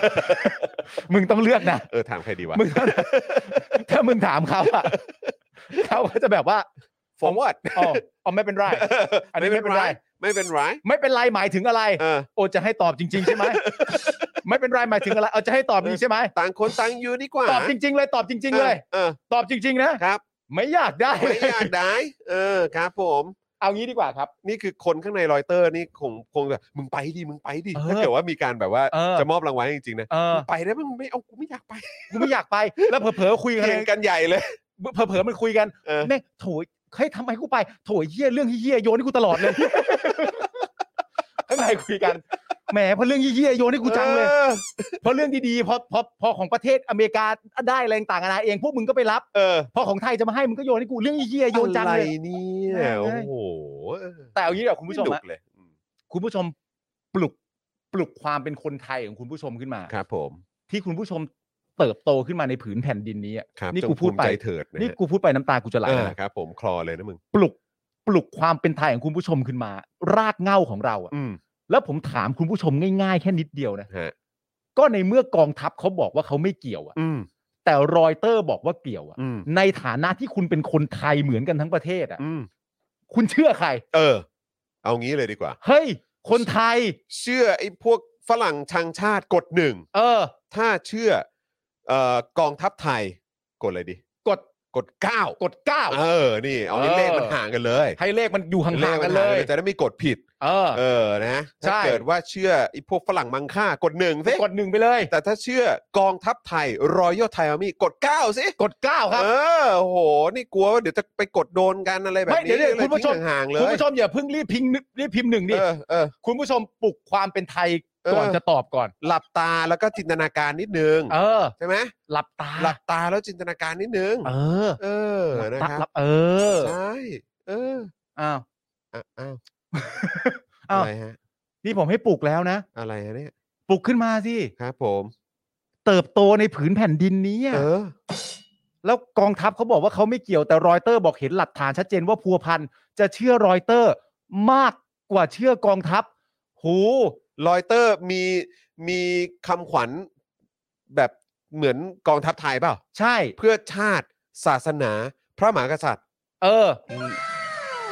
D: มึงต้องเลือกนะ
C: เออถามใครดีวะ
D: มึง ต้องถ้ามึงถามเขาอ่ะ เขาก็จะแบบว่า
C: forward
D: อ๋ออ๋อไม่เป็นไร อันนี้ไม่เป็นไร
C: ไม่เป็นไร
D: ไม่เป็นไรหมายถึงอะไร
C: เออ
D: โอจะให้ตอบจริง ๆ ใช่ไหม ไม่เป็นไรหมายถึงอะไร เอาจะให้ตอบดีใช่ไหม
C: ต่างคนต่างอยู่ดีกว่า
D: ตอบจริง ๆ เลยตอบจริง ๆ เลย
C: เออ
D: ตอบจริง ๆ นะ
C: ออครับ
D: ไม่อยาก ได้
C: ไม่อยากได้เออครับผม
D: เอางี้ดีกว่าครับ
C: นี่คือคนข้างในรอยเตอร์นี่คงคงแบบมึงไปดิมึงไปดิ
D: เออ
C: ถ้าเกิดว่ามีการแบบว่า
D: เออ
C: จะมอบรางวัลให้จริงๆนะ
D: เออ
C: มึงไปได้ปะมึงไม่เอากูไม่อยากไป
D: กูไม่อยากไป แล้วเผลอๆคุยกัน
C: เถียงกันใหญ่เลย
D: เผลอๆมันคุยกัน
C: เออ
D: แม่งโถยเฮ้ยทำไมกูไปโถยเหี้ยเรื่องเหี้ยโยนให้กูตลอดเลย ข้างในคุยกันแหมพอเรื่องเหี้ยโยนให้กูจังเลย
C: ออ
D: เพราะเรื่องดีๆพอพอพอของประเทศอเมริกาได้อะไรต่างๆนานาเองพวกมึงก็ไปรับ
C: เออ
D: พอของไทยจะมาให้มึงก็โยนให้กูเรื่องเยี่ยๆโยนจังเลย
C: อะไรเนี่ย
D: เออ
C: โอ้โห
D: แต่เอางี้เดี๋ยวคุณผู้ชม
C: ไหนุ
D: ฮะ
C: กเลยอืม
D: คุณผู้ชมปลุกปลุกความเป็นคนไทยของคุณผู้ชมขึ้นมา
C: ครับผม
D: ที่คุณผู้ชมเติบโตขึ้นมาในผืนแผ่นดินนี้อะ
C: ครับ
D: นี่
C: จง
D: กูพูดไป
C: ภูมิใจเถิดะฮะ
D: นี่กูพูดไปน้ำตากูจะไหล
C: เอ
D: แล้ว
C: อ
D: นะครับ
C: ผมคลอเลยนะมึง
D: ปลุกปลุกความเป็นไทยของคุณผู้ชมขึ้นมา รากเหง้าของเราอะ
C: อืม
D: แล้วผมถามคุณผู้ชมง่ายๆแค่นิดเดียวนะ
C: ฮะ
D: ก็ในเมื่อกองทัพเขาบอกว่าเขาไม่เกี่ยวอะ
C: อืม
D: แต่รอยเตอร์บอกว่าเกี่ยวอะ
C: อืม
D: ในฐานะที่คุณเป็นคนไทยเหมือนกันทั้งประเทศอะ
C: อืม
D: คุณเชื่อใคร
C: เออ เอางี้เลยดีกว่า
D: เฮ้ย คนไทย
C: เชื่อไอ้พวกฝรั่งชังชาติกดหนึ่ง
D: เออ
C: ถ้าเชื่อเอ่อกองทัพไทย กดอะไรดี
D: กด
C: กดเก้าก
D: ดเก้า
C: เออ นี่ เอาให้
D: เออ
C: เลขมันห่างกันเลย
D: ให้เลขมันอยู่ห่างๆกันเลย
C: จะได้ไม่กดผิด
D: เออ
C: เออนะ
D: ใช่
C: ถ้าเกิดว่าเชื่อไอ้พวกฝรั่งมังค่ากดหนึ่งสิ
D: กดหนึ่งไปเลย
C: แต่ถ้าเชื่อกองทัพไทยรอย a l ไทยอามีกดเก้าสิ
D: กดเก้าครับ
C: เออโอ้โห นี่กลัวว่าเดี๋ยวจะไปกดโดนกันอะไรแบบ
D: ไม่
C: นี้
D: เดี๋ยวเดี๋ยว
C: เลย
D: คุณผู้ชม
C: ทิ้งห่างๆเล
D: คุณ
C: ย
D: ผู้ชมอย่าเพิ่งรีบพิงนึกรีบพิมพ์หนึ่งดิ
C: เออเออ
D: คุณผู้ชมปลุกความเป็นไทยก่อน
C: เออ
D: จะตอบก่อน
C: หลับตาแล้วก็จินตนาการนิดนึง
D: เออ
C: ใช่ไหม
D: หลับตา
C: หลับตาแล้วจินตนาการนิดนึง
D: เออ
C: เออนะ
D: หลับ
C: ค
D: ตา
C: รับ
D: หลับเออ
C: ใช่เออ
D: อ้าว
C: อ่ะอ้าว
D: อ้า
C: อะ
D: ว
C: ไรฮะ
D: นี่ผมให้ปลุกแล้วนะ
C: อะไรฮะเนี่ย
D: ปลุกขึ้นมาสิ
C: ครับผม
D: เติบโตในผืนแผ่นดินนี้อะ
C: เออ
D: แล้วกองทัพเขาบอกว่าเขาไม่เกี่ยว แต่รอยเตอร์บอกเห็นหลักฐานชัดเจนว่าพัวพันจะเชื่อรอยเตอร์มากกว่าเชื่อกองทัพ หู
C: รอยเตอร์มีมีคำขวัญแบบเหมือนกองทัพไทยเปล่า
D: ใช่
C: เพื่อชาติศาสนา พระมหากษัตริย์
D: เออ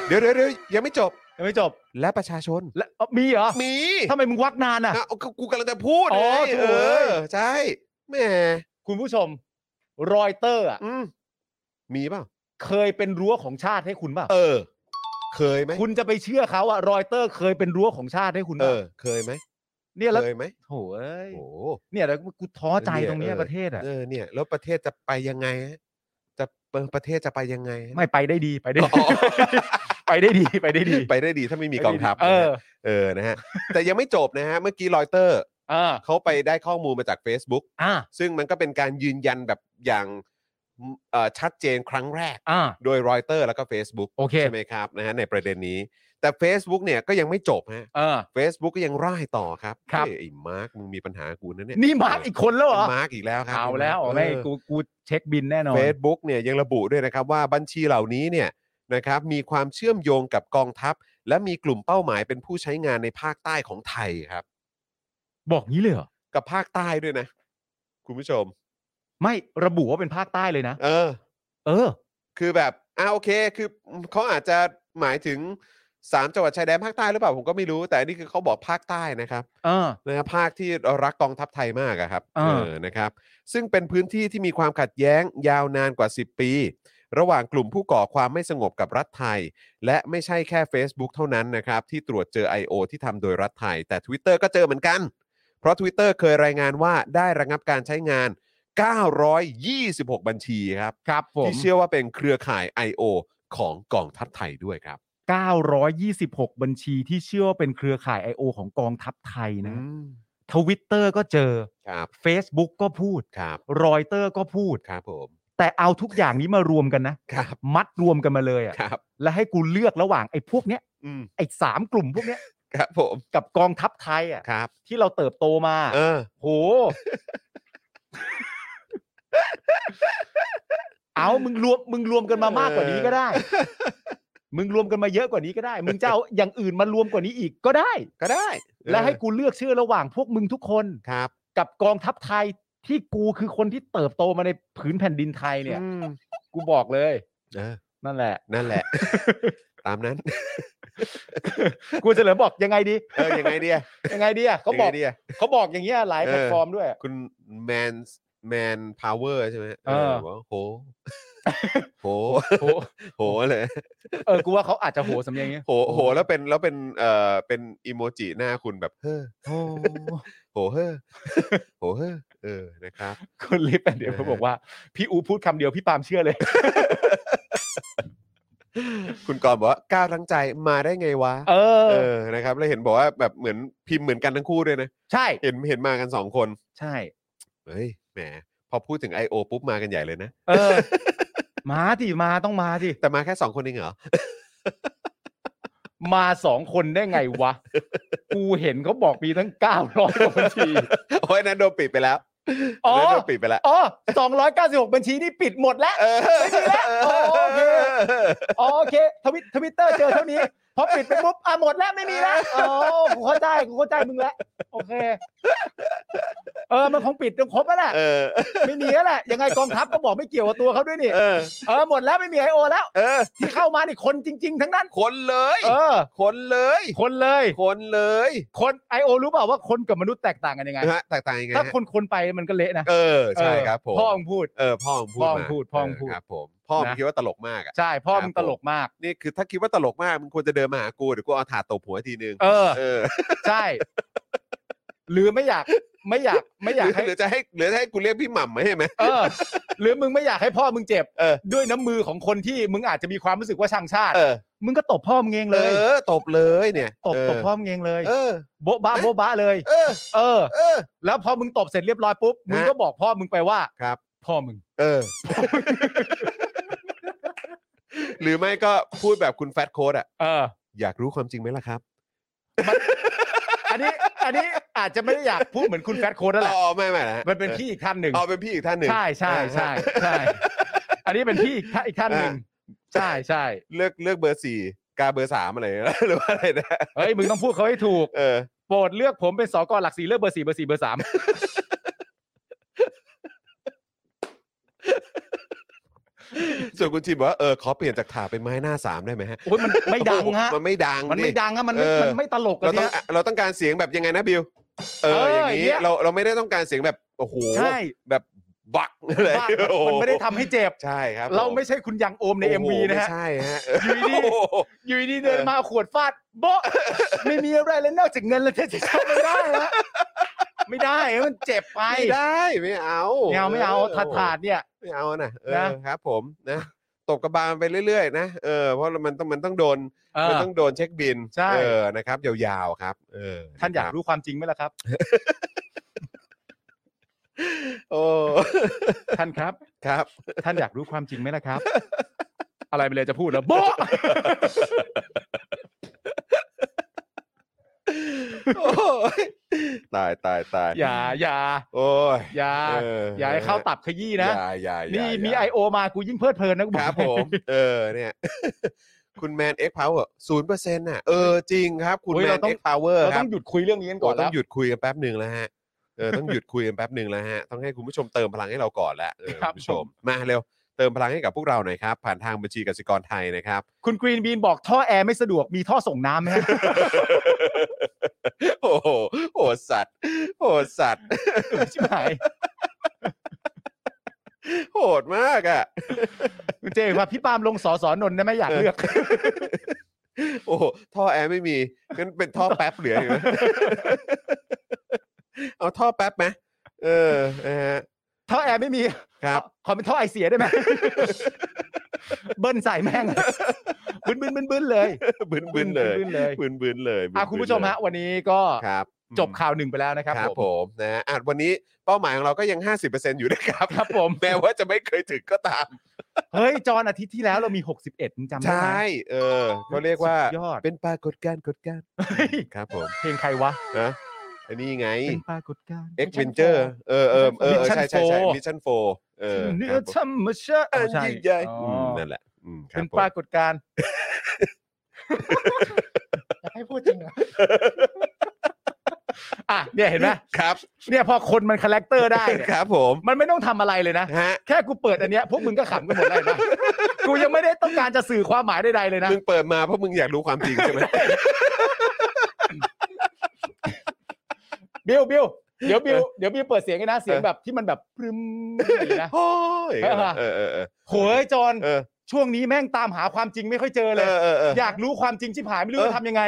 C: เดี๋ยวเดี๋ยวเดี๋ยวยังไม่จบ
D: ยังไม่จบ
C: และประชาชน
D: และเอ้ามีเหรอ
C: มี
D: ทำไมมึงวักนานอ่ะ
C: อ่ะกูกูกำลังจะพูด
D: อ๋อ
C: ไง
D: โถ่
C: เอ
D: เอ้ย
C: อ ใช่ แหม
D: คุณผู้ชม รอยเตอร์อ่ะ
C: อืมมีเปล่า
D: เคยเป็นรั้วของชาติให้คุณเปล่า
C: เออ เคยไหม
D: คุณจะไปเชื่อเขาอ่ะรอยเตอร์เคยเป็นรั้วของชาติให้คุณ
C: เอ
D: เปล่า
C: อ เคยไหม
D: เนี่ยแล้ว
C: เคยไหม
D: โถเอ้ย
C: โอ้
D: เนี่ยแล้วกูท้อใจตรงเนี้ย
C: เนี่ยเออ
D: ประเทศอ่ะ
C: เออเนี่ย แล้วประเทศจะไปยังไงฮะจะเออประเทศจะไปยังไงฮะ
D: ไม่ไปได้ดีไปได้ดี
C: อ๋อ
D: ไปได้ดีไปได้ดี
C: ไปได้ดีถ้าไม่มีกองทัพ
D: เอ
C: นะฮะ
D: อ
C: เออนะฮะ แต่ยังไม่จบนะฮะ เมื่อกี้รอยเตอร์
D: เออ
C: เขาไปได้ข้อมูลมาจาก Facebook
D: อ่า
C: ซึ่งมันก็เป็นการยืนยันแบบอย่างเอ่อชัดเจนครั้งแรก
D: อ่า
C: โดยรอยเตอร์แล้วก็ Facebook
D: โอเค
C: ใช่ไหมครับนะฮะในประเด็นนี้ แต่ Facebook เนี่ยก็ยังไม่จบฮะ
D: เออ
C: Facebook ก็ยังร่ายต่อครับ
D: ครับ
C: เฮ้ยไอ้มาร์กมึงมีปัญหากูนะเนี่ย
D: นี่มาร์กอีกคนแล้วเหรอ
C: มาร์กอีกแล้วครับ
D: เอาแล้วเอาไม่
C: เออ
D: กูกูเช็คบินแน่นอน
C: Facebook เนี่ยยังระบุด้วยนะครับว่าบัญชีเหล่านี้เนี่ยนะครับมีความเชื่อมโยงกับกองทัพ และมีกลุ่มเป้าหมายเป็นผู้ใช้งานในภาคใต้ของไทยครับ
D: บอกงี้เลยเหรอ
C: กับภาคใต้ด้วยนะ คุณผู้ชม
D: ไม่ระบุว่าเป็นภาคใต้เลยนะ
C: เออ
D: เออ
C: คือแบบอ่าโอเค คือเขาอาจจะหมายถึง 3 จังหวัดชายแดนภาคใต้หรือเปล่าผมก็ไม่รู้ แต่อันนี่คือเขาบอกภาคใต้นะครับ
D: เออ
C: นะฮะภาคที่รักกองทัพไทยมากอะครับ
D: อ่า
C: เออนะครับ ซึ่งเป็นพื้นที่ที่มีความขัดแย้งยาวนานกว่า 10 ปี ระหว่างกลุ่มผู้ก่อความไม่สงบกับรัฐไทย และไม่ใช่แค่ Facebook เท่านั้นนะครับ ที่ตรวจเจอ I.O. ที่ทำโดยรัฐไทย แต่ Twitter ก็เจอเหมือนกัน เพราะ Twitter เคยรายงานว่าได้ระงับการใช้งาน 926 บัญชีครับ
D: ครับผม
C: ที่เชื่อว่าเป็นเครือข่าย I.O. ของกองทัพไทยด้วยครับ
D: 926 บัญชีที่เชื่อว่าเป็นเครือข่าย I.O. ของกองทัพไทยนะ
C: อืม
D: ทวิตเตอร์ก็เจอ
C: ครับ
D: Facebook ก็พูด
C: ครับ
D: รอยเตอร์ก็พูด
C: ครับผม
D: แต่เอาทุกอย่างนี้มารวมกันนะ
C: ครับ
D: มัดรวมกันมาเลยอะ
C: ครับ
D: แล้วให้กูเลือกระหว่างไอ้พวกเนี้ย
C: อืม
D: ไอ้สามกลุ่มพวกเนี้ย
C: ครับผม
D: กับกองทัพไทยอ่ะ
C: ครับ
D: ที่เราเติบโตมา
C: เออ
D: โห เอามึงรวมมึงรวมกันมามากกว่านี้ก็ได้ มึงรวมกันมาเยอะกว่านี้ก็ได้ มึง จะเอาอย่างอื่นมารวมกว่านี้อีกก็ได้
C: ก็ได้
D: และให้
C: เออ
D: กูเลือกชื่อระหว่างพวกมึงทุกคน
C: ครับ
D: กับกองทัพไทยที่กูคือคนที่เติบโตมาในผืนแผ่นดินไทยเนี่ย
C: อืม
D: กูบอกเลย
C: เออ
D: นั่นแหละ
C: นั่นแหละ ตามนั้น
D: คุณเฉลิมบอกยังไงดี
C: เออยังไงดีอะ
D: ยังไงดีอ่ะเขา
C: ยัง
D: บ
C: ไง
D: อก
C: ดีอะ
D: เขาบอกอย่างเงี้ยหลาย
C: เออ
D: แพลตฟอร์มด้วย
C: คุณแมนแมนพาวเวอร์ใช่ไหม
D: เออ
C: บอกว่า โห โห
D: โห
C: โหเลย
D: เออกูว่าเขาอาจจะโหสำเนียงเงี้ย
C: โหโหแล้วเป็นแล้วเป็นเอ่อเป็นอีโมจิหน้าคุณแบบเฮ้อ
D: โอ้
C: โหเฮ้อ โหเฮ้อเออนะครับ
D: คุณลิฟต์เดี๋ยวเขาบอกว่า พี่อูพูดคำเดียวพี่ปาล์มเชื่อเลย
C: คุณกรณ์บอกว่าก้าวทั้งใจมาได้ไงวะ
D: เออ
C: เออนะครับแล้วเห็นบอกว่าแบบเหมือนพิมพ์เหมือนกันทั้งคู่ด้วยนะ
D: ใช่
C: เห็นเห็นมากันสองคน
D: ใช่
C: เฮ้ยแหมพอพูดถึง I.O. ปุ๊บมากันใหญ่เลยนะ
D: เออ มาสิมาต้องมาสิ
C: แต่มาแค่สองคนเองเหรอ
D: มาสองคนได้ไงวะ กูเห็นเขาบอกมีทั้งเก้าร้อยบัญชี
C: โอ้ยอันนั้นโดนปิดไปแล้ว
D: อ๋ออั
C: นนั้นโดนปิดไปแล้ว
D: อ๋อสองร้อยเก้าสิบหกบัญชีนี่ปิดหมดแล้ว
C: เออ
D: ไม่มีแล้วโอเค อ๋อโอเคทวิตทวิตเตอร์เจอเท่านี้ พอปิดไปปุ๊บอ่ะหมดแล้วไม่มีแล้วอ๋อกูเข้าใจกูเข้าใจมึงแล้วโอเค เออมันคงปิดจนครบแล้วแหละ
C: เออ
D: ไม่มีแล้วแหละยังไงกองทัพก็บอกไม่เกี่ยวกับตัวเขาด้วยนี่
C: เออ
D: เออหมดแล้วไม่มีไอโอแล้ว
C: เออ
D: ที่เข้ามานี่คนจริง ๆ ทั้งนั้น
C: คนเลย
D: เออ
C: คนเลย
D: คนเลย
C: คนเลย
D: คนไอโอรู้เปล่าว่าคนกับมนุษย์แตกต่างกันยังไง
C: นะฮะแตกต่างยังไง
D: ถ้า
C: ฮะ
D: คนคนไปมันก็เละนะ
C: เออ ใช่
D: เออ
C: ครับผม
D: พ่อมึงพูด
C: เออพ่อผมพูด
D: พ่อมึง
C: มา
D: พูดพ่อมึงพูด
C: เครับผมพ่อผม
D: นะ
C: คิดว่าตลกมากอ่ะ
D: ใช่พ่อมึง
C: ค
D: ต
C: รับผม
D: ลกมาก
C: นี่คือถ้าคิดว่าตลกมากมึงควรจะเดินมาหากูเดี๋ยวกูเอาถาดตบหัวทีนึง
D: เออ
C: เออ
D: ใช่ หรือไม่อยากไม่อยากไม่อยากให้
C: หรือจะให้หรือจะให้กูเรียกพี่หม่ำไหมใช่ไหม
D: เออ หรือมึงไม่อยากให้พ่อมึงเจ็บ
C: เออ
D: ด้วยน้ำมือของคนที่มึงอาจจะมีความรู้สึกว่าช่างชาติ
C: เออ
D: มึงก็ตบพ่อมึงเอง
C: เอ
D: เลย
C: อตบเลยเนี่ย
D: ตบ
C: เ
D: ตบพ่อมึงเองเลย
C: เออ
D: โบ๊ะบ้าโบ๊ะบ้าเลย
C: เออ
D: เออ
C: เออ
D: แล้วพอมึงตบเสร็จเรียบร้อยปุ๊บมึงก็บอกพ่อมึงไปว่า
C: ครับ
D: พ่อมึง
C: เออ หรือไม่ก็พูดแบบคุณแฟตโค้ดอ่ะ
D: เออ
C: อยากรู้ความจริงไหมล่ะครับ
D: อันนี้อันนี้อาจจะไม่ได้อยากพูดเหมือนคุณแฟตโค้ดนั่นแหละ
C: อ๋อไม่ไม่นะฮะ
D: มันเป็นพี่อีกท่านหนึ่ง
C: อ๋อเป็นพี่อีกท่านหนึ่ง
D: ใช่ใช่ใช่ใช่อันนี้เป็นพี่อีกท่านอีกท่านหนึ่งใช่ใช่
C: เลือกเลือกเบอร์สี่กาเบอร์สามอะไร นะ หรือว่าอะไรนะ
D: เฮ้ยมึงต้องพูดเขาให้ถูก
C: เออ
D: โปรดเลือกผมเป็นสกหลักสี่เลือกเบอร์สี่เบอร์สี่เบอร์สาม
C: ส่วนคุณชิมบอกว่าเออขอเปลี่ยนจากถาดเป็นไม้หน้าสามได้ไหมฮะ
D: โอ้ยมันไม่ดังฮะ
C: มันไม่ดัง
D: มันไม่
C: ดิ
D: ดังอะมันไม่
C: เออ
D: มันไม่ตลกอะ
C: เราต้อ
D: เนี่
C: ง
D: ย
C: เราต้องการเสียงแบบยังไงนะบิว เออ
D: เออ
C: อ
D: อ
C: นี้
D: ย่างอย่างเงี้ย
C: เราเราไม่ได้ต้องการเสียงแบบโอ้โห
D: ใช่
C: แบบบักอะไร
D: บ้า
C: โอ้โห
D: มันไม่ได้ทำให้เจ็บ
C: ใช่ครับ
D: เราไม่ใช่คุณยังโอมใน
C: โอ้โห
D: MV นะฮะ
C: ไม่ใช่ฮะ
D: อยู่ดี
C: โอ้โห
D: อยู่ดีๆเดินมาเอาขวดฟาดโบ๊ะ ไม่มีอะไรแล้วนอกจากเงินแล้วเธอจะเข้าไม่ได้ฮะไม่ได้มันเจ็บไป
C: ไม่ได้ไม่เอา
D: ไม่เอาไม่เอาถาดถาดเนี่ย
C: ไม่เอานะเออ
D: นะ
C: ครับผมนะตบกระบาลไปเรื่อยๆนะเออเพราะมันต้องมันต้องโดน
D: เอ
C: มั
D: อ
C: ต้องโดนเช็คบิน
D: ใช่
C: เออนะครับยาวๆครับ เออ
D: ท่านอยาก
C: ะคบ
D: รู้ความจริงไหมล่ะครับ
C: โอ้
D: ท่าน ครับ
C: ครับ
D: ท่านอยากรู้ความจริงไหมล่ะครับ อะไรไปเลยจะพูดแล้วโบ๊ะ
C: โอ้ยตายตายตาย
D: อย่าอย่า
C: โอ้ย
D: อย่า
C: เ
D: อย่าให้เข้าตับขยี้นะ
C: อย่าอย่าอย่า
D: นี่มี
C: อย่า
D: I.O. มากูยิ่งเพลิดเพลินนะกูบอ
C: ค
D: ก
C: รับผม เออเนี่ย คุณแมนเอ็กพาวเวอร์ศูนย์เปอร์เซ็นต์่ะเออจริงครับ คุณ
D: โอ้ย
C: แม
D: เรา
C: น
D: ต้อง
C: เอ็กพาวเวอร์
D: เรา
C: ครั
D: ต้
C: บ
D: องหยุดคุยเรื่องนี้กันก่อน
C: โต้
D: แล้
C: อ
D: ว
C: งหยุดคุยกันแป๊บหนึ่งแล้วฮะ เออต้องหยุดคุยกันแป๊บหนึ่งแล้วฮะ ต้องให้คุณผู้ชมเติมพลังให้เราก่อนละเออ
D: ครั
C: คุ
D: บ
C: ณผู้ชม มาเร็ว เติมพลังให้กับพวกเราหน่อยครับ ผ่านทางบัญชีกสิกรไทยนะครับ
D: คุณกรีนบีนบอกท่อแอร์ไม่สะดวกมีท่อส่งน้ำไหมฮะ
C: โอ้โหโหดสัตว์โหดสัตว์
D: ชิบหาย
C: โหดมากอ่ะ
D: คุณเจว่าพี่ปาล์มลงสอสอนนท์ได้ไหมอยากเลือก
C: โอ้โหท่อแอร์ไม่มีงั้นเป็นท่อแป๊บเหลืออยู่นะ เอาท่อแป๊บไหมเออนะฮะ
D: ท่อแอร์ไม่มี
C: ครับ
D: ขอขอเป็นท่อไอเสียได้ไหม เบิ้ลใส่แม่งบึ้นบึ้นบึ้นบึ้นเลย
C: บึนบึนๆเลย
D: บึ้นเลย
C: บึนบึนๆเลยบึ้นๆเลย
D: อ่ะคุณผู้ชมฮะวันนี้ก็
C: ครับ
D: จบข่าวหนึ่งไปแล้วนะครับ
C: ครับ
D: ผ
C: ผมมนะฮะอ่ะวันนี้เป้าหมายของเราก็ยัง 50%อยู่นะครับ
D: ครับผม
C: แม้ว่าจะไม่เคยถึงก็ตาม
D: เฮ้ย จอนอาทิตย์ที่แล้วเรามี 61มึงจำ
C: ใช
D: ได้ไหม่
C: เออเขาเรียกว่า
D: สุดยอด
C: เป็นปรากฏการณ์กฏการณ์
D: เฮ้ย
C: ครับผม
D: เพลงใครวะ
C: นะอันนี้ไง
D: เป็นปรากฏการณ์
C: เอ็กเวนเจอร์ เออเออเออ
D: Mission
C: ใช่ใช่ใช่
D: Four
C: มิชชั่นโฟเออ
D: เนื้
C: ค
D: อ
C: รับผม
D: ธรรมชาติ
C: อั
D: อ๋อน ใช่
C: ยิ่งใหญ่
D: อ๋อ
C: อื
D: อ
C: มนั่นแหละอืมครับ
D: เป็น
C: ผม
D: ปรากฏการณ์อยากให้พูดจริงเหรอ อ่ะเนี่ยเห็นไหม
C: ครับ
D: เนี่ยพอคนมันคาแรคเตอร์ได้เนี่ย
C: ครับผม
D: มันไม่ต้องทำอะไรเลยนะ
C: ฮะ
D: แค่กูเปิดอันเนี้ยพวกมึงก็ขำกันหมดเลยนะกูยังไม่ได้ต้องการจะสื่อความหมายใดๆเลยนะ
C: มึงเปิดมาเพราะมึงอยากรู้ความจริงใช่ไหม
D: บิวบิวเดี๋ยวบิวเดี๋ยวบิวเปิดเสียงให้นะเสียงแบบที่มันแบบปรึมอย่างนี้นะ
C: โอ้ยอย่างนั้นเหรอ
D: เอ
C: เออ
D: อ
C: เออเออ
D: โหยจอน
C: เออ
D: ช่วงนี้แม่งตามหาความจริงไม่ค่อยเจอเลย
C: เออเออ
D: อยากรู้ความจริงชิบหายไม่รู้
C: เออ
D: จะทำยังไง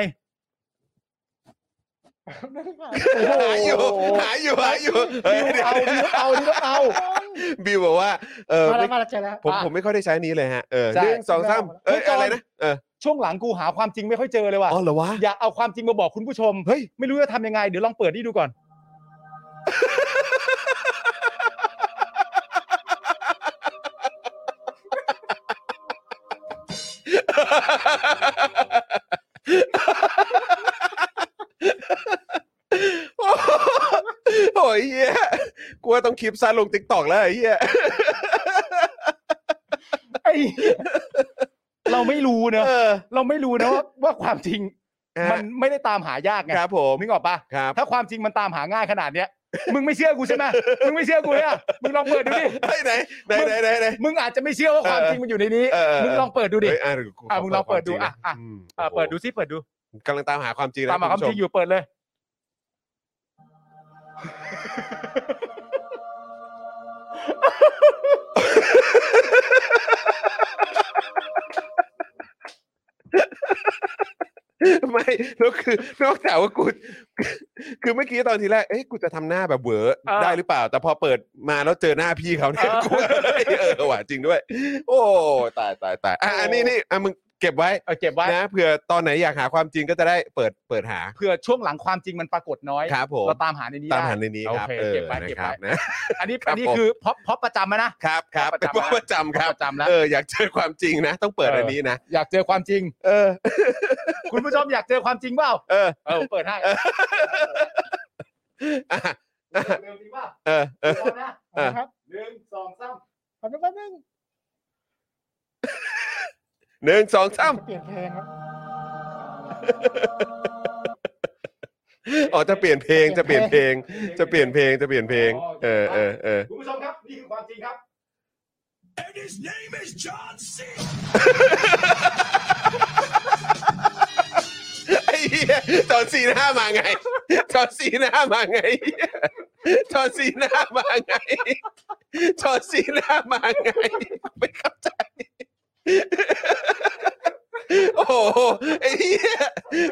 C: หาอยู่หาอยู่หาอยู่เฮ้ย
D: บิว
C: เดี๋ยว
D: เอาบิวเอานี่ก็เอา
C: บิวบอกว่าเออ
E: มา
C: ไม่
E: แล้วมาแล้วเจอแล้ว
C: ผม
D: อ่ะ
C: ผมไม่ค่อยได้ใช้นี้เลยฮะเออ
D: ใช่
C: หนึ่งสองสามเอ้ย
D: เมื่อก่อน
C: อะไรนะเออ
D: ช่วงหลังกูหาความจริงไม่ค่อยเจอเลยว่ะ
C: อ๋อเหรอวะ
D: อยากเอาความจริงมาบอกคุณผู้ชมเฮ้ยไม่รู้จะทำยังไงเดี๋ยวลองเปิดนี่ดูก่อน
C: โอ้ยเฮียกลัวต้องคลิปสั้นลงติ๊กตอกแล้วไอ้เฮีย
D: ไอ้เหี้ยเราไม่รู้เนอะ
C: เออ
D: เราไม่รู้นะว่าว่าความจริงมั
C: ฮะ
D: นไม่ได้ตามหายากไง
C: ครับผม
D: นึกออกปะ
C: ครับ
D: ถ้าความจริงมันตามหาง่ายขนาดเนี้ย มึงไม่เชื่อกูใช่ไหมมึงไม่เชื่อกูเนี่ยมึงลองเปิดดูดิ
C: เฮ้ยไหนไหนไหนไหนไหน
D: มึงอาจจะไม่เชื่อว่าความจริงมันอยู่ในนี้
C: เออเออ
D: มึงลองเปิดดูดิ
C: เฮ้ยอ่ะเดี๋ยวกูข
D: อ่ะมึงลองเปิดดู
C: ความจริน
D: อ่ะอ่ะ
C: ม
D: เออ
C: โโห
D: เปิดดูซิเปิดดู
C: กำลังตามหาความจริงนะ
D: ตามหาความจริ
C: ณ
D: งอ
C: ผู้ช
D: ยู่เปิดเลย
C: ไม่แล้วคือนอกจากว่ากูคือเมื่อกี้ตอนทีแรกเอ้ยกูจะทำหน้าแบบเหวอ
D: เออ
C: ได้หรือเปล่า แต่พอเปิดมาแล้วเจอหน้าพี่เขาเนี่ยกูก็ เลยเออว่ะจริงด้วย โอ้ตายตายตายอ่ะอันนี้นี่อ่ะมึงเก็บไว้
D: เอาเก็บไว้
C: นะเผื่อตอนไหนอยากหาความจริงก็จะได้เปิดเปิดหา
D: เผื่อช่วงหลังความจริงมันปรากฏน้อย
C: ครับผม
D: เราตามหาในนี้
C: ตาม
D: ได้
C: หาในนี้ครับ
D: โอเค
C: เออ
D: เก็บไว้
C: นะ
D: เก็บ
C: ค
D: ไว้
C: รับนะ
D: อันนี้
C: ครับ
D: อันนี้
C: ผม
D: คือพอพอประจำมานะ
C: ครับครับ
D: ประ
C: เป็น
D: จำนะ
C: ว่าประจำครับ
D: ประจำนะ
C: เอออยากเจอความจริงนะ ต้องเปิด
D: เอออั
C: อันนี้นะ
D: อยากเจอความจริง
C: เออ
D: คุณผู้ชมอยากเจอความจริงเปล่า
C: เออ
D: เออผมเปิดให้
C: อ่ะ
D: เร็วจริงเปล่า
C: เออเออ
D: พร้อมนะ
C: เออ
D: ครับหนึ่งสองสาม
E: แป๊บนึงแป๊บนึง
C: หนึ่งสองสาม
E: เปลี่ยนเพลงครับ
C: อ๋อจะเปลี่ยนเพลงจะเปลี่ยนเพลง จะเปลี่ยนเพลงจะเปลี่ยนเพลง เออเออเออ
D: คุณผู้ชมครับนี่คือความจริงครับ
C: ไอ้เหี้ยจอร์นซีน่ามาไง จอร์นซีน่ามาไงจอร์นซีน่ามาไงจอร์นซีน่ามาไงไม่เข้าใจ โอ้โหไอ้เหี้ย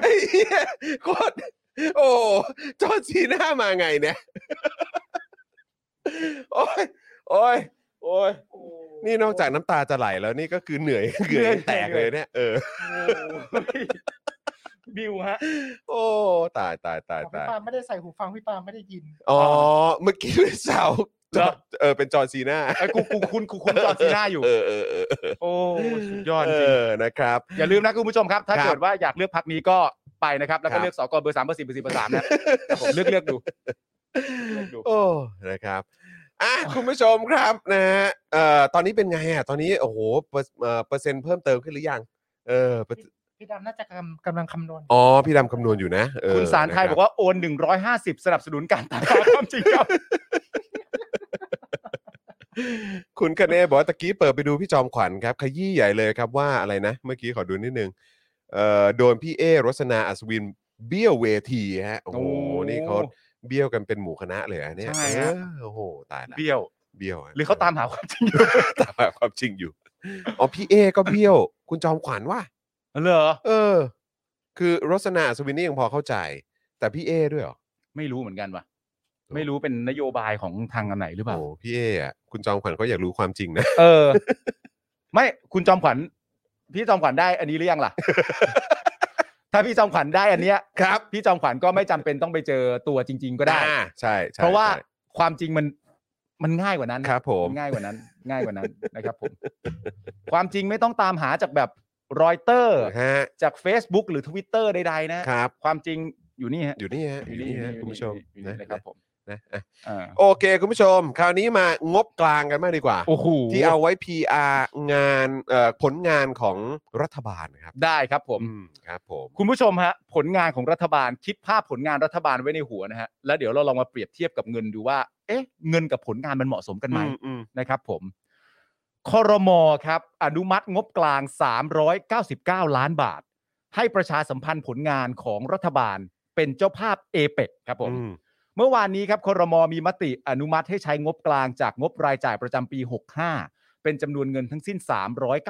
C: ไอ้เหี้ยโคตรโอ้โหจอร์นซีน่ามาไงเนี่ยโอ้ยโอ้ยโอ้ย นี่นอกจากน้ำตาจะไหลแล้วนี่ก็คือเหนื่อย เหนื่อยแตกเลยเนี่ยเออ
D: บิวฮะ
C: โอ้ตายตายตาย
E: พี่
C: ตาย
E: ปาล์มไม่ได้ใส่หูฟังพี่ปาล์มไม่ได้ยิน
C: อ๋อ เมื่อกี้เป็นสาว
D: เหรอ
C: เออเป็นจอร์นซีน่า
D: ไอ้กูกูคุณกูคุณจอร์นซีน่าอยู่
C: เออเออเออเออ
D: โอ้สุดยอดจ
C: เอ
D: ริง
C: อนะครับ
D: อย่าลืมนะคุณผู้ชมครับ ถ้า
C: ครับ
D: เกิดว่าอยากเลือกพักนี้ก็ไปนะครับ แล้ว
C: ครับ
D: ก็เลือกสกเบอร์สามเบอร์สี่เบอร์สี่เบอร์สามนะผมเลือกเลือกดูเลือกดู
C: โอ้นะครับอ่ะคุณผู้ชมครับนะฮะเอ่อตอนนี้เป็นไงอ่ะตอนนี้โอ้โหเปอร์เอ่อเปอร์เซ็นต์เพิ่มเติมขึ้นหรือยังเออเปอร์
E: พี่ดำน่าจะกำกำลังคำนวณ
C: อ๋อพี่ดำคำนวณอยู่นะเออ
D: คุณสารไทย
C: นะ
D: บ
C: รั
D: อกว่าโอน 150 สนับสนุนการตามหาความจริงครับ
C: คุณคะเนบอกว่าตะกี้เปิดไปดูพี่จอมขวัญครับขยี้ใหญ่เลยครับว่าอะไรนะ เมื่อกี้ขอดูนิดนึงเอ่อโดนพี่เอรสนาอัศวินเบี้ยวเวทีฮะโอ้โหนี่เขา เบี้ยวกันเป็นหมู่คณะเลยเหรอเนี่ย
D: ใช่
C: เอ
D: ฮะ
C: อโอ้โห ตายละ
D: เบี้ยว
C: เบี้ยวะ
D: หรือเขาตามหาความจริงอยู่
C: ตามหาความจริงอยู่ อ๋อ พี่เอก็เบี้ยว คุณจอมขวัญว่า
D: เหรอ
C: เออ คือรสนาสวินนี่ยังพอเข้าใจ แต่พี่เอด้วยเหรอ
D: ไม่รู้เหมือนกันว่ะไม่รู้เป็นนโยบายของทางอันไหนหรือเปล่า
C: โอ้พี่เออะคุณจอมขวัญเขาอยากรู้ความจริงนะ
D: เออ ไม่คุณจอมขวัญพี่จอมขวัญได้อันนี้หรือยัง ล่ะ ถ้าพี่จอมขวัญได้อันเนี้ย
C: ครับ
D: พี่จอมขวัญก็ไม่จำเป็นต้องไปเจอตัวจริง ๆ ก็ได้
C: อ่าใช่ใช่
D: เพราะว่า
C: ใช่
D: ความจริงมันมันง่ายกว่านั้น
C: ครับ ผม
D: นง่ายกว่านั้น ง่ายกว่านั้นนะครับ ผม ความจริงไม่ต้องตามหาจากแบบรอยเตอร์
C: ฮะ
D: จาก Facebook หรือ Twitter ใดๆ นะ
C: ครับ
D: ความจริงอยู่นี่ฮะ
C: อยู่นี่ฮะ อยู่นี่ฮะ
D: อยู่
C: คุณผู้ชม
D: อยู่นี่นะครับผม
C: นะอ่ะ
D: เอ่า
C: โอเค คุณผู้ชม คราวนี้มางบกลางกันมากดีกว่า
D: โอ้โห
C: ที่เอาไว้ PR งานเอ่อผลงานของรัฐบาลครับ
D: ได้ครับผม
C: อืมครับผม
D: คุณผู้ชมฮะผลงานของรัฐบาลคิดภาพผลงานรัฐบาลไว้ในหัวนะฮะแล้วเดี๋ยวเราลองมาเปรียบเทียบกับเงินดูว่า เอ๊ะ เงินกับผลงานมันเหมาะสมกันไหม
C: อืมอืม
D: นะครับ ผมคอรมอครับ อนุมัติงบกลาง 399 ล้านบาท ให้ประชาสัมพันธ์ผลงานของรัฐบาลเป็นเจ้าภาพเอเปกครับผม
C: อืม
D: เมื่อวานนี้ครับครมมีมติอนุมัติให้ใช้งบกลางจากงบรายจ่ายประจำปี 65 เป็นจำนวนเงินทั้งสิ้น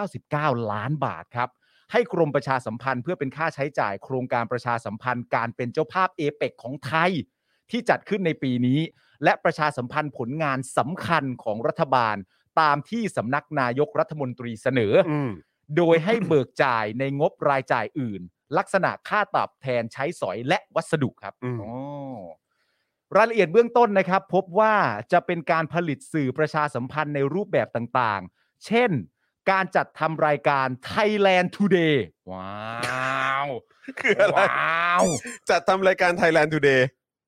D: 399 ล้านบาทครับ ให้กรมประชาสัมพันธ์เพื่อเป็นค่าใช้จ่ายโครงการประชาสัมพันธ์การเป็นเจ้าภาพเอเปกของไทย ที่จัดขึ้นในปีนี้ และประชาสัมพันธ์ผลงานสำคัญของรัฐบาล ตามที่สำนักนายกรัฐมนตรีเสนอ
C: อืม
D: โดยให้เบิกจ่ายในงบรายจ่ายอื่น ลักษณะค่าตอบแทนใช้สอยและวัสดุครับ
C: อืม
D: อ๋อรายละเอียดเบื้องต้นนะครับ พบว่าจะเป็นการผลิตสื่อประชาสัมพันธ์ในรูปแบบต่างๆ เช่น การจัดทำรายการ Thailand Today ว้าว
C: คืออะไร
D: ว้าว
C: จัดทำรายการ Thailand Today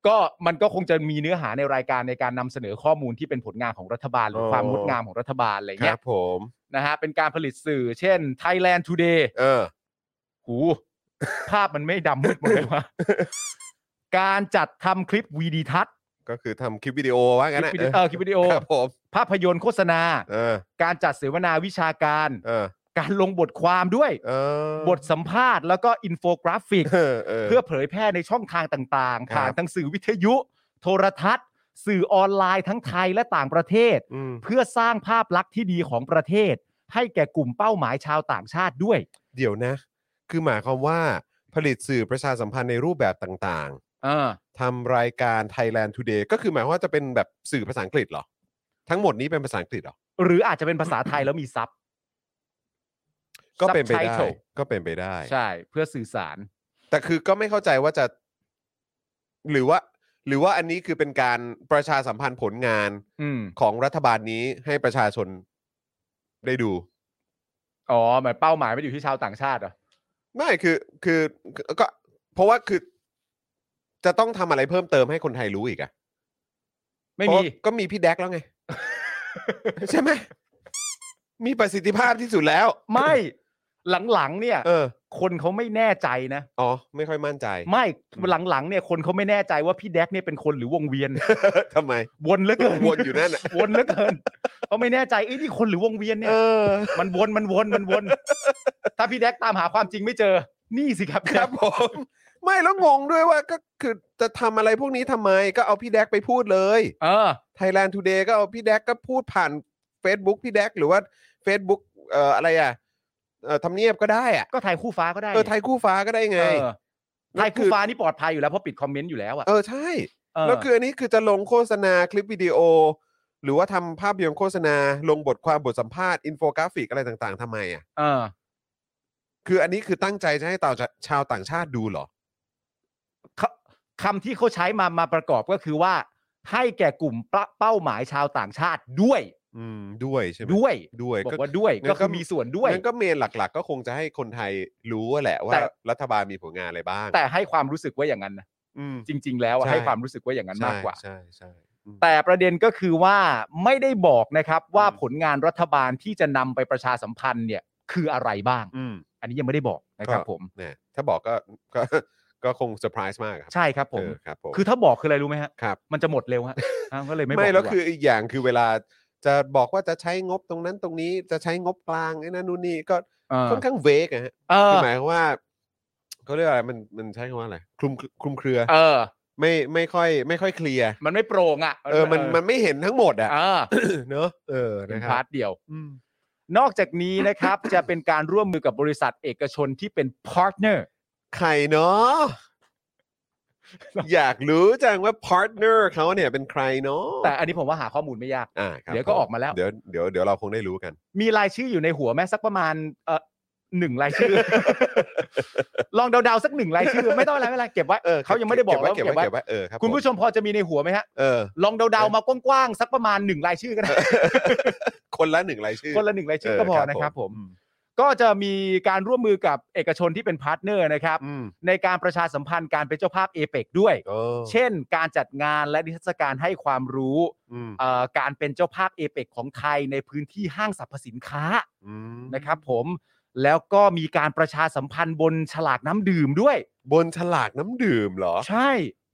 D: ก็มันก็คงจะมีเนื้อหาในรายการในการนำเสนอข้อมูลที่เป็นผลงานของรัฐบาล หรือความงดงามของรัฐบาลอะไร
C: ค
D: เงี้
C: รั
D: ย
C: บผม
D: นะฮะเป็นการผลิตสื่อ เช่น Thailand Today
C: เออ
D: หูภาพมันไม่ดำมืดหมดเลยวะ การจัดทำคลิปวีดีทัศน์
C: ก็คือทำคลิปวิดีโอว่า
D: ค
C: งั้น
D: ลิป
C: นะ
D: วิดีเออคลิปวิดีโอ
C: ครับผม
D: ภาพยนตร์โฆษณา
C: เออ
D: การจัดเสวนาวิชาการ
C: เออ
D: การลงบทความด้วย
C: เออบ
D: ทสัมภาษณ์แล้วก็อินโฟกราฟิก
C: เออเออ
D: เพื่อเผยแพร่ในช่องทางต่าง
C: ครับ
D: ๆผ่านทั้งสื่อวิทยุ โทรทัศน์ สื่อออนไลน์ทั้งไทยและต่างประเทศ
C: ม
D: เพื่อสร้างภาพลักษณ์ที่ดีของประเทศ ให้แก่กลุ่มเป้าหมายชาวต่างชาติด้วย
C: เดี๋ยวนะ คือหมายความว่าผลิตสื่อประชาสัมพันธ์ในรูปแบบต่าง
D: อ่า
C: ๆทำรายการ Thailand Today ก็คือหมายความว่าจะเป็นแบบสื่อภาษาอังกฤษเหรอ ทั้งหมดนี้เป็นภาษาอังกฤษเหรอ
D: หรืออาจจะเป็นภาษาไทยแล้วมีซับ
C: ก็เป็นไปได้
D: Subtitle
C: ก็เป็นไปได้
D: ใช่ เพื่อสื่อสาร
C: แต่คือก็ไม่เข้าใจว่าจะ หรือว่า หรือว่าอันนี้คือเป็นการประชาสัมพันธ์ผลงาน
D: อืม
C: ของรัฐบาลนี้ให้ประชาชนได้ดู
D: อ๋อ หมายเป้าหมายไม่ได้อยู่ที่ชาวต่างชาติเหรอ
C: ไม่คือคือก็เพราะว่าคือ จะต้องทำอะไรเพิ่มเติมให้คนไทยรู้อีกอะ
D: ไม่
C: เพ
D: มี
C: ราะก็มีพี่แดกแล้วไง ใช่ไหมมีประสิทธิภาพที่สุดแล้ว
D: ไม่ หลังๆ เนี่ย
C: เออ
D: คนเขาไม่แน่ใจนะ
C: อ๋อ ไม่ค่อยมั่นใจ
D: ไม่ หลังๆ เนี่ย คนเขาไม่แน่ใจว่าพี่แดกเนี่ยเป็นคนหรือวงเวียน
C: ทำไม
D: วนเหลือเกิน
C: วนอยู่นั่นน่ะ
D: วนเหลือเกินเขาไม่แน่ใจเอ้ยนี่คนหรือวงเวียนเนี่
C: เอย อ
D: มันวน มันวน มันวน ถ้าพี่แดกตามหาความจริงไม่เจอ นี่สิครับ
C: ครับผม ไม่แล้วงงด้วยว่าก็คือจะทำอะไรพวกนี้ทำไม ก็เอาพี่แดกไปพูดเลย
D: เออ
C: Thailand Today ก็เอาพี่แดกก็พูดผ่าน Facebook พี่แดกหรือว่า Facebook เอ่ออะไรอ่ะเอ่อทำเนียบก็ได้อ่ะ
D: ก็ไทยคู่ฟ้าก็ได้
C: เออไทยคู่ฟ้าก็ได้ไง
D: เออไทย
C: แล้วคื
D: คู่
C: อ
D: ฟ้านี่ปลอดภัยอยู่แล้วเพราะปิดคอมเมนต์อยู่แล้วอะ
C: เออใช่
D: เออ
C: แล้วคืออันนี้คือจะลงโฆษณาคลิปวิดีโอ หรือว่าทำภาพยนตร์โฆษณาลงบทความบทสัมภาษณ์อินโฟกราฟิกอะไรต่างๆทำไมอ่ะ
D: เออ
C: คืออันนี้คือตั้งใจจะให้ต่าชาวต่างชาติดูเหรอ
D: เขาคำที่เขาใช้มามาประกอบก็คือว่า ให้แก่กลุ่มเป้าเป้าหมายชาวต่างชาติด้วย
C: อืม ด้วยใช่ไหม
D: ด้วย
C: ด้วย
D: บอกว่าด้วย
C: งั้นก็
D: ก็คือมีส่วนด้วย
C: งั้นก็เมนหลัก ๆ ก็คงจะให้คนไทยรู้แหละว่า
D: แต่
C: รัฐบาลมีผลงานอะไรบ้าง
D: แต่ให้ความรู้สึกว่าอย่างนั้นนะ
C: อืม
D: จริง ๆ แล้วอะ
C: ใช่
D: ให้ความรู้สึกว่าอย่างนั้นมากกว่า
C: ใช่ใช่ใช่อืม
D: แต่ประเด็นก็คือว่าไม่ได้บอกนะครับว่า
C: อืม
D: ผลงานรัฐบาลที่จะนำไปประชาสัมพันธ์เนี่ยคืออะไรบ้าง
C: อืม
D: อันนี้ยังไม่ได้บอกนะครับ
C: ก็
D: ผม
C: เนี่ยถ้าบอกก็ ก็ก็คงเซอร์ไพรส์มากครับ
D: ใช่ครับผม
C: เออครับผม
D: คือถ้าบอกคืออะไรรู้ไหมฮะ
C: ครับ
D: มันจะหมดเร็ว ฮะอ้าวก็เลยไม่บอก
C: ไม่แล้ว
D: ดีกา
C: คืออีกอย่างคือเวลาจะบอกว่าจะใช้งบตรงนั้นตรงนี้จะใช้งบกลางไอ้นั่นนู่นนี่ก็
D: เออ
C: ค่อนข้างเวกอะฮะ
D: เอ
C: คือ อหมายความว่าเขาเรียกอะไรมันมันใช้คำว่าอะไรคลุมคลุมเครือ
D: เออ
C: ไม่ไม่ค่อยไม่ค่อยเคลียร์
D: มันไม่โปร่งอ่ะ
C: เออมันมันไม่เห็นทั้งหมดอ่ะ
D: เออ
C: เนอะเออ
D: เป็
C: นะ
D: น
C: ครั
D: พาร์
C: บ
D: ทเดียว
C: อืม
D: นอกจากนี้ นะครับ จะเป็นการร่วมมือกับบริษัทเอกชนที่เป็นพาร์ทเนอร์
C: ใคร เนาะอยากรู้จังว่าพาร์ทเนอร์เขาเนี่ยเป็นใครเนาะ
D: แต่อันนี้ผมว่าหาข้อมูลไม่ยาก
C: อ่าครับ
D: เดี๋ยวก็
C: ผ
D: ออกมาแล้ว
C: เดี๋ยวเดี๋ยวเดี๋ยวเราคงได้รู้กัน
D: มีรายชื่ออยู่ในหัวแม้สักประมาณเอ่อหนึ่งรายชื่อ ลองเดาๆสักหนึ่งรายชื่อ ไม่ต้องอะไรไม่เป็นไรเก็บไว้
C: เออ
D: เขายังไม่ได้บอกแล้ว
C: เก็บ
D: เก็บ
C: ไว้
D: ไว้
C: เก็บไว้เออครับ
D: คุณผู้ชมพอจะมีในหัวไหมฮะ
C: เออ
D: ลองเดาๆมากว้างๆสักประมาณหนึ่งรายชื่อก็ได้
C: คนละหนึ่งรายชื่อ
D: คนละหนึ่งรายชื่อ
C: เออ
D: ก็พอ
C: ครับ
D: นะครับ
C: ผ
D: ผม ม ก็จะมีการร่วมมือกับเอกชนที่เป็นพาร์ทเนอร์นะครับ
C: อืม
D: ในการประชาสัมพันธ์การเป็นเจ้าภาพเอเปกด้วย
C: โอ้
D: เช่น การจัดงานและนิทรรศการให้ความรู้
C: อืม
D: เอ่อการเป็นเจ้าภาพเอเปกของไทยในพื้นที่ห้างสรรพสินค้า
C: อืม
D: นะครับผมแล้วก็มีการประชาสัมพันธ์บนฉลากน้ำดื่มด้วย
C: บนฉลากน้ำดื่มเหรอ
D: ใช่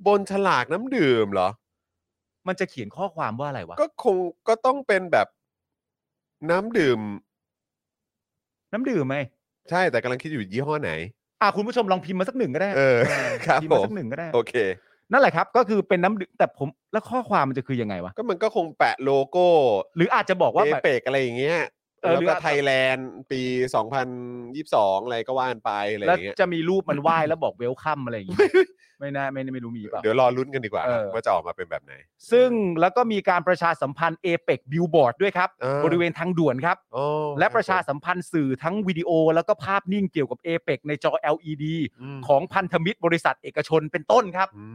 C: บนฉลากน้ำดื่มเหรอ
D: มันจะเขียนข้อความว่าอะไรวะ
C: ก็คงก็ต้องเป็นแบบน้ำดื่ม
D: น้ำดื่มไหม
C: ใช่แต่กำลังคิดอยู่ยี่ห้อไหน
D: อ่ะคุณผู้ชมลองพิมพ์มาสักหนึ่งก็ได้
C: เออครับ
D: พิมพ์มาสั
C: ผม
D: กหนึ่งก็ได้
C: โอเค
D: นั่นแหละครับ ก็คือเป็นน้ำดื่มแต่ผมแล้วข้อความมันจะคือยังไงวะ
C: ก็มันก็คงแปะโลโก้
D: หรืออาจจะบอกว่า
C: เอ
D: แบบ
C: เปกอะไรอย่างเงี้ย
D: เออ
C: แล้ว
D: หรือ
C: ก็
D: อาจจะ
C: ไทยแลนด์ปี 2022 อะไรก็ว่านไปอะไรอ
D: แล้ว
C: ย่างเงี้ย
D: จะมีรูปมันไหว้แล้วบอกเวลคัมอะไรอย่างงี้ ไม่น่าไม่ไม่รู้มีเปล่า
C: เดี๋ยวรอลุ้นกันดีกว่า
D: เออ
C: ว่าจะออกมาเป็นแบบไหน
D: ซึ่งแล้วก็มีการประชาสัมพันธ์เอเปกบิลบอร์ดด้วยครับ
C: เออ
D: บริเวณทางด่วนครับ
C: โอ้
D: และประชาสัมพันธ์สื่อทั้งวิดีโอ แล้วก็ภาพนิ่งเกี่ยวกับเอเปกในจอ LED
C: อืม
D: ของพันธมิตรบริษัทเอกชนเป็นต้นครับ
C: ม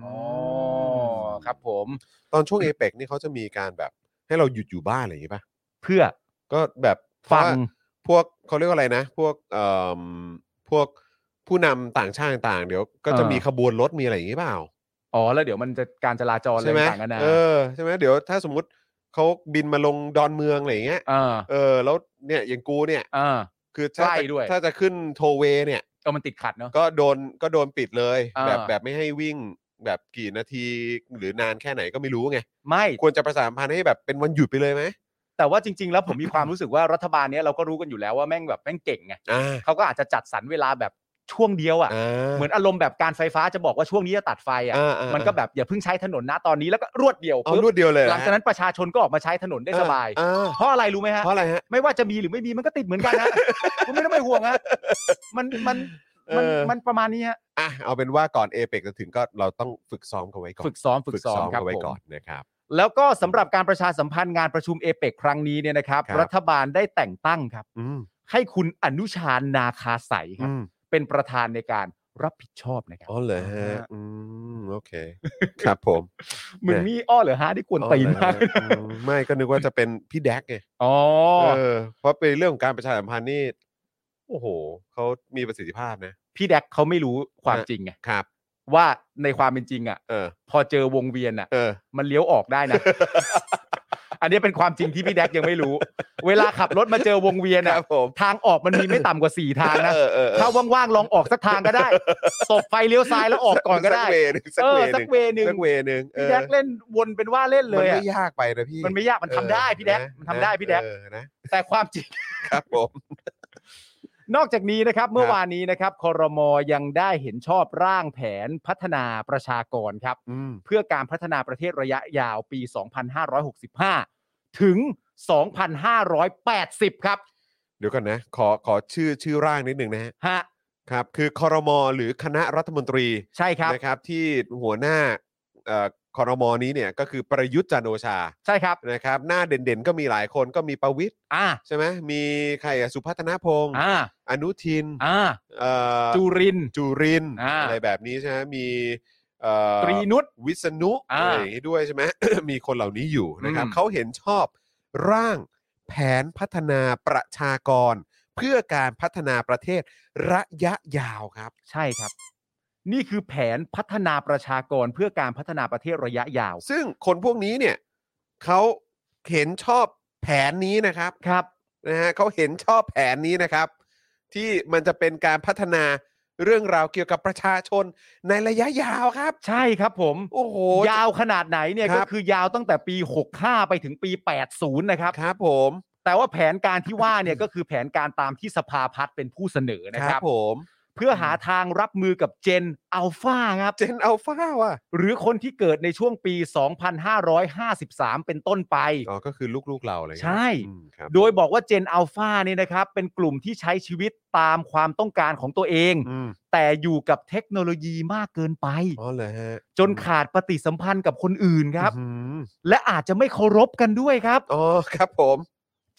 D: ครับผม
C: ตอนช่วงเอเปกนี่เขาจะมีการแบบให้เราหยุดอยู่บ้านอะไรอย่างงี้ป่ะ
D: เพื่อ
C: ก็แบบเพ
D: ฟั
C: ราะ
D: ง
C: ว่า พวกเขาเรียกว่าอะไรนะ พวกเอ่มพวกผู้นำต่างชาติต่างๆเดี๋ยวก็จะ
D: เออ
C: มีขบวนรถมีอะไรอย่างนี้เปล่า
D: อ๋อแล้วเดี๋ยวมันจะการจราจรอะไร
C: ใช่ไหม
D: ต่างๆกันานะ
C: เออใช่ไหมเดี๋ยวถ้าสมมุติเขาบินมาลงดอนเมืองอะไรอย่างเงี้ย
D: เออ
C: เออแล้วเนี่ยอย่างกูเนี่ย
D: เออ
C: คือถ้า
D: ใกล้
C: จะ
D: ด้วย
C: ถ้าจะขึ้นโทเวเนี่ย
D: ก็มันติดขัดเนาะ
C: ก็โดนก็โดนปิดเลย
D: เออ
C: แบบแบบไม่ให้วิ่งแบบกี่นาทีหรือนานแค่ไหนก็ไม่รู้ไง
D: ไม่
C: ควรจะประสานพันธ์ให้แบบเป็นวันหยุดไปเลยไหม
D: แต่ว่าจริง ๆ แล้วผมมีความรู้สึกว่ารัฐบาลเนี้ยเราก็รู้กันอยู่แล้วว่าแม่งแบบแม่งเก่งไง
C: อ่า
D: เขาก็อาจจะจัดสรรเวลาแบบช่วงเดียวอ่ะ
C: อ่า
D: เหมือนอารมณ์แบบการไฟฟ้าจะบอกว่าช่วงนี้จะตัดไฟอ่ะ
C: อ่าอ่า
D: มันก็แบบอย่าเพิ่งใช้ถนนนะตอนนี้แล้วก็รวดเดียว
C: เอา
D: ปุ๊บ
C: รวดเดียวเลย
D: หลังจากนั้นประชาชนก็ออกมาใช้ถนนได้สบาย
C: อ่า
D: เพราะอะไรรู้ไหมฮะ
C: เพราะอะไรฮะ
D: ไม่ว่าจะมีหรือไม่มีมันก็ติดเหมือนกัน นะ คุณไม่ต้องไปห่วงฮะมันมันมัน
C: เออ
D: มันประมาณนี้ฮะ
C: อ่ะเอาเป็นว่าก่อนเอเปกจะถึงก็เราต้องฝึกซ้อมกันไว้ก่อน
D: ฝึกซ้อมฝึกซ้อมครับ
C: กันไว้
D: ผม
C: ก่อนนะครับ
D: แล้วก็สำหรับการประชาสัมพันธ์งานประชุมเอเปกครั้งนี้เนี่ยนะครับ
C: ครับ
D: รัฐบาลได้แต่งตั้งครับ
C: อืม
D: ให้คุณอนุชานาคาใสครับ
C: อืม
D: เป็นประธานในการรับผิดชอบนะครับ
C: อ๋อเหรอฮะอืมโอเค ครับผม
D: มึงมีอ้อเหรอฮะที่กวนตีนมาก
C: อ๋อเหรอฮะอืมไม่ก็นึกว่าจะเป็นพี่แดกไง
D: อ๋อ
C: เออเพราะเป็นเรื่องของการประชาสัมพันธ์นี่โอ้โหเขามีประสิทธิภาพนะ
D: พี่แดกเขาไม่รู้ความจริงไง
C: ครับ
D: ว่าในความเป็นจริงอ่ะ
C: เออ
D: พอเจอวงเวียนอ่ะ
C: เออ
D: มันเลี้ยวออกได้ นะ อันนี้เป็นความจริงที่พี่แดกยังไม่รู้ เวลาขับรถมาเจอวงเวียน
C: ค
D: อ่ะ
C: รับผม
D: ทางออกมันมีไม่ต่ำกว่าสี่ทางนะ
C: เออเออเออ
D: ถ้าว่างๆลองออกสักทางก็ได้ตบไฟเลี้ยวซ้ายแล้วออกก่อนก็ได้
C: สัเวย์หนึ่งสัก
D: เอ
C: เว
D: อ
C: ย์ห
D: สั
C: นึ่
D: ก
C: ง
D: เวนึง
C: สักเวย์หนึ่งเออ
D: พี่แดกเล่นวนเป็นว่าเล่นเล
C: มั
D: ย
C: น
D: อะ
C: ไม่ยากไปนะพี่
D: มันไม่ยากมันทำได้
C: เออ
D: พี่แด
C: ะ
D: กมันทำได้พี่แดก
C: เออนะ
D: แต่ความจริง
C: ครับผม
D: นอกจากนี้นะครับเมื่อวานนี้นะครับคอรมอยังได้เห็นชอบร่างแผนพัฒนาประชากรครับ
C: อืม
D: เพื่อการพัฒนาประเทศระยะยาวปี 2565 ถึง 2580 ครับ
C: เดี๋ยวก่อนนะ ขอขอชื่อชื่อร่างนิดหนึ่งนะฮะ
D: ฮะ
C: ครับ คือคอรมอหรือคณะรัฐมนตรี
D: ใช่ครับ
C: นะครับ ที่หัวหน้าเอ่อคอรมอนี้เนี่ยก็คือประยุทธ์จันทร์โอชา
D: ใช่ครับ
C: นะครับ หน้าเด่นๆ ก็มีหลายคนก็มีประวิทย์
D: อ่า
C: ใช่ไหมมีใครอะสุพัฒนพงศ์
D: อ่า
C: อนุทิน
D: อ่า
C: เอ่อ
D: จุรินทร์
C: จุรินทร์
D: อ่า
C: อะไรแบบนี้ใช่ไหมมีเอ่อ
D: ตรีนุช
C: วิษณุ
D: อ่า
C: อะไรอย่างนี้ด้วยใช่ไหม มีคนเหล่านี้อยู่นะครับ
D: อืม
C: เขาเห็นชอบร่างแผนพัฒนาประชากร เพื่อการพัฒนาประเทศระยะยาวครับ
D: ใช่ครับ นี่คือแผนพัฒนาประชากรเพื่อการพัฒนาประเทศระยะยาว
C: ซึ่งคนพวกนี้เนี่ยเขาเห็นชอบแผนนี้นะครับ
D: ครับ
C: นะฮะเขาเห็นชอบแผนนี้นะครับ ที่มันจะเป็นการพัฒนาเรื่องราวเกี่ยวกับประชาชนในระยะยาวครับ
D: ใช่ครับผม
C: โอ้โห
D: ยาวขนาดไหนเนี่ย
C: ครั
D: ก็
C: บ
D: คือยาวตั้งแต่ปี 65 ไปถึงปี 80 นะครับ
C: ครับผม
D: แต่ว่าแผนการที่ว่าเนี่ยก็คือแผนการตามที่สภาพัฒน์เป็นผู้เสนอนะครับ
C: ผม
D: เพื่อหาทางรับมือกับเจนอัลฟาครับ
C: เจนอัลฟาว่ะ
D: หรือคนที่เกิดในช่วงปี 2553 เป็นต้นไป
C: อ๋อก็คือลูกๆเราอะไรอย่างเงี้ย
D: ใช่
C: อืมครับ
D: โดยบอกว่าเจนอัลฟาเนี่ยนะครับ เป็นกลุ่มที่ใช้ชีวิตตามความต้องการของตัวเอง
C: อืม
D: แต่อยู่กับเทคโนโลยีมากเกินไป
C: อ๋อเหรอฮะ
D: จนขาดปฏิสัมพันธ์กับคนอื่นครับ
C: อื้อหือ
D: และอาจจะไม่เคารพกันด้วยครับ
C: อ๋อครับผม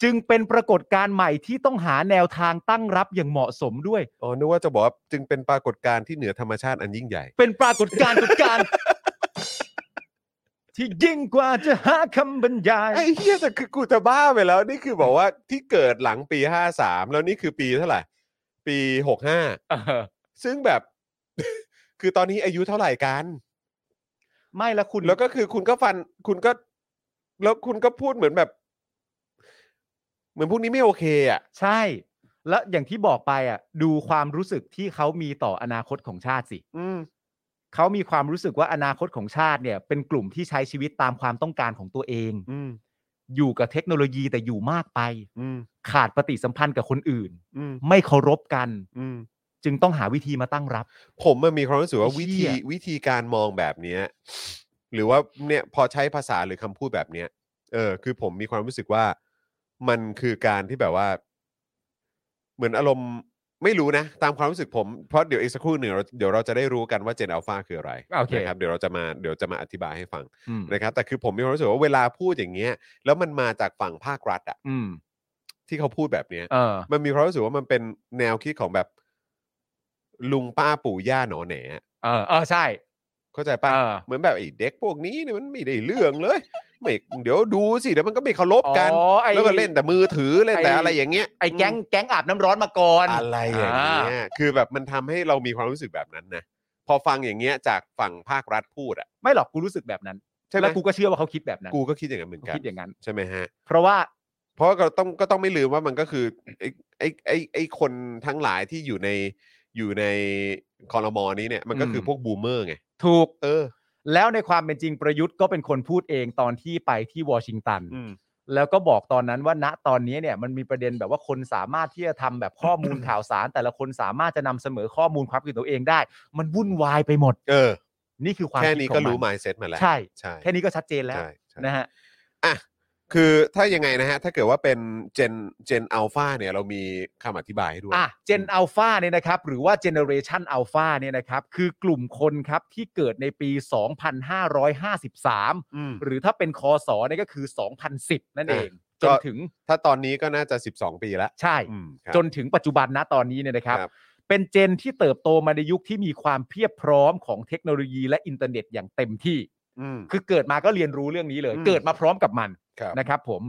D: จึงเป็นปรากฏการณ์ใหม่ที่ต้องหาแนวทางตั้งรับอย่างเหมาะสมด้วย
C: อ๋อนึกว่าจะบอกว่าจึงเป็นป รากฏการณ์ที่เหนือธรรมชาติอันยิ่งใหญ่
D: เป็นปรากฏการณ์ปรากฏการณ์ ที่ยิ่งกว่าจะหาคำบรรยาย
C: ไอ้เฮียแต่คือกูจะบ้าไปแล้ว นี่คือบอกว่าที่เกิดหลังปี 53 แล้วนี่คือปีเท่าไหร่ ปี
D: เออ
C: 65 ซึ่งแบบ คือตอนนี้อายุเท่าไหร่กัน
D: ไม่แล้วคุณ
C: แล้วก็คือคุณก็ฟันคุณก็ แล้วคุณก็พูดเหมือนแบบ เหมือนพวกนี้ไม่โอเคอ่ะ
D: ใช่ แล้วอย่างที่บอกไปอ่ะ ดูความรู้สึกที่เขามีต่ออนาคตของชาติสิ
C: อืม
D: เขามีความรู้สึกว่าอนาคตของชาติเนี่ย เป็นกลุ่มที่ใช้ชีวิตตามความต้องการของตัวเอง
C: อืม
D: อยู่กับเทคโนโลยีแต่อยู่มากไป
C: อืม
D: ขาดปฏิสัมพันธ์กับคนอื่น
C: อืม
D: ไม่เคารพกัน
C: อืม
D: จึงต้องหาวิธีมาตั้งรับ
C: ผมมันมีความรู้สึกว่า
D: ไอ้
C: วิ
D: เหี้
C: ธี
D: ย
C: วิธีการมองแบบเนี้ยหรือว่าเนี่ยพอใช้ภาษาหรือคำพูดแบบเนี้ยเออ คือผมมีความรู้สึกว่ามันคือการที่แบบว่า เหมือนอารมณ์ไม่รู้นะ ตามความรู้สึกผมเพราะเดี๋ยวอีกสักครู่หนึ่งเราเดี๋ยวเราจะได้รู้กันว่าเจนอัลฟาคืออะไร
D: โอเค
C: นะครับเดี๋ยวเราจะมาเดี๋ยวจะมาอธิบายให้ฟัง
D: อืม
C: นะครับ แต่คือผมมีความรู้สึกว่าเวลาพูดอย่างเงี้ย แล้วมันมาจากฝั่งภาครัฐอะ
D: อืม
C: ที่เขาพูดแบบเนี้ย
D: เออ
C: มันมีความรู้สึกว่ามันเป็นแนวคิดของแบบ ลุงป้าปู่ย่าหนอแหนอะ
D: เออ เออ ใช่
C: เข้าใจ
D: เอ
C: ป่ะ
D: อ
C: เหมือนแบบไอ้เด็กพวกนี้เนี่ยมันไม่ได้เรื่องเลย ไม่เดี๋ยวดูสิเดี๋ยวมันก็ไม่เคารพกัน
D: อ๋อไอ้
C: แล้วก็เล่นแต่มือถือเล่นแต่
D: ไอ้
C: อะไรอย่างเงี้ย
D: ไอ้แก๊งแก๊งอาบน้ำร้อนมาก่อน
C: อะไรอย่างเงี้ยคือแบบมันทำให้เรามีความรู้สึกแบบนั้นนะพอฟังอย่างเงี้ยจากฝั่งภาครัฐพูดอ่ะ
D: ไม่หรอกกูรู้สึกแบบนั้น
C: ใช่ไหม
D: แล้วกูก็เชื่อว่าเขาคิดแบบนั้น
C: กูก็คิดอย่างนั้นเหมือน
D: เขา
C: กัน
D: คิดอย่างนั้น
C: ใช่ไหมฮะ
D: เพราะว่า
C: เพราะก็ต้องก็ต้องไม่ลืมว่ามันก็คือไอ้ไอ้ไอ้ไอ้คนทั้งหลายที่อยู่ในอยู่ในคอรมอนี้เนี่ยมันก็คืออ
D: ม
C: พวกบูมเมอร์ไง
D: ถูก
C: เออ
D: แล้วในความเป็นจริงประยุทธ์ก็เป็นคนพูดเองตอนที่ไปที่วอชิงตัน
C: อืม
D: แล้วก็บอกตอนนั้นว่าณตอนนี้เนี่ยมันมีประเด็นแบบว่าคนสามารถที่จะทำแบบข้อมูล ข่าวสาร แต่ละคนสามารถจะนำเสมอข้อมูลความคิดตัวเองได้ มันวุ่นวายไปหมด
C: เออ
D: นี่คือความ
C: แค่
D: ด
C: นี้
D: ของ
C: ก็
D: มั
C: รู้ mindset มาแล้ว
D: ใช่
C: ใช่
D: แค่นี้ก็ชัดเจนแล้ว
C: ใช่ใช่
D: นะฮะ
C: อ่ะคือถ้ายังไงนะฮะ ถ้าเกิดว่าเป็นเจนเจนอัลฟาเนี่ยเรามีคำอธิบายให้ด้วย
D: อ่ะเจนอัลฟาเนี่ยนะครับ หรือว่าเจเนอเรชันอัลฟาเนี่ยนะครับ คือกลุ่มคนครับที่เกิดในปี 2553
C: อืม
D: หรือถ้าเป็นคศเนี่ยก็คือ 2010 นั่นเอง จ
C: ก็
D: นถึง
C: ถ้าตอนนี้ก็น่าจะ 12 ปีแล้ว
D: ใช่
C: อืมครับ
D: จนถึงปัจจุบันนะตอนนี้เนี่ยนะครับ
C: ครับ
D: เป็นเจนที่เติบโตมาในยุคที่มีความเพียบพร้อมของเทคโนโลยีและอินเทอร์เน็ตอย่างเต็มที่
C: อืม
D: คือเกิดมาก็เรียนรู้เรื่องนี้เลย
C: อืม
D: เกิดมาพร้อมกับมัน
C: ครับ
D: นะครับผม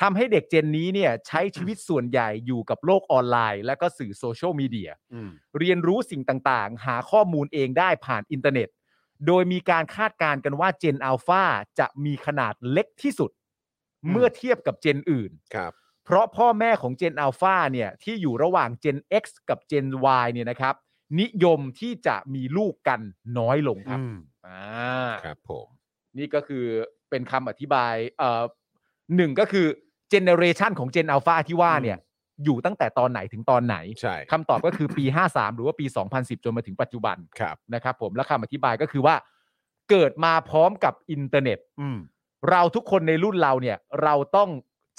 D: ทำให้เด็กเจนนี้เนี่ยใช้ชีวิตส่วนใหญ่อยู่กับโลกออนไลน์ และก็สื่อโซเชียลมีเดีย
C: อืม
D: เรียนรู้สิ่งต่างๆ หาข้อมูลเองได้ผ่านอินเทอร์เน็ต โดยมีการคาดการณ์กันว่าเจนอัลฟาจะมีขนาดเล็กที่สุด เมื่อเทียบกับเจนอื่น
C: ครับ
D: เพราะพ่อแม่ของเจนอัลฟาเนี่ยที่อยู่ระหว่าง Gen X กับ Gen Y เนี่ยนะครับ นิยมที่จะมีลูกกันน้อยลงครับ
C: อืม
D: อ่า
C: ครับผม
D: นี่ก็คือเป็นคำอธิบายเอ่อหนึ่งก็คือเจเนเรชันของเจนอัลฟาที่ว่าเนี่ยอยู่ตั้งแต่ตอนไหนถึงตอนไหน
C: ใช่
D: คำตอบก็คือปี 53 หรือว่าปี 2010 จนมาถึงปัจจุบัน
C: ครับ
D: นะครับผมและคำอธิบายก็คือว่า เกิดมาพร้อมกับอินเทอร์เน็ต
C: อืม
D: เราทุกคนในรุ่นเราเนี่ย เราต้อง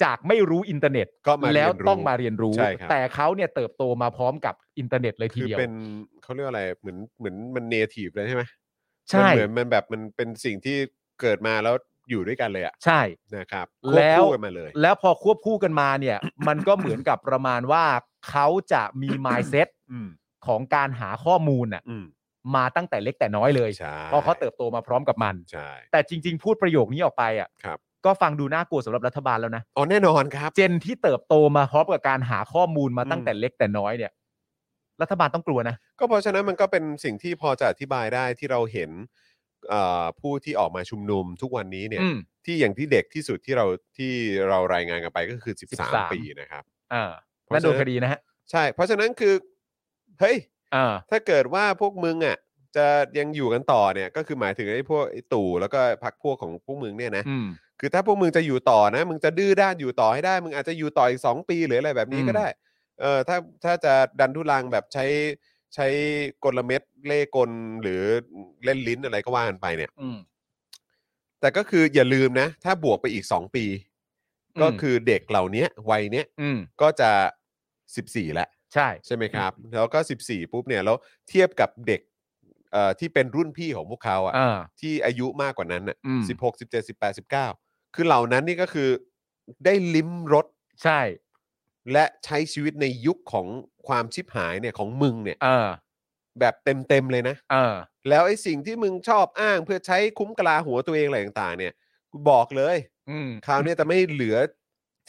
D: จากไม่รู้อินเทอร์เน็ต
C: ก็มาเรียนรู้
D: แล้วต้องมาเรียนรู้
C: ใช่ครับ
D: แต่เขาเนี่ยเติบโตมาพร้อมกับอินเทอร์เน็ตเลยที
C: คือ
D: เดียว
C: เป็นเขาเรียกอะไรเหมือนเหมือนมันเนทีฟเลยใช่ไหม
D: ใช่
C: มันเหมือนมันแบบมันเป็นสิ่งที่เกิดมาแล้วอยู่ด้วยกันเลยอะ
D: ใช่
C: นะครับ
D: แล้ว
C: ควบคู่กันมาเลย
D: แล้วพอควบคู่กันมาเนี่ย มันก็เหมือนกับประมาณว่าเขาจะมี mindset
C: อืม
D: ของการหาข้อมูลน่ะ
C: อืม
D: มาตั้งแต่เล็กแต่น้อยเลย
C: ใช่
D: เพราะเขาเติบโตมาพร้อมกับมัน
C: ใช่
D: แต่จริง ๆ พูดประโยคนี้ออกไปอ่ะ
C: ครับ
D: ก็ฟังดูน่ากลัวสำหรับรัฐบาลแล้วนะ
C: อ๋อแน่นอนครับ
D: เจนที่เติบโตมาพร้อมกับการหาข้อมูลมาตั้งแต่เล็กแต่น้อยเนี่ย รัฐบาลต้องกลัวนะ
C: ก็เพราะฉะนั้นมันก็เป็นสิ่งที่พอจะอธิบายได้ที่เราเห็นเอ่อผู้ที่ออกมาชุมนุมทุกวันนี้เนี่ย
D: อืม
C: ที่อย่างที่เด็กที่สุดที่เราที่เรารายงานกันไปก็คือ 13
D: 13
C: ปีนะครับ
D: อ่า
C: เพ
D: นั่
C: ราะ
D: น
C: ฉะ
D: โดนคดีนะฮะ
C: ใช่ เพราะฉะนั้นคือเฮ้ย
D: อ่า
C: ถ้าเกิดว่าพวกมึงอ่ะจะยังอยู่กันต่อเนี่ยก็คือหมายถึงไอ้พวกไอ้ตู่แล้วก็พรรคพวกของพวกมึงเนี่ยนะ
D: อืม
C: คือถ้าพวกมึงจะอยู่ต่อนะ มึงจะดื้อด้านอยู่ต่อให้ได้ มึงอาจจะอยู่ต่ออีกสองปีหรืออะไรแบบนี้ก็
D: อืม
C: ได้เออถ้าถ้าจะดันทุลังแบบใช้ ใช้กลเม็ดเล่กลหรือเล่นลิ้นอะไรก็ว่ากันไปเนี่ย
D: อืม
C: แต่ก็คืออย่าลืมนะ ถ้าบวกไปอีก 2 ปี
D: อืม
C: ก็คือเด็กเหล่าเนี้ยวัยเนี้ย
D: อืม
C: ก็จะ 14 แล้ว
D: ใช่
C: ใช่ไหมครับ แล้วก็ 14 ปุ๊บเนี่ยแล้วเทียบกับเด็กเอ่อที่เป็นรุ่นพี่ของพวกเขาอะ
D: อ่า
C: ที่อายุมากกว่านั้นอ่ะ
D: อืม
C: สิบหกสิบเจ็ดสิบแปดสิบเก้าคือเหล่านั้นนี่ก็คือได้ลิ้มรส
D: ใช่
C: และใช้ชีวิตในยุคของความชิบหายเนี่ยของมึงเนี่ย
D: อ่า
C: แบบเต็มๆเลยนะ
D: เออ
C: แล้วไอ้สิ่งที่มึงชอบอ้างเพื่อใช้คุ้มกลาหัวตัวเองอะไรต่างๆ เนี่ยกูบอกเลย
D: อืม
C: คราวเนี้ยจะไม่เหลือ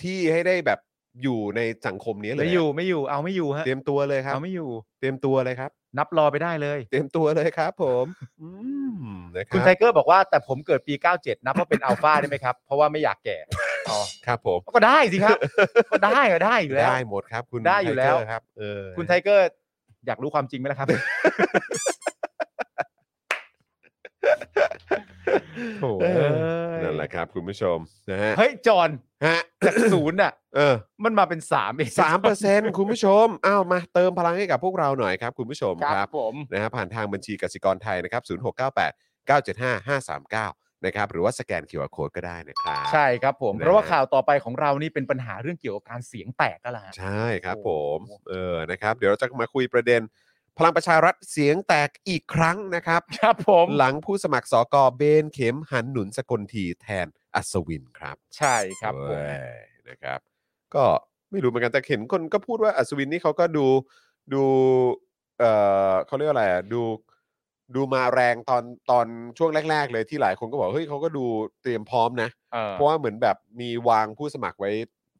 C: ที่ให้ได้แบบอยู่ในสังคมนี้เลย
D: ไม่
C: อะ
D: อยู่ไม่อยู่เอาไม่อยู่ฮะ
C: เตรียมตัวเลยครับ
D: เอาไม่อยู่
C: เตรียมตัวเลยครับ
D: นับรอไปได้เลย
C: เตรียมตัวเลยครับ ผมอืมนะค
D: คุณ
C: รั
D: ไท
C: บ
D: เกอร์บอกว่าแต่ผมเกิดปี 97 นับว่าเป็นอัลฟาได้ไหมครับ เพราะว่าไม่อยากแก่อ๋อ
C: ครับผม
D: ก็ได้สิครับ ก็ได้ก็ได้อยู่แล้ว
C: ได้หมดครับ คุณ
D: ได้อยู่แล้ว
C: ทเกร์ครับเออ
D: คุณไทเกอร์อยากรู้ความจริงไหมล่ะครับ โถ
C: เอ
D: เอ้
C: อย นั่นแหละครับ คุณผู้ชมนะฮะ
D: เฮ้ย จอน
C: ฮะ
D: จากศูนย์อ่ะ
C: เออ
D: มันมาเป็นสามเอง
C: สามเปอร์เซ็นต์คุณผู้ชมอ้าวมาเติมพลังให้กับพวกเราหน่อยครับ คุณผู้ชมค
D: ค
C: รั
D: รับ บผม
C: นะฮะผ่านทางบัญชีกสิกรไทยนะครับ 0698 975 539 นะครับ หรือว่าสแกน QR Code ก็ได้นะครับ
D: ใช่ครับผม
C: นะฮะ
D: เพราะว่าข่าวต่อไปของเรานี่เป็นปัญหาเรื่องเกี่ยวกับการเสียงแตกก็แล้วฮะ
C: ใช่ครับผ
D: โอ้โห
C: ม เออ นะครับ เดี๋ยวเราจะมาคุยประเด็น พลังประชารัฐเสียงแตกอีกครั้งนะครับ
D: ครับผม
C: หลังผู้สมัครสกเบนเข็มหันหนุนสกลทีแทนอัศวินครับ
D: ใช่ครับผม
C: เว้ยนะครับ ก็ไม่รู้เหมือนกันแต่เห็นคนก็พูดว่าอัศวินนี่เขาก็ดูดู เออเขาเรียกว่าอะไรอ่ะดูดูมาแรงตอนตอนช่วงแรก ๆ เลยที่หลายคนก็บอกเฮ้ยเขาก็ดูเตรียมพร้อมนะ
D: เออ
C: เพราะว่าเหมือนแบบมีวางผู้สมัครไว้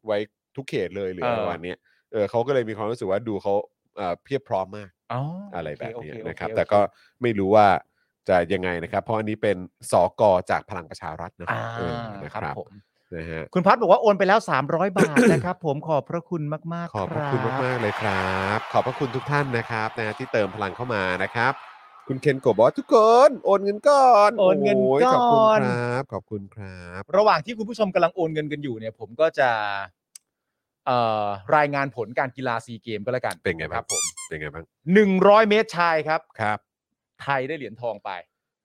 C: ไว้ทุกเขตเลยหรืออะไรป
D: เออ
C: ระมาณเนี้ยเออเขาก็เลยมีความรู้สึกว่าดูเขาเอ่อเพียบพร้อมมาก
D: อ๋ออะ
C: อะไรแบบนี้
D: โอเโอเ
C: นะครับ
D: โอเ
C: แต่ก็ไม่รู้ว่าจะยังไงนะครับ เพราะอันนี้เป็นสกจากพลังประชารัฐนะ
D: อ่า
C: เออนะ
D: ค
C: ค
D: รั
C: รั
D: บบ ผม
C: นะฮะ
D: คุณพัดบอกว่าโอนไปแล้ว 300 บาทนะครับ ผมขอบพระคุณมากๆ
C: ขอบพระ
D: รั
C: คุณมากๆเลยครับ ขอบพระคุณทุกท่านนะครับนะที่เติมพลังเข้ามานะครับ คุณเคนโกะบอกว่าทุกคนโอนเงินก่อน
D: โอนเงิน
C: โย
D: ก่
C: ขอบคุณค
D: อ
C: น รับขอบคุณครับ
D: ระหว่างที่คุณผู้ชมกำลังโอนเงินกันอยู่เนี่ย ผมก็จะเอ่อรายงานผลการกีฬาซีเกมก็แล้วกัน
C: เป็นไง
D: ค
C: บ้า
D: รั
C: ง
D: บผม
C: เป็นไงบ้าง
D: 100 เมตรชายครับ
C: ครับ
D: ไทยได้เหรียญทองไป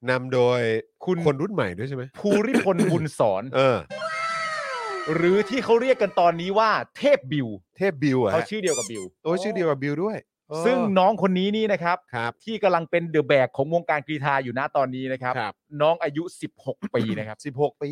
C: นำโดย
D: คุณ
C: คนรุ่นใหม่ด้วยใช่ไหม
D: ภูริพลบุญสอน
C: เออ
D: หรือที่เขาเรียกกันตอนนี้ว่าเทพบิว
C: เทพบิวอะ
D: เขา
C: ฮะ
D: ชื่อเดียวกับบิว
C: โอ้ยชื่อเดียวกับบิวด้วยโอ้
D: ซึ่งน้องคนนี้นี่นะครับ
C: ครับ
D: ที่กำลังเป็นเดอะแบกของวงการกรีฑาอยู่นะตอนนี้นะครับ
C: ครับ
D: น้องอายุ 16 ปีนะครับ
C: สิบหกปี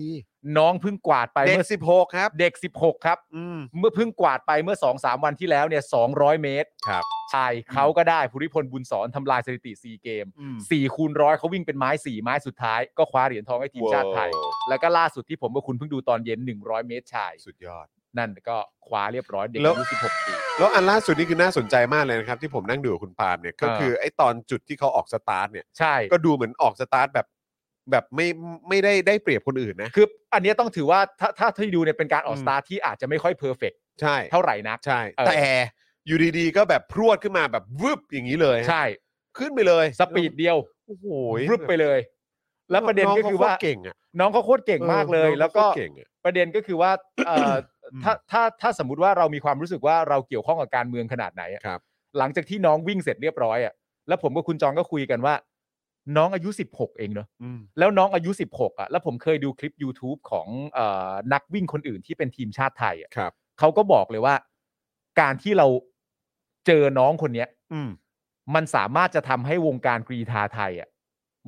D: น้องเพิ่งกวาดไป
C: เด็ก
D: เมื่อ
C: สิบหกครับ
D: เด็ก 16 ครับ
C: อืม
D: เมื่อเพิ่งกวาดไปเมื่อ 2 3 วันที่แล้วเนี่ย200 เมตร
C: ครับ
D: ชายเขาก็ได้ภูริพลบุญสอนทำลายสถิติ 4 เกม
C: อืม
D: 4 คูณร้อยเขาวิ่งเป็นไม้ 4 ไม้สุดท้าย ก็คว้าเหรียญทองให้ทีมชาติไทย
C: โว้
D: แล้วก็ล่าสุดที่ผมกับคุณเพิ่งดูตอนเย็น 100 เมตรชาย
C: สุดยอด
D: นั่นก็คว้าเรียบร้อยเด็ก
C: แล้ว
D: อายุ16 ปี
C: แล้วอันล่าสุดนี่คือน่าสนใจมากเลยนะครับ ที่ผมนั่งดูกับคุณปาล์มเนี่ยก็
D: อ่า
C: คือไอ้ตอนจุดที่เขาออกสตาร์ทเนี่ย
D: ใช่
C: ก็ดูเหมือนออกสตาร์ทแบบ แบบไม่ไม่ได้ได้เปรียบคนอื่นนะ
D: คืออันเนี้ยต้องถือว่าถ้าถ้าที่ดูเนี่ยเป็นการออก
C: อืม
D: สตาร์ทที่อาจจะไม่ค่อยเพอร์เฟก
C: ใช่
D: เท่าไหร่นัก
C: ใช่
D: เออ
C: แต่อยู่ดีๆ ก็แบบพรวดขึ้นมาแบบวืบอย่างนี้เลยฮะ
D: ใช่
C: ขึ้นไปเลย
D: สปีดเดียว
C: โอ้โห
D: รึบไปเลย แล้วประเด็นก็คือว่า
C: งเขโตรเก่งอ่ะ
D: น้องเขาโคตรเก่งมากเลย
C: ออน้อง
D: แล้วก็
C: โคตรเก่งอะ
D: ประเด็นก็คือว่าเอ่ออ
C: ม
D: ถ้าถ้าถ้าสมมติว่าเรามีความรู้สึกว่าเราเกี่ยวข้องกับการเมืองขนาดไหนอะ
C: ครับ
D: หลังจากที่น้องวิ่งเสร็จเรียบร้อยอ่ะแล้วผมกับคุณจองก็คุยกันว่า น้องอายุ 16 เองเนอะ
C: อืม
D: แล้วน้องอายุ 16อ่ะแล้วผมเคยดูคลิป YouTube ของเออนักวิ่งคนอื่นที่เป็นทีมชาติไทยอ่ะ
C: ครับ
D: เขาก็บอกเลยว่า การที่เราเจอน้องคนเนี้ย
C: อืม
D: มันสามารถจะทำให้วงการกรีธาไทยอ่ะ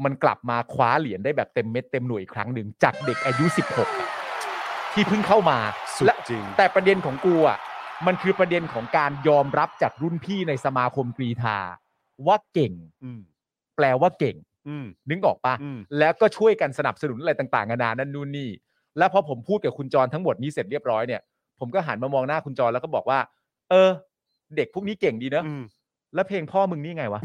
D: มันกลับมาคว้าเหรียญได้แบบเต็มเม็ดเต็มหน่วยอีกครั้งหนึ่งจากเด็กอายุ 16อะที่เพิ่งเข้ามา
C: สุด
D: และ
C: จริง
D: แต่ประเด็นของกูอ่ะมันคือประเด็นของการยอมรับจากรุ่นพี่ในสมาคมกรีธาว่าเก่ง
C: อืม
D: แปลว่าเก่ง
C: อืม
D: นึกออกปะ
C: อืม
D: แล้วก็ช่วยกันสนับสนุนอะไรต่างๆนานานั่นนู่นนี่ แล้วพอผมพูดกับคุณจรทั้งหมดนี้เสร็จเรียบร้อยเนี่ยผมก็หันมามองหน้าคุณจรแล้วก็บอกว่า เออ เด็กพวกนี้เก่งดีเนอะ แล้วเพลงพ่อมึงนี่ไงวะ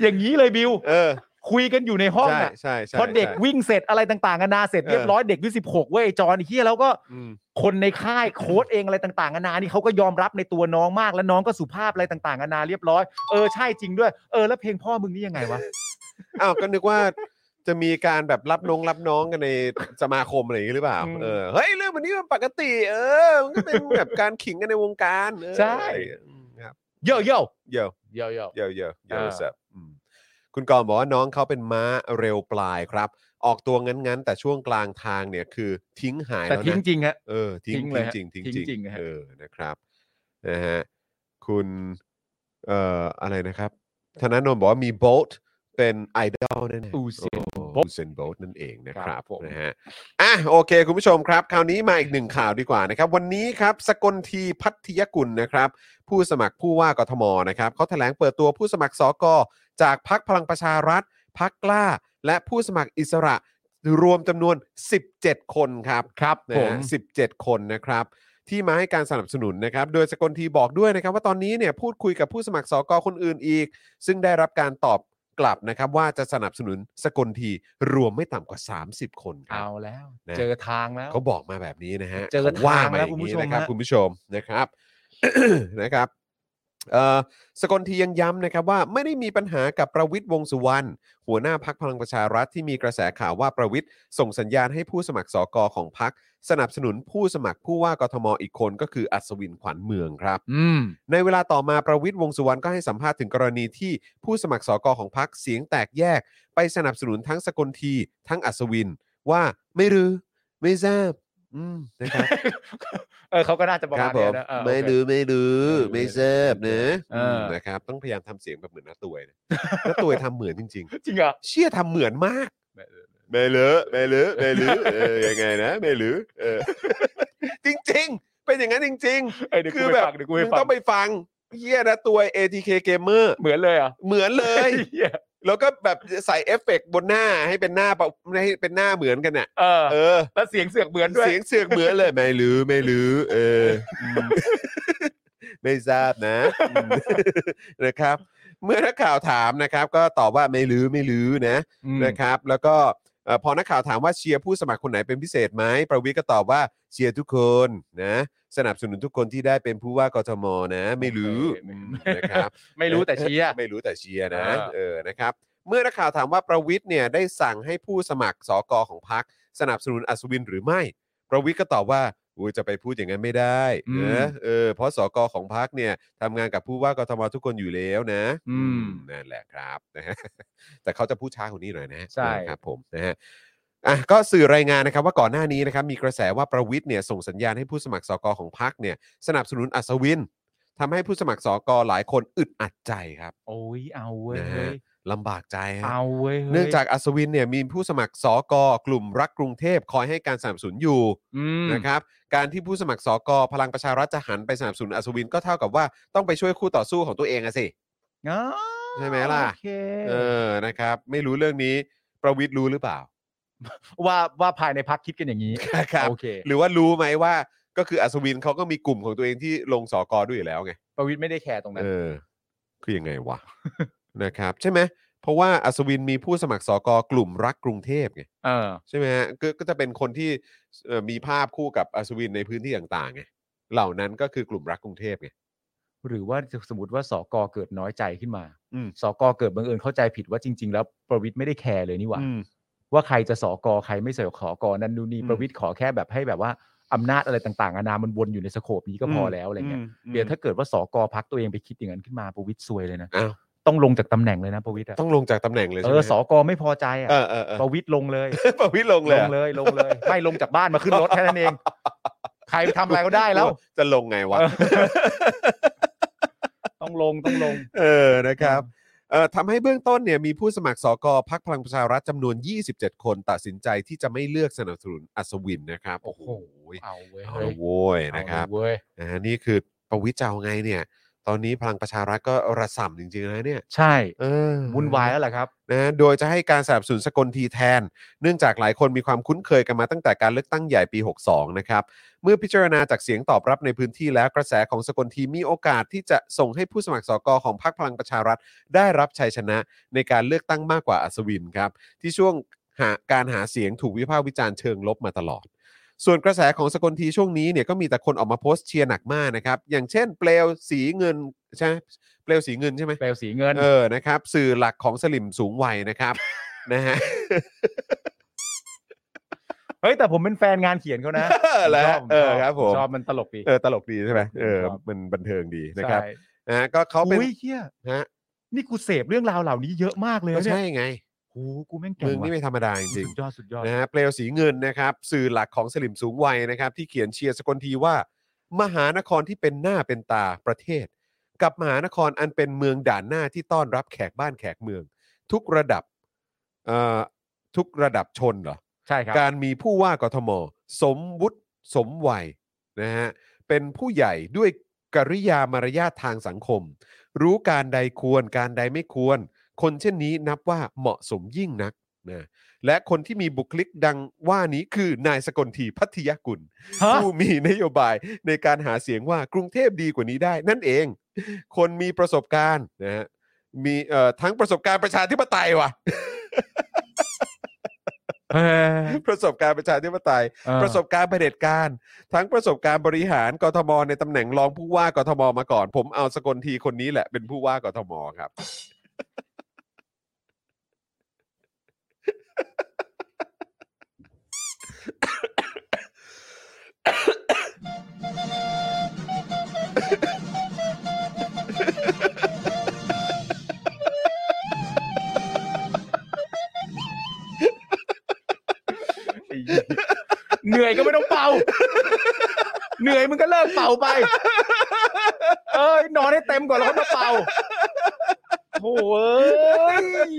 D: อย่างนี้เลยบิว
C: เออ
D: คุยกันอยู่ในห้อง
C: ใช่
D: อ่ะ
C: ใช่ใช่
D: พอเด็ก
C: ใช่
D: วิ่งเสร็จอะไรต่างๆนานาเสร็จ
C: เออ
D: เรียบร้อยเด็กอายุสิบหกเว้ยไอ้จอนไอ้เฮียแล้วก็
C: อืม
D: คนในค่ายโค้ดเองอะไรต่างๆนานานี่เขาก็ยอมรับในตัวน้องมากแล้วน้องก็สุภาพอะไรต่างๆนานาเรียบร้อยเออใช่จริงด้วยเออแล้วเพลงพ่อมึงนี่ยังไงวะ
C: อ้าวก็นึกว่าจะมีการแบบรับน้องรับน้องกันในสมาคมอะไรอย่างงี้หรือเปล่า
D: อืม
C: เออเฮ้ยเรื่องแบบนี้มันปกติ เออมันก็เป็นแบบการขิงกันในวงการเออ
D: ใช่
C: อะไรอย่างเงี้ยอืมครับ
D: เย่อเย่อ
C: เยอะ
D: เย่อเย่อ
C: เยอะเยอะเย
D: อ่า
C: อะสับอืมคุณกรณ์บอกว่าน้องเขาเป็นม้าเร็วปลายครับ ออกตัวงั้นๆ แต่ช่วงกลางทางเนี่ยคือทิ้งหาย
D: แต่
C: แล้ว
D: ทิ้ง
C: นะ
D: จริงฮะ
C: เออทิ้ง
D: ทิ้
C: ทิ้
D: ง
C: ง
D: เลยฮะ
C: จริงทิ้ง
D: ทิ้ง
C: จริง
D: จริงฮะ
C: เออนะครับนะฮะคุณเอ่ออะไรนะครับ ธนาโนนบอกว่ามีโบ t เป็นไอดอลแน่ๆ
D: อูเซียน
C: โอ้ เซนโบลต์นั่นเองนะครับนะฮะอ่ะโอเค คุณผู้ชมครับ คราวนี้มาอีกหนึ่งข่าวดีกว่านะครับ วันนี้ครับสกลทีพัทยกุลนะครับ ผู้สมัครผู้ว่ากทมนะครับเขาแถลงเปิดตัวผู้สมัครสกจากพักพลังประชารัฐพักกล้า และผู้สมัครอิสระรวมจำนวน 17 คนครับ
D: ครับ
C: นะ
D: ผม
C: ฮะ17 คนนะครับ ที่มาให้การสนับสนุนนะครับ โดยสกลทีบอกด้วยนะครับ ว่าตอนนี้เนี่ยพูดคุยกับผู้สมัครสกคนอื่นอีก ซึ่งได้รับการตอบกลับนะครับ ว่าจะสนับสนุนสกลทีรวมไม่ต่ำกว่า 30 คนครั
D: เอา
C: บ
D: แล้ว
C: นะ
D: เจอทางแล้ว
C: เขาบอกมาแบบนี้นะฮะ
D: เจอทาง
C: ขาว่ามาอย่างนี้
D: แล้วคุณผู้ช
C: นะ
D: ม
C: ครับ
D: ฮะ
C: คุณผู้ชมนะครับ นะครับเอ่อสกลทียังย้ำนะครับว่าไม่ได้มีปัญหากับประวิทย์วงษ์สุวรรณหัวหน้าพักพลังประชารัฐที่มีกระแสข่าวว่าประวิทย์ส่งสัญญาณให้ผู้สมัครสกของพักสนับสนุนผู้สมัครผู้ว่ากทมอีกคนก็คืออัศวินขวัญเมืองครับ
D: อืม
C: ในเวลาต่อมาประวิทย์วงษ์สุวรรณก็ให้สัมภาษณ์ถึงกรณีที่ผู้สมัครสกของพักเสียงแตกแยก ไปสนับสนุนทั้งสกลที ทั้งอัศวิน ว่าไม่รือไม่ทราบอืมนะครับ
D: เออเขาก็น่าจะประ
C: ครั
D: มา
C: บ
D: ณ
C: ผม
D: เนี้ยนะเออ
C: ไม่
D: โอเค
C: รู้ไม่รู้
D: ไม่รู้
C: ไม่ทราบนะ
D: เอออื
C: มนะครับ ต้องพยายามทำเสียงแบบเหมือนน้าตวยนะ น้าตวยทำเหมือนจริง
D: จริงเหรอ
C: ๆ เชี่ยทำเหมือนมาก
D: ไม่รู้
C: ไม่รู้ไม่รู้ไม่รู้เออยังไงนะไม่รู้เออ จริง ๆ เป็นอย่างนั้นจริง
D: เยเดี๋ย
C: ๆ
D: วกู
C: คือ
D: ไป
C: แบบ
D: ฟังเดี๋ยวกู
C: มึ
D: ไป
C: ง
D: ฟั
C: ต้อง งไปฟังเยี่ยนะตัวย ATK Gamer
D: เหมือนเลยเหรอ่ะ
C: เหมือนเลย แล้วก็แบบใส่เอฟเฟกต์บนหน้าให้เป็นหน้าปะให้เป็นหน้าเหมือนกันน่ะ
D: เออ
C: เออ
D: แล้วเสียงเสือกเหมือนด้วย
C: เสียงเสือกเหมือนเลยไม่รู้ไม่รู้เอออืมไม่ทราบนะอืมนะครับ เมื่อนักข่าวถามนะครับ ก็ตอบว่าไม่รู้ไม่รู้นะนะครับ แล้วก็เอ่อพอนักข่าวถามว่าเชียร์ผู้สมัครคนไหนเป็นพิเศษไหมประวิทย์ก็ตอบว่าเชียร์ทุกคนนะสนับสนุนทุกคนที่ได้เป็นผู้ว่ากทมนะ ไม่รู้
D: โอเค
C: อืมนะครับ
D: ไม่รู้แต่เชียร์
C: ไม่รู้แต่เชียร์นะ
D: อ่า
C: เออนะครับเมื่อนักข่าวถามว่าประวิทย์เนี่ยได้สั่งให้ผู้สมัครสกของพรรคสนับสนุนอัศวินหรือไม่ ประวิทย์ก็ตอบว่าอูจะไปพูดอย่างนั้นไม่ได้นะเออเพราะสกของพรรคเนี่ยทำงานกับผู้ว่ากทมทุกคนอยู่แล้วนะ
D: อืม
C: นั่นแหละครับนะฮะแต่เขาจะพูดช้ากว่านี้หน่อยนะ
D: ใช่
C: นะครับผมนะฮะอ่ะก็สื่อรายงานนะครับว่าก่อนหน้านี้นะครับมีกระแสว่าประวิทย์เนี่ยส่งสัญญาณให้ผู้สมัครสกของพรรคเนี่ยสนับสนุนอัศวินทำให้ผู้สมัครสกหลายคนอึดอัดใจครับ
D: โอ้ยเอาเว้ย
C: นะฮะ
D: เฮ้ย
C: ลำบากใจฮะ
D: เอาเว้ยฮ้ย
C: เนื่องจากอัศวินเนี่ยมีผู้สมัครสกกลุ่มรักกรุงเทพคอยให้การสนับสนุนอยู่
D: อืม
C: นะครับการที่ผู้สมัครสกพลังประชารัฐจะหันไปสนับสนุนอัศวินก็เท่ากับว่าต้องไปช่วยคู่ต่อสู้ของตัวเองอะสิ
D: อ๋อ
C: ใช่ไหมล่ะ
D: โอเค
C: เออนะครับ ไม่รู้เรื่องนี้ประวิทย์รู้หรือเปล่า
D: ว่าว่าภายในพักคิดกันอย่างนี้
C: ครับ
D: โอเค
C: หรือว่ารู้ไหมว่าก็คืออัศวินเขาก็มีกลุ่มของตัวเองที่ลงสกด้วยอยู่แล้วไง
D: ประวิทย์ไม่ได้แคร์ตรงนั้น
C: เออ คือยังไงวะ นะครับใช่ไหมเพราะว่าอัศวินมีผู้สมัครสกกลุ่มรักกรุงเทพไง
D: เออ
C: ใช่ไหมฮะก็ก็จะเป็นคนที่เอ่อมีภาพคู่กับอัศวินในพื้นที่ต่างๆไงเหล่านั้นก็คือกลุ่มรักกรุงเทพไง
D: หรือว่าสมมติว่าสกเกิดน้อยใจขึ้นมา
C: อืม
D: สกเกิดบังเอิญเข้าใจผิดว่าจริง ๆ แล้วประวิทย์ไม่ได้แคร์เลยนี่หว่า
C: อืม
D: ว่าใครจะสอกอใครไม่สอกอกอนั่นนู่นนี่
C: อืม
D: ประวิทย์ขอแค่แบบให้แบบว่าอำนาจอะไรต่างๆนานามันวนอยู่ในสโคปนี้ก็พอแล้วอะไรเงี้ยเดี๋ยวถ้าเกิดว่าสอกอพักตัวเองไปคิดอย่างนั้นขึ้นมาประวิทย์ซวยเลยนะ
C: อ้าว
D: ต้องลงจากตำแหน่งเลยนะประวิทย์อะ
C: ต้องลงจากตำแหน่งเลย
D: เอ
C: ใช่ไห
D: อ
C: ม
D: สอกอไม่พอใจอะ
C: เออเออเออ
D: ประวิทย์ลงเลย
C: ประวิตรลงเลย
D: ล
C: เหรง อ
D: เลยลงเลย ไม่ลงจากบ้านมาขึ้นรถแค่นั้นเอง ใครไปทำอะไรก็ได้แล้ว
C: จะลงไงวะ
D: เออ ต้องลงต้องลง
C: เออ นะครับเอ่อทำให้เบื้องต้นเนี่ยมีผู้สมัครสกพักพลังประชารัฐจำนวน 27 คนตัดสินใจที่จะไม่เลือกสนับสนุนอัศวินนะครับ
D: โอ้โห เอาเว้ย
C: เอา
D: เฮ้ย
C: ละโว้ยนะครับ
D: เอาเว้ย
C: อ่า นี่คือประวิตรจะเอาไงเนี่ย ตอนนี้พลังประชารัฐก็ระส่ำจริงๆนะเนี่ย
D: ใช่
C: เออ
D: วุ่นวายแล้วแหละครับ
C: นะโดยจะให้การสนับสนุนสกลทีแทน เนื่องจากหลายคนมีความคุ้นเคยกันมาตั้งแต่การเลือกตั้งใหญ่ปี 62 นะครับ เมื่อพิจารณาจากเสียงตอบรับในพื้นที่แล้วกระแสของสกลทีมีโอกาสที่จะส่งให้ผู้สมัครสกของพรรคพลังประชารัฐ ได้รับชัยชนะในการเลือกตั้งมากกว่าอัศวินครับ ที่ช่วงหาการหาเสียงถูกวิพากษ์วิจารณ์เชิงลบมาตลอด ส่วนกระแสของสกลทีช่วงนี้เนี่ยก็มีแต่คนออกมาโพสต์เชียร์หนักมากนะครับอย่างเช่น เปลวสีเงินใช่ไหมเปลวสีเงินใช่ไหม
D: เปลวสีเงิน
C: เออ นะครับ สื่อหลักของสลิมสูงวัย นะครับ นะฮะ
D: เฮ้ยแต่ผมเป็นแฟนงานเขียนเขานะ
C: เออแล้ว
D: ผม
C: เอ
D: ช
C: อ
D: อบ
C: ครับผม
D: ชอบมันตลกดี
C: เออ ตลกดีใช่ไหมเออ
D: ชอบ
C: มันบันเทิงดีนะครับ
D: ใช่
C: นะฮะก็เขาเป็น
D: อุ้ยเฮีย
C: ฮะ
D: นี่กูเสพเรื่องราวเหล่านี้เยอะมากเลย
C: ก็
D: นะเนี่
C: ใช่
D: ย
C: ไง
D: โอ้กูแม่งเก่
C: มึ
D: ง
C: ง
D: ว่ะ
C: นี่ไม่ธรรมดาจริง
D: สุดยอดสุดย อด
C: ๆนะฮะ เปลวสีเงินนะครับ สื่อหลักของสลิมสูงวัยนะครับ ที่เขียนเชียร์สกลทีว่า มหานครที่เป็นหน้าเป็นตาประเทศ กับมหานครอันเป็นเมืองด่านหน้าที่ต้อนรับแขกบ้านแขกเมือง ทุกระดับเอ่อ ทุกระดับชนเหรอ
D: ใช่ครับ
C: การมีผู้ว่ากทม สมวุฒิสมวัยนะฮะเป็นผู้ใหญ่ด้วยกริยามารยาททางสังคม รู้การใดควรการใดไม่ควร คนเช่นนี้นับว่าเหมาะสมยิ่งนักนะและคนที่มีบุคลิกดังว่านี้คือนายสกลทีพัทยกุล
D: ฮะ
C: ผู้มีนโยบายในการหาเสียงว่ากรุงเทพดีกว่านี้ได้ นั่นเอง คนมีประสบการณ์นะฮะมีเอ่อทั้งประสบการณ์ประชาธิปไตยว่ะ
D: เออ
C: ประสบการณ์ประชาธิปไตย
D: เออ
C: ประสบการณ์เผด็จการ ทั้งประสบการณ์บริหารกทมในตำแหน่งรองผู้ว่ากทมมาก่อน ผมเอาสกลทีคนนี้แหละเป็นผู้ว่ากทมครับ
D: เหนื่อยก็ไม่ต้องเป่า เหนื่อยมึงก็เลิกเป่าไป เอ้ยนอนให้เต็มก่อนแล้วค่อยมาเป่าโถ่เอ้ย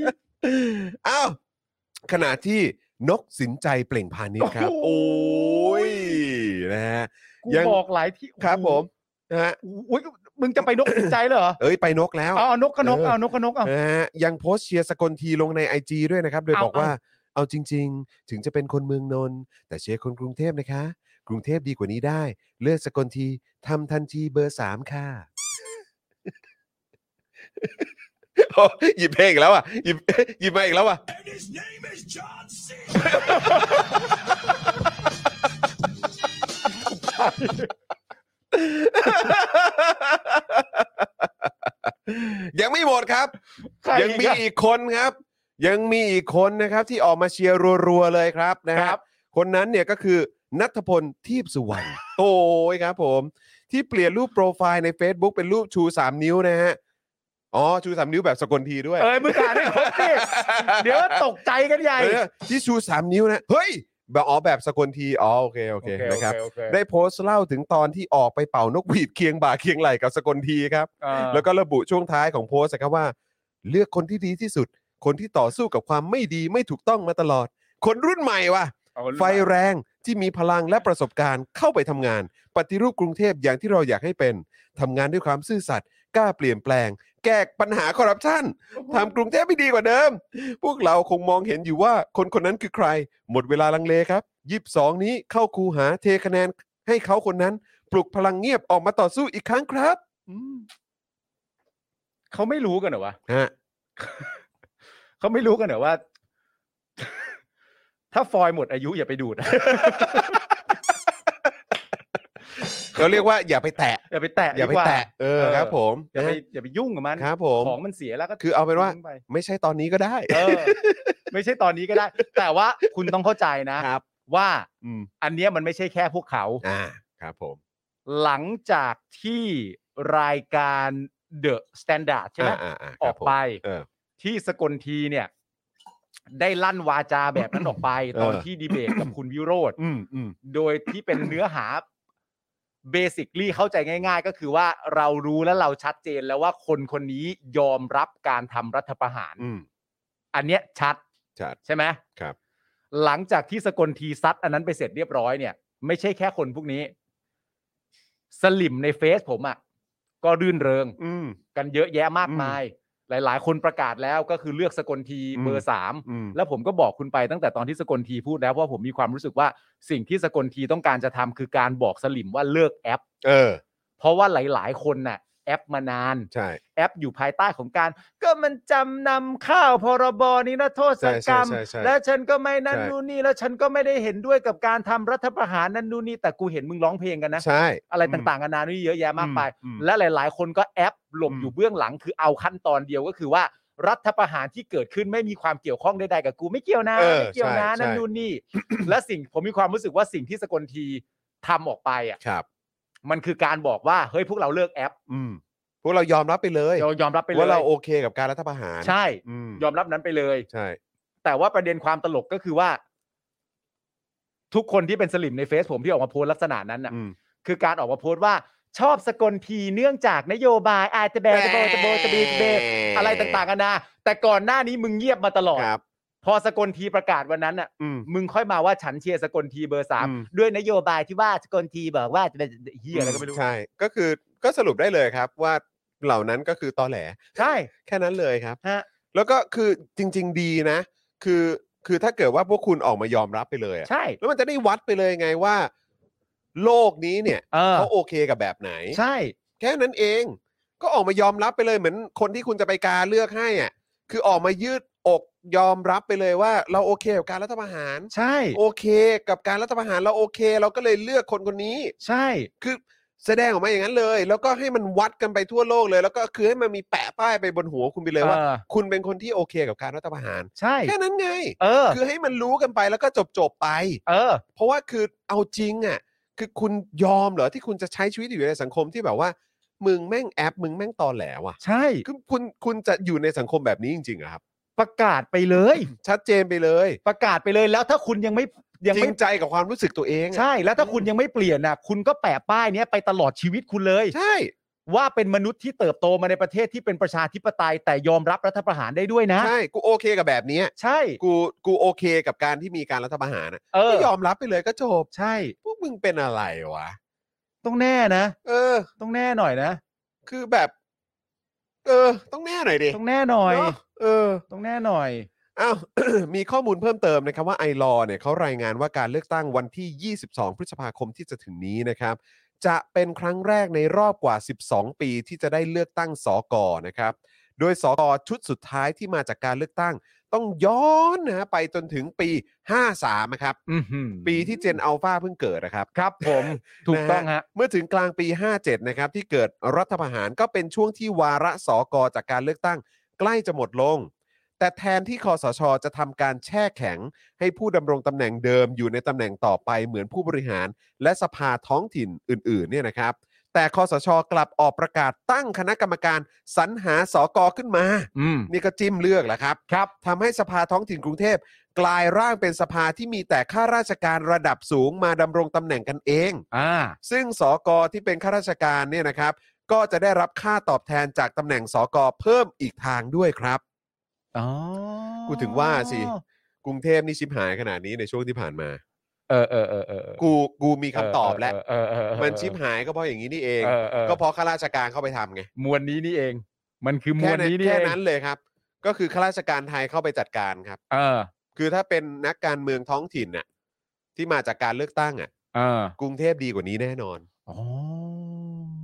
C: อ้าวขณะที่นกสินใจเปล่งพาณิชย์ครับ โอ้ยนะฮะ
D: กู
C: ยัง
D: บอกหลายที่
C: ครับผมนะฮะ
D: อุ้ยมึงจะไปนกกระใจายเหรอ
C: เอ้ยไปนกแล้ว
D: เอาเอานกกระนก
C: เออ
D: เอานกกระนกเอา
C: นะฮะยังโพสต์เชียร์สกลทีลงใน IG ด้วยนะครับ โดย
D: เอา
C: บอกว่าเอาจริง ๆ ถึงจะเป็นคนเมืองนนท์แต่เชียร์คนกรุงเทพนะคะ กรุงเทพดีกว่านี้ได้ เลือกสกลทีทำทันทีเบอร์สามค่ะ โอ้หยิบเพลงอีกแล้วอ่ะหยิบ หยิบมาอีกแล้วอ่ะ ยังไม่หมดครับ
D: ใครอีก
C: ยัง
D: อะ
C: มีอีกคนครับ ยังมีอีกคนนะครับที่ออกมาเชียร์รัวๆเลยครับนะค
D: ครั
C: รับ
D: บ
C: คนนั้นเนี่ยก็คือนัทพลทีพสุวรรณ โอ้ยครับผม ที่เปลี่ยนรูปโปรไฟล์ใน Facebook เป็นรูปชู 3 นิ้วนะฮะ อ๋อ ชู 3 นิ้วแบบสกลทีด้วย
D: เอ้ยมึงอ่านให้ครบ สิเดี๋ยวตกใจกันใหญ่
C: เออที่ชู 3 นิ้วนะ เฮ้ย แบบอ๋อแบบสกลที อ๋อ โอเค โอเคนะครับ ได้โพสต์เล่าถึงตอนที่ออกไปเป่านกหวีดเคียงบ่าเคียงไหล่กับสกลทีครับ แล้วก็ระบุช่วงท้ายของโพสต์นะครับว่า เลือกคนที่ดีที่สุด คนที่ต่อสู้กับความไม่ดีไม่ถูกต้องมาตลอด คนรุ่นใหม่ว่ะ ไฟแรงที่มีพลังและประสบการณ์เข้าไปทำงาน ปฏิรูปกรุงเทพอย่างที่เราอยากให้เป็นทำงานด้วยความซื่อสัตย์กล้าเปลี่ยนแปลง แก้ปัญหาคอร์รัปชันทำกรุงเทพให้ดีกว่าเดิม พวกเราคงมองเห็นอยู่ว่าคนคนนั้นคือใคร หมดเวลาลังเลครับยีิบสองนี้เข้าคูหาเทคะแนนให้เขาคนนั้น ปลุกพลังเงียบออกมาต่อสู้อีกครั้งครับอืม
D: เขาไม่รู้กันเหรอวะ
C: ฮะ
D: เขาไม่รู้กันเหรอว่า ถ้าฟอยหมดอายุอย่าไปดูด
C: เขาเรียกว่าอย่าไปแตะ
D: อย่าไปแตะ
C: อย่าไป
D: ดีกว่
C: แตะ เออครับผม
D: อย่าไป
C: นะ
D: อย่าไปยุ่งกับมัน
C: ครับผม
D: ของมันเสียแล้วก็
C: คือเอาเป็นว่า
D: ทิ้งไ
C: ไม่ใช่ตอนนี้ก็ได้
D: เออ ไม่ใช่ตอนนี้ก็ได้ แต่ว่าคุณต้องเข้าใจนะ
C: ครับ
D: ว่า
C: อืม
D: อันเนี้ยมันไม่ใช่แค่พวกเขา
C: อ่าครับผม
D: หลังจากที่รายการเดอะสแตนดาร์ดใช่ไหม
C: อ่าาา
D: อ
C: ค
D: อ
C: รับ
D: ก
C: ผม
D: ไป
C: เออ
D: ที่สกลทีเนี่ย ได้ลั่นวาจาแบบนั้นออกไป
C: เออ
D: ตอนที่ดีเบตกับคุณวิโรธ
C: อืมอืม
D: โดยที่เป็นเนื้อหาเบสิคลี่เข้าใจง่าย ๆ ก็คือว่าเรารู้และเราชัดเจนแล้วว่าคนคนนี้ยอมรับการทำรัฐประหาร
C: อืม
D: อันเนี้ยชัด
C: ชัด
D: ใช่ไหม
C: ครับ
D: หลังจากที่สกลทีซัดอันนั้นไปเสร็จเรียบร้อยเนี่ย ไม่ใช่แค่คนพวกนี้ สลิมในเฟซผมอะ่ะก็รื่นเริง
C: อืม
D: กันเยอะแยะมากมาย หลาย ๆ คนประกาศแล้วก็คือเลือกสกลที
C: อืม
D: เบอร์สาม
C: อืม
D: แล้วผมก็บอกคุณไปตั้งแต่ตอนที่สกลทีพูดแล้วเพราะผมมีความรู้สึกว่าสิ่งที่สกลทีต้องการจะทำคือการบอกสลิมว่าเลิกแอป
C: เออ
D: เพราะว่าหลาย ๆ คนน่ะแอปมานาน
C: ใช่
D: แอปอยู่ภายใต้ของการ ก็มันจำนำข้าวพรบนี้นะโทษกรรม
C: ใช่ใช่ใช่ใช่
D: และฉันก็ไม่นั่น
C: ใช่
D: นู่นนี่แล้วฉันก็ไม่ได้เห็นด้วยกับการทำรัฐประหารนั่นนู่นนี่แต่กูเห็นมึงร้องเพลงกันนะ
C: ใช่
D: อะไรต่างๆนานานี่เยอะแยะมากมาย
C: อืมอืม
D: และหลาย ๆ คนก็แอปหลบ
C: อืม
D: อยู่เบื้องหลัง คือเอาขั้นตอนเดียวก็คือว่ารัฐประหารที่เกิดขึ้นไม่มีความเกี่ยวข้องใดๆกับกูไม่เกี่ยวนะ
C: เออ
D: ไม่เกี่ยวนะ
C: ใช่
D: นั่น
C: ใช่
D: นู่นนี่ และสิ่งผมมีความรู้สึกว่าสิ่งที่สกลทีทำออกไปอ่ะ
C: ครับ
D: มันคือการบอกว่าเฮ้ยพวกเราเลิกแอป
C: อืมพวกเรายอมรับไปเลย
D: เรายอมรับไปเลย
C: ว่าเราโอเคกับการรัฐประหาร
D: ใช่
C: อืม
D: ยอมรับนั้นไปเลย
C: ใช่
D: แต่ว่าประเด็นความตลกก็คือว่า ทุกคนที่เป็นสลิมในเฟซผมที่ออกมาโพสต์ลักษณะนั้นน่ะ
C: อืม
D: คือการออกมาโพสต์ว่าชอบสกลทีเนื่องจากนโยบายอาจจะแบนจะโบจะโบจะบีจะเบอะไรต่างๆกันานะแต่ก่อนหน้านี้มึงเงียบมาตลอด
C: ครับ
D: พอสกลทีประกาศวันนั้นอ่ะ
C: อืม
D: มึงค่อยมาว่าฉันเชียร์สกลทีเบอร์สาม
C: อืม
D: ด้วยนโยบายที่ว่าสกลทีบอกว่าเฮียอะไรก็ไม่รู้
C: ใช่ ก็คือก็สรุปได้เลยครับว่าเหล่านั้นก็คือตอแหล
D: ใช่
C: แค่นั้นเลยครับ
D: ฮะ
C: แล้วก็คือจริง ๆ ดีนะ คือคือถ้าเกิดว่าพวกคุณออกมายอมรับไปเลยอะ
D: ใช่
C: แล้วมันจะได้วัดไปเลยไงว่า โลกนี้เนี่ย
D: เออ
C: เขาโอเคกับแบบไหน
D: ใช่
C: แค่นั้นเองก็ออกมายอมรับไปเลยเหมือนคนที่คุณจะไปกาเลือกให้อ่ะคือออกมายืดอกยอมรับไปเลยว่า เราโอเคกับการรัฐประหาร
D: ใช่
C: โอเคกับการรัฐประหารเราโอเค เราก็เลยเลือกคนคนนี้
D: ใช่
C: คือแสดงออกมาอย่างนั้นเลย แล้วก็ให้มันวัดกันไปทั่วโลกเลย แล้วก็คือให้มันมีแปะป้ายไปบนหัวคุณไปเลยว่า
D: เออ
C: คุณเป็นคนที่โอเคกับการรัฐประหาร
D: ใช่
C: แค่นั้นไง
D: เออ
C: คือให้มันรู้กันไปแล้วก็จบจบๆไป
D: เออ
C: เพราะว่าคือเอาจริงอ่ะคือคุณยอมเหรอที่คุณจะใช้ชีวิตอยู่ในสังคมที่แบบว่า มึงแม่งแอปมึงแม่งตอแหลว่ะ
D: ใช่
C: คือคุณคุณจะอยู่ในสังคมแบบนี้จริงๆเหรอครับ
D: ประกาศไปเลย
C: ชัดเจนไปเลย
D: ประกาศไปเลยแล้วถ้าคุณยังไม่ยัง
C: จริ
D: ไม่
C: งใจกับความรู้สึกตัวเองอะ
D: ใช่แล้วถ้าคุณยังไม่เปลี่ยนน่ะ คุณก็แปะป้ายเนี้ยไปตลอดชีวิตคุณเลย
C: ใช่
D: ว่าเป็นมนุษย์ที่เติบโตมาในประเทศที่เป็นประชาธิปไตย แต่ยอมรับรัฐประหารได้ด้วยนะ
C: ใช่กูโอเคกับแบบเนี้ย
D: ใช่
C: กูกูโอเคกับการที่มีการรัฐประหารอะ
D: เออ
C: ก็ยอมรับไปเลยก็จบ
D: ใช่
C: พวกมึงเป็นอะไรวะ
D: ต้องแน่นะ
C: เออ
D: ต้องแน่หน่อยนะ
C: คือแบบ เออ ต้องแน่หน่อยดิ
D: ต้องแน่หน่อย
C: เนะเออ
D: ต้องแน่หน่อย
C: อ้าว มีข้อมูลเพิ่มเติมนะครับว่าไอรอเนี่ยเขารายงานว่าการเลือกตั้งวันที่ 22 พฤษภาคมที่จะถึงนี้นะครับ จะเป็นครั้งแรกในรอบกว่า 12 ปีที่จะได้เลือกตั้งสกนะครับ โดยสกชุดสุดท้ายที่มาจากการเลือกตั้ง ต้องย้อนนะฮะไปจนถึงปี 53นะครับ
D: อือหือ
C: ปีที่เจนอัลฟาเพิ่งเกิดนะครับ
D: ครับ ผมถูกต้องฮะ
C: เมื่อถึงกลางปี 57 นะครับ ที่เกิดรัฐประหารก็เป็นช่วงที่วาระสอกอจากการเลือกตั้ง ใกล้จะหมดลง แต่แทนที่คอสช จะทำการแช่แข็ง ให้ผู้ดำรงตำแหน่งเดิมอยู่ในตำแหน่งต่อไปเหมือนผู้บริหาร และสภาท้องถิ่นอื่น ๆ เนี่ยนะครับ แต่คอสช กลับออกประกาศตั้งคณะกรรมการสรรหาสอกอขึ้นมา
D: อืม
C: นี่ก็จิ้มเลือกแหละครับ
D: ครับ
C: ทำให้สภาท้องถิ่นกรุงเทพ กลายร่างเป็นสภาที่มีแต่ข้าราชการระดับสูงมาดำรงตำแหน่งกันเอง
D: อ่า
C: ซึ่งสกที่เป็นข้าราชการเนี่ยนะครับ ก็จะได้รับค่าตอบแทนจากตำแหน่งสกเพิ่มอีกทางด้วยครับ
D: อ๋อ
C: กูถึงว่าสิ กรุงเทพนี่ชิบหายขนาดนี้ในช่วงที่ผ่านมา
D: เออเออเออเออเออ
C: กูกูมีคำตอบแล้ว
D: เออเออเออเออ
C: มันชิบหายก็เพราะอย่างนี้นี่เอง
D: เออเออ
C: ก็เพราะข้าราชการเข้าไปทำไง
D: มวลนี้นี่เอง มันคือม
C: แค่
D: วล
C: นั้น
D: นี้นี่
C: แค่
D: เอง
C: นั้นเลยครับ ก็คือข้าราชการไทยเข้าไปจัดการครับ
D: เออ
C: คือถ้าเป็นนักการเมืองท้องถิ่นน่ะที่มาจากการเลือกตั้งอ่ะ
D: เออก
C: รุงเทพดีกว่านี้แน่นอน
D: อ๋อ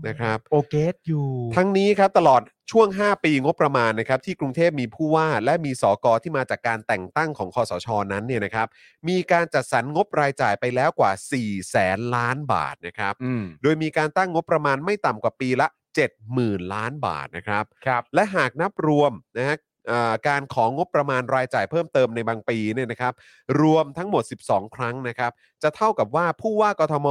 C: นะครับ
D: โอเกตอยู่
C: ทั้งนี้ครับตลอดช่วง 5 ปีงบประมาณนะครับที่กรุงเทพมีผู้ว่าและมีสกที่มาจากการแต่งตั้งของคอสชนั้นเนี่ยนะครับ มีการจัดสรรงบรายจ่ายไปแล้วกว่า 4 แสนล้านบาทนะครับ
D: อืม
C: โดยมีการตั้งงบประมาณไม่ต่ำกว่าปีละ 70,000 ล้านบาทนะครับ
D: ครับ
C: และหากนับรวมนะฮะเอ่อการของงบประมาณรายจ่ายเพิ่มเติมในบางปีเนี่ยนะครับ รวมทั้งหมด 12 ครั้งนะครับ จะเท่ากับว่าผู้ว่ากทม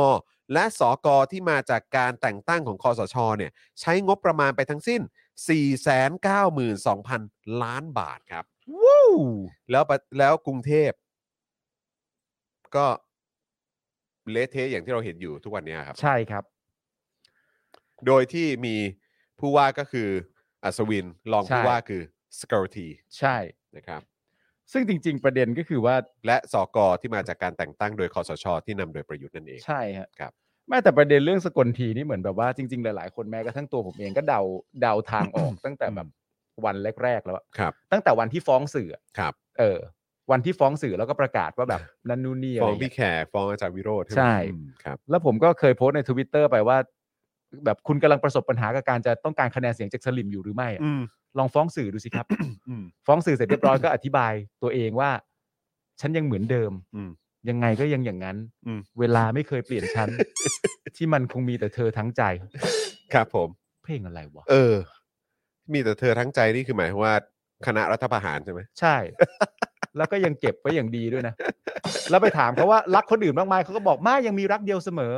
C: และสอกอที่มาจากการแต่งตั้งของคอสชเนี่ยใช้งบประมาณไปทั้งสิ้น 492,000 ล้านบาทครับ
D: วู้
C: แล้วปะแล้วกรุงเทพ ก็เละเทะอย่างที่เราเห็นอยู่ทุกวันเนี้ยครับ
D: ใช่ครับ
C: โดยที่มีผู้ว่าก็คืออัศวินรองผู้
D: ใช่
C: ว่าคือสกอร์ที
D: ใช่
C: นะครับ
D: ซึ่งจริง ๆ ประเด็นก็คือว่า
C: และสกที่มาจากการแต่งตั้งโดยคอสช ที่นำโดยประยุทธ์นั่นเอง
D: ใช่ฮะ
C: ครับ
D: แม้แต่ประเด็นเรื่องสกลทีนี่เหมือนแบบว่าจริง ๆ หลาย ๆ คนแม้กระทั่งตัวผมเองก็เดาเดาทางออก ตั้งแต่แบบวันแรก ๆ แล้วอะ
C: ครับ
D: ตั้งแต่วันที่ฟ้องสื่ออะ
C: ครับ
D: เออ วันที่ฟ้องสื่อแล้วก็ประกาศว่าแบบ นั่นนู่นนี่อะไร
C: ฟ้อง
D: เงี้ย
C: พี่แขกฟ้องอาจารย์วิโรธ
D: ใช่
C: ครับ
D: แล้วผมก็เคยโพสต์ในทวิตเตอร์ไปว่า แบบคุณกำลังประสบปัญหากับการจะต้องการคะแนนเสียงจากสลิมอยู่หรือไม่อะ
C: อืม
D: ลองฟ้องสื่อดูสิครับ
C: อืม
D: ฟ้องสื่อเสร็จเรียบร้อยก็อธิบายตัวเองว่า ฉันยังเหมือนเดิม
C: อืม
D: ยังไงก็ยังอย่างนั้น
C: อืม
D: เวลาไม่เคยเปลี่ยน ฉัน ที่มันคงมีแต่เธอทั้งใจ
C: ครับผม
D: เพลงอะไรวะ
C: เออ มีแต่เธอทั้งใจนี่คือหมายความว่าคณะรัฐประหารใช่ไหม
D: ใช่ แล้วก็ยังเก็บไว้อย่างดีด้วยนะ แล้วไปถามเขาว่ารักคนอื่นมากมายเขาก็บอกไม่ยังมีรักเดียวเสม อ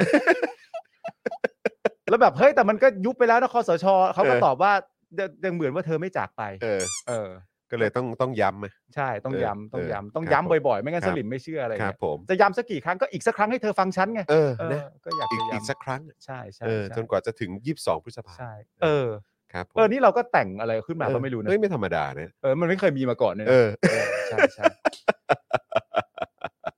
D: แล้วแบบเฮ้ยแต่มันก็ยุบไปแล้วนะคอสชเขาก็ตอบว่ายังยังเหมือนว่าเธอไม่จากไป
C: เออ
D: เออ
C: ก็เลยต้องต้องย้ำไหม
D: ใช่ต้อง
C: เออ
D: ย้ำต้อง
C: เออ
D: ย้ำต้อง
C: ครับผม
D: ย้ำบ่อยๆ ไม่งั้น
C: ค
D: ส
C: รับ
D: ลิมไม่เชื่ออะไร
C: ครับ
D: เงี้ย
C: ผม
D: จะย้ำสักกี่ครั้งก็อีกสักครั้งให้เธอฟังฉันไง
C: เออ
D: เออ
C: นะ
D: ก็อยาก
C: อีก
D: จะ
C: อีกสัก
D: ย้ำ
C: ครั้ง
D: ใช่ใช่
C: เออ
D: ใช่
C: จนกว่าจะถึง 22 พฤษภา
D: ใช่ เออ
C: ครับผม
D: เออนี่เราก็แต่งอะไรขึ้นมาก็ไม่รู้นะ
C: เฮ้ยไม่ธรรมดาเนี่ย
D: เออมันไม่เคยมีมาก่อนเลยนะ
C: เออ
D: เออ ใช่ใช่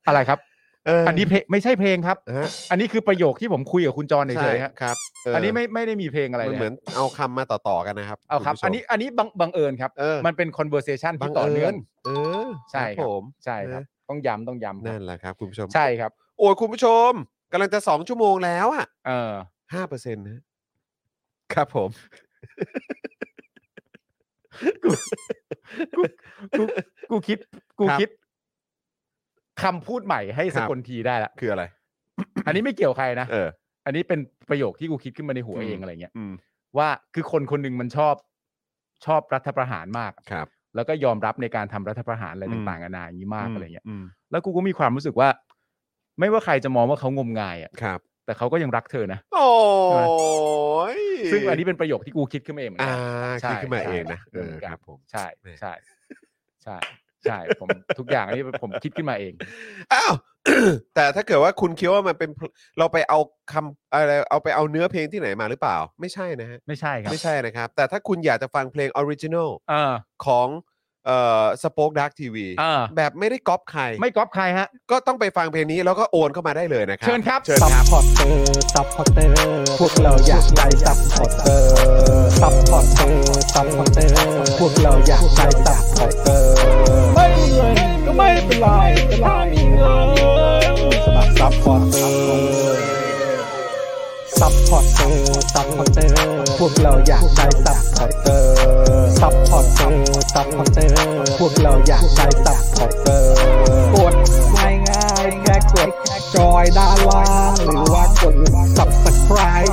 D: อะไรครับ
C: เออ
D: อันนี้เพลงไม่ใช่เพลงครับ
C: ฮะ
D: อันนี้คือประโยคที่ผมคุยกับคุณจรเฉยๆฮะ
C: ครับเ
D: อันนี้ไม่ไม่ได้มีเพลงอะไร
C: มัน
D: เลย
C: เหมือนเอาคำมาต่อๆกันนะครับ
D: เอาครับ
C: ณผู้ชม
D: อันนี้อันนี้บังบังเอิญครับ
C: เออ
D: มันเป็น conversation
C: บั
D: ที่
C: ง
D: ต่อ
C: เอิ
D: เนื่อง
C: ญเออ
D: ใช่
C: ครับ
D: ค
C: ผ
D: รับ
C: ม
D: ใช่ครับ ต้องย้ำต้องย้ำค
C: นั่
D: รับ
C: นแหละครับคุณผู้ชม
D: ใช่ครับ
C: โอ้ยคุณผู้ชมกำลังจะสองชั่วโมงแล้วอ่ะ
D: เออ
C: ห้าเปอร์เซ็นต์นะครับผม
D: กูกูคิดกู
C: ครับ
D: คิดคำพูดใหม่ให้
C: ค
D: ส
C: รับ
D: กลทีได้ละ
C: คืออะไร
D: อันนี้ไม่เกี่ยวใครนะ
C: เออ
D: อันนี้เป็นประโยคที่กูคิดขึ้นมาในหัวเอง
C: ม
D: อะไรเงี้ย
C: อืม
D: ว่าคือคนคนหนึ่งมันชอบชอบรัฐประหารมาก
C: ครับ
D: แล้วก็ยอมรับในการทำรัฐประหารอะไร
C: อืม
D: ต่างๆนานาอย่างนี้มากอะไรเงี้ย
C: อืม
D: แล้วกูก็มีความรู้สึกว่า ไม่ว่าใครจะมองว่าเขางมงายอ่ะ
C: ครับ
D: แต่เขาก็ยังรักเธอนะ
C: โอ้ย
D: ซึ่งอันนี้เป็นประโยคที่กูคิดขึ้นมาเองเหมือน
C: อ่า
D: กัน ใช่
C: คิดขึ้นมา
D: ใช่
C: เองนะ
D: เหมื
C: เออ
D: อนกัน
C: ครับผม
D: ใช่
C: แหม่
D: ใช่ใช่ใช่ผมทุกอย่างอันนี้ผมคิดขึ้นมาเอง
C: อ้าว แต่ถ้าเกิดว่าคุณคิดว่ามันเป็นเราไปเอาคำอะไรเอาไปเอาเนื้อเพลงที่ไหนมาหรือเปล่า ไม่ใช่นะฮะ
D: ไม่ใช่ครับ
C: ไม่ใช่นะครับ แต่ถ้าคุณอยากจะฟังเพลงออริจินอล
D: เออ
C: ของเอ่อสป็อคดักทีวี
D: เออ
C: แบบไม่ได้ก๊อปใคร
D: ไม่ก๊อปใครฮะ
C: ก็ต้องไปฟังเพลงนี้แล้วก็โอนเข้ามาได้เลยนะครั
D: เชิญครับ
C: เชิญ
A: ซั
C: ค
A: พ
C: รั
A: พอ
C: บ
A: ร์เตอร์ซัพพอร์เตอร์พวกเราอยากได้ซัพพอร์เตอร์ซัพพอร์เตอร์ซัพพอร์เตอร์พวกเราอยากได้ซัพพอร์เตอร์ไม่มีเงินก็ไม่เป็นไรแต่ถ้ามีเงินสมัครซัพพอร์เตอร์ซัพพอร์เตอร์ซัพพอร์เตอร์พวกเราอยากได้ซัพพอร์เตอร์ซัพพอร์เตอร์ซัพพอร์เตอร์พวกเราอยากได้ซัพพอร์เตอร์กดง่ายง่ายๆแค่กด จอยด้านล่างหรือว่ากด subscribe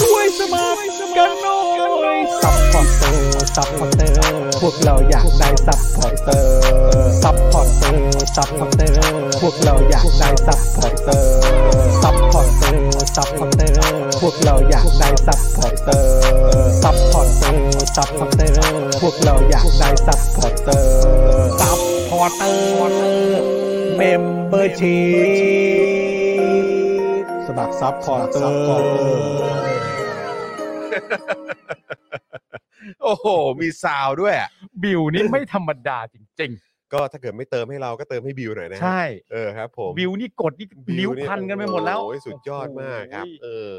A: ด้วยสมัครกันหน่อยซัพพอร์เตอร์ซัพพอร์เตอร์พวกเราอยากได้ซัพพอร์เตอร์ซัพพอร์เตอร์ซัพพอร์เตอร์พวกเราอยากได้ซัพพอร์เตอร์ซัพพอร์เตอร์ซัพพอร์เตอร์พวกเราอยากได้ซัพพอร์เตอร์ซัพพอร์เตอร์ซัพพอร์เตอร์พวกเราอยากได้ซัพพอร์เตอร์ซัพพอร์เตอร์เมมเบอร์ชีสมัครซัพพอร์เตอร์
C: โอ้โห มีซาวด์ด้วยอะ
D: บิวนี่ไม่ธรรมดาจริง
C: ก็ถ้าเกิดไม่เติมให้เราก็เติมให้บิวหน่อยนะ
D: ๆ
C: ฮะ
D: ใช่
C: เออครับผม
D: บิวนี่กดนี่
C: บิ
D: นิ้วพันกันไปหมดแล้ว
C: โอ้ยสุดยอดมากครับ
D: โอ้โห
C: เออ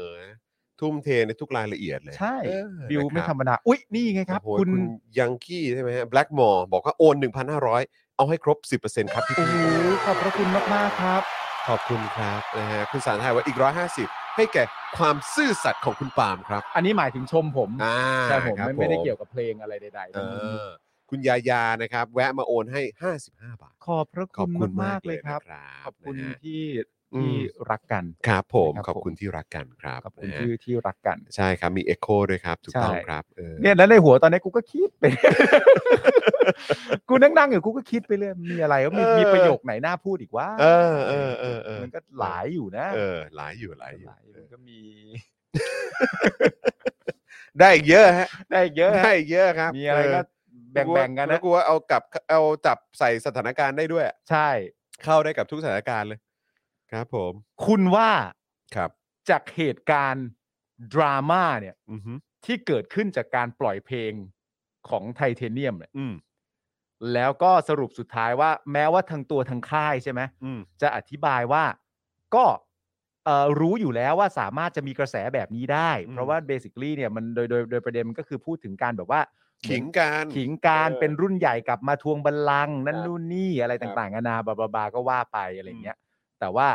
C: ทุ่มเทในทุกรายละเอียดเลย
D: ใช่
C: เออ
D: บิวไม่
C: นะค
D: ธ
C: รั
D: รรมดา อุ้ยนี่ไงครับ
C: โอ้โห
D: คุ
C: คุณ
D: ณ
C: ยังกี้ใช่ไหมฮะแบล็กมอบอกว่าโอน 1,500 เอาให้ครบ 10%ครับพี่
D: โอ้โหขอบพระคุณมากๆครับ
C: ขอบคุณครับนะฮะคุณสารไทยว่าอีก 150 ให้แก่ความซื่อสัตย์ของคุณปาล์มครับ
D: อันนี้หมายถึงชมผม
C: อ่า
D: ใช่ผม
C: ครับ
D: ไม่ไม่ได้เกี่ยวกับเพลงอะไรใด
C: เอ
D: ๆ
C: อคุณยายานะครับ แวะมาโอนให้ 55 บาท
D: ขอบพระ
C: ขอบ
D: คุ
C: คุณ
D: ณ
C: มาม
D: าก ก
C: เล
D: ๆเลย ย
C: ค
D: ค
C: รั
D: รั
C: บบ
D: ขอบคุณ
C: นะฮะ
D: ที่
C: อืม
D: ที่รักกัน
C: ครับผม
D: นะครับ
C: ขอบคุณ
D: ผม
C: ที่รักกันครับ
D: ขอบคุณ
C: นะฮะ
D: ที่ที่รักกัน
C: ใช่ครับมีเอ็โคด้วยครับ ถูก
D: ใช่
C: ต้องครับเออ
D: เนี่ยแล้วในหัวตอนนี้กูก็คิดไป กูนั่งนั่งๆอยู่กูก็คิดไปเรื่อยมีอะไรวะมีมีประโยคไหนน่าพูดอีกว่า
C: เออเออเออเออ
D: มันก็หลายอยู่นะ
C: เออหลายอยู่หลายอยู่
D: หลายอยู่มันก็มี
C: ได้อีกเยอะฮะ
D: ได้เยอะ
C: ได้อีกเยอะครับ
D: มีอะไรก็แบ่งๆกัน
C: แล้ว
D: นะ
C: กูว่าเอากลับเอาจับใส่สถานการณ์ได้ด้วย
D: ใช่
C: เข้าได้กับทุกสถานการณ์เลย ครับผม
D: คุณว่า
C: ครับ
D: จากเหตุการณ์ดราม่าเนี่ย
C: อือฮึ
D: ที่เกิดขึ้นจากการปล่อยเพลงของไทเทเนียมเนี่ย
C: อืม
D: แล้วก็สรุปสุดท้ายว่า แม้ว่าทางตัวทางค่ายใช่ไหม
C: อืม
D: จะอธิบายว่าก็เอ่อรู้อยู่แล้วว่าสามารถจะมีกระแสแบบนี้ได้ เพราะว่าเบสิคลีเนี่ยมันโดยโดยโดยประเด็นมันก็คือพูดถึงการแบบว่าเหมื
C: ขิ
D: อน
C: งกัน
D: ขิงการ
C: เออ
D: เป็นรุ่นใหญ่กลับมาทวงบัลลังก์นั่
C: คนรับ
D: นู่นนี่อะไร
C: ครับ
D: ต่างๆนานาบาบาบาก็ว่าไปอะไรอย่างเงี้ย แต่ว่า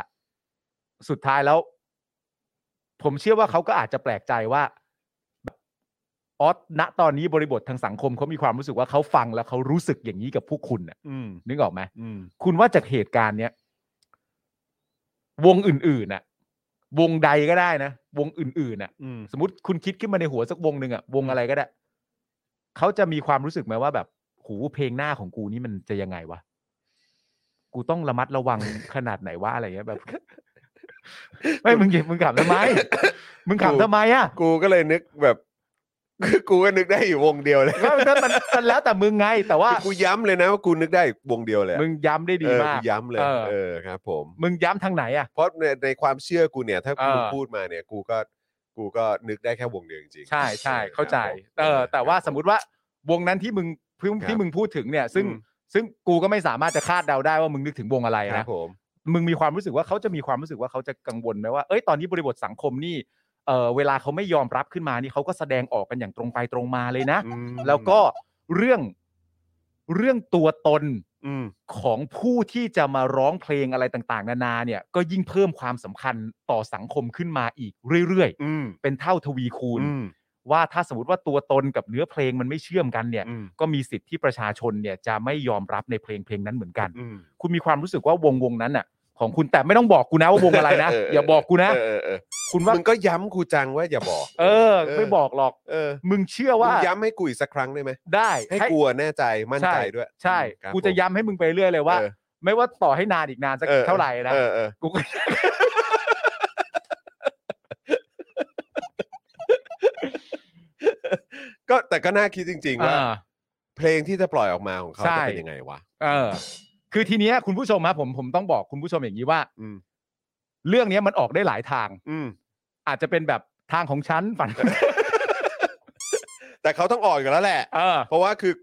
D: สุดท้ายแล้ว ผมเชื่อว่าเขาก็อาจจะแปลกใจว่าออสณตอนนี้บริบททางสังคมเขามีความรู้สึกว่าเขาฟังแล้วเขารู้สึกอย่างนี้กับพวกคุณน่ะ
C: อืม
D: นึกออกไหม
C: อืม
D: คุณว่าจากเหตุการณ์เนี้ยวงอื่นๆน่ะ วงใดก็ได้นะ วงอื่นๆน่ะ
C: อืม
D: สมมติคุณคิดขึ้นมาในหัวสักวงหนึ่งอะวงอะไรก็ได้เขาจะมีความรู้สึกไหมว่าแบบหูเพลงหน้าของกูนี่มันจะยังไงวะกูต้องระมัดระวัง ขนาดไหนวะอะไรเงี้ยแบบ ไม่มึงอย่ามึงขำทำไม มึงขำทำไมอะ
C: กูก็เลยนึกแบบ กูก็นึกได้อยู่วงเดียวเลย
D: ก็มันมันมันแล้วแต่มึงไง แต่ ว่า
C: กูย้ำเลยนะว่ากูนึกได้อยู่วงเดียวเลยอะ
D: มึงย้ำได้ดี
C: เออ
D: มาก
C: ย้ำเลย
D: เออ
C: เออครับ ผม
D: มึงย้ำทางไหนอะ
C: เพราะในในความเชื่อกูเนี่ยถ้า
D: เออ
C: กูพูดมาเนี่ยกูก็กูก็นึกได้แค่วงเดียวจริงๆ
D: ใช่ใช่
C: ออ
D: เข้าใจ
C: ครับผม
D: เออแต่ว่า
C: ครับ
D: สมมติว่าวงนั้นที่มึงพึ่ง
C: ครับ
D: ที่มึงพูดถึงเนี่ย ซึ่ง
C: อืม
D: ซึ่งกูก็ไม่สามารถจะคาดเดาได้ว่ามึงนึกถึงวงอะไร
C: ครั
D: นะ
C: บผม
D: มึงมีความรู้สึกว่าเขาจะมีความรู้สึกว่าเขาจะกังวลไหมว่าเอ้ยตอนนี้บริบทสังคมนี่เออเวลาเขาไม่ยอมรับขึ้นมานี่เขาก็แสดงออกกันอย่างตรงไปตรงมาเลยนะ
C: อืม
D: แล้วก็เรื่องเรื่องตัวตน
C: อืม
D: ของผู้ที่จะมาร้องเพลงอะไรต่างๆ นานาเนี่ย ก็ยิ่งเพิ่มความสำคัญต่อสังคมขึ้นมาอีกเรื่อย
C: อืม
D: ๆ เป็นเท่าทวีคูณ
C: อืม
D: ว่าถ้าสมมติว่าตัวตนกับเนื้อเพลงมันไม่เชื่อมกันเนี่ย
C: อืม
D: ก็มีสิทธิ์ที่ประชาชนเนี่ยจะไม่ยอมรับในเพลงเพลงนั้นเหมือนกัน
C: อืม
D: คุณมีความรู้สึกว่าวงวงนั้นน่ะ ของคุณแต่ไม่ต้องบอกกูนะว่าวงอะไรนะ
C: เออเออ
D: อย่าบอกกูนะ
C: เออเออเออ
D: คุณว่า
C: มึงก็ย้ำกูจังว่าอย่าบอก
D: เออ
C: เออ
D: ไม่บอกหรอก
C: เออ
D: มึงเชื่อว่า
C: มึงย้ำให้กูอีกสักครั้งได้ไหม
D: ได้
C: ให้กูอะแน่ใจมั่นใจด้วย
D: ใช่
C: ครับ
D: กูจะย้ำให้มึงไปเรื่อยเลยว่า
C: เออ
D: ไม่ว่าต่อให้นานอีกนานสัก
C: เออ
D: เท่าไหร่นะ
C: เออเออ
D: กูก็
C: ก็แต่ก็น่าคิดจริง ๆ ว่า
D: อ่า
C: เพลงที่จะปล่อยออกมาของเขา
D: ใช่
C: จะเป็นยังไงวะ
D: เออ คือทีเนี้ยคุณผู้ชมครับผมผมต้องบอกคุณผู้ชมอย่างนี้ว่า
C: อืม
D: เรื่องเนี้ยมันออกได้หลายทาง
C: อืม
D: อาจจะเป็นแบบทางของฉันฝัน
C: แต่เขาต้องออกอยู่แล้วแหละ
D: เออ
C: เพราะว่าคือ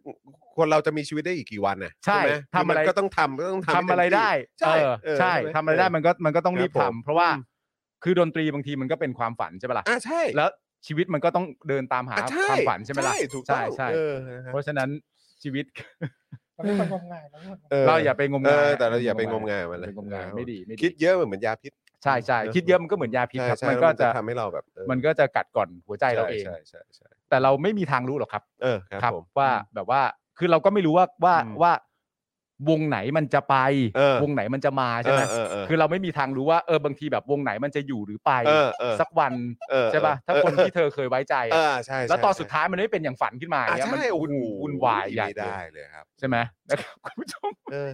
C: คนเราจะมีชีวิตได้อีกกี่วันน่ะ
D: ใช่
C: ไหม
D: ทำอะไร
C: มันก็ต้องทำก็ต้องทำให้
D: ทำอะไร
C: เต็มที่
D: ได้
C: ใช่
D: เออ
C: เออ
D: ใช่
C: ใช่ไหม
D: ทำอะไรได้มันก็มันก็ต้อง
C: ครับ
D: รีบ
C: ผม
D: ทำเพราะว่าคือดนตรีบางทีมันก็เป็นความฝันใช่ปะล่ะ
C: อ่ะใช่
D: แล้วชีวิตมันก็ต้องเดินตามหา
C: อ่ะใช่
D: ความฝันใช่ไหมล่ะ
C: ใช่ถูกต้อง
D: ใช่ใช่
C: เออนะฮะ
D: เพราะฉะนั้นชีวิต
E: เราไม่คนงมงายเราไม่คนงมงาย
D: เราอย่าไปง
C: เอง
D: มาย
C: อแต่เราอย่าไปงมงายมัน
D: อ
C: เลย
D: ย่าไปงมงายไม่ดีไม่ดี
C: คิดเยอะเหมือนยาพิษ
D: ใช่ใช่
C: เออ
D: คิดเยอะมันก็เหมือนยาพิษ
C: ใช่
D: ครับ
C: ใช่
D: มันก็
C: แล้ว
D: จะ
C: ทำให้เราแบบเออ
D: มันก็จะกัดก่อนหัวใจเราเอง
C: ใช่ใช่ใช่ใช่
D: แต่เราไม่มีทางรู้หรอกครับ
C: เออครับผม
D: ว่าแบบว่าคือเราก็ไม่รู้ว่าว่า
C: อืม
D: ว่าวงไหนมันจะไป
C: เออ
D: วงไหนมันจะมาใช่ไหม
C: เออเออ
D: คือเราไม่มีทางรู้ว่าเออบางทีแบบวงไหนมันจะอยู่หรือไป
C: เออเออ
D: สักวัน
C: เออ
D: ใช่ป่ะถ้าคน
C: เออ
D: ที่เธอเคยไว้ใจ
C: เอ
D: อะ
C: อใช่ใช่
D: แล้วตอนสุดท้ายมันไม่เป็นอย่างฝันขึ้นมาอ
C: อ่ะ
D: ย่างเงี้ยมัน
C: ใช่โอ้โห
D: วุ่นวายใหญ่
C: ไม่
D: เลย
C: ได้เลยครับ
D: ใช่ไหม นะครับคุณผู้ชม
C: เออ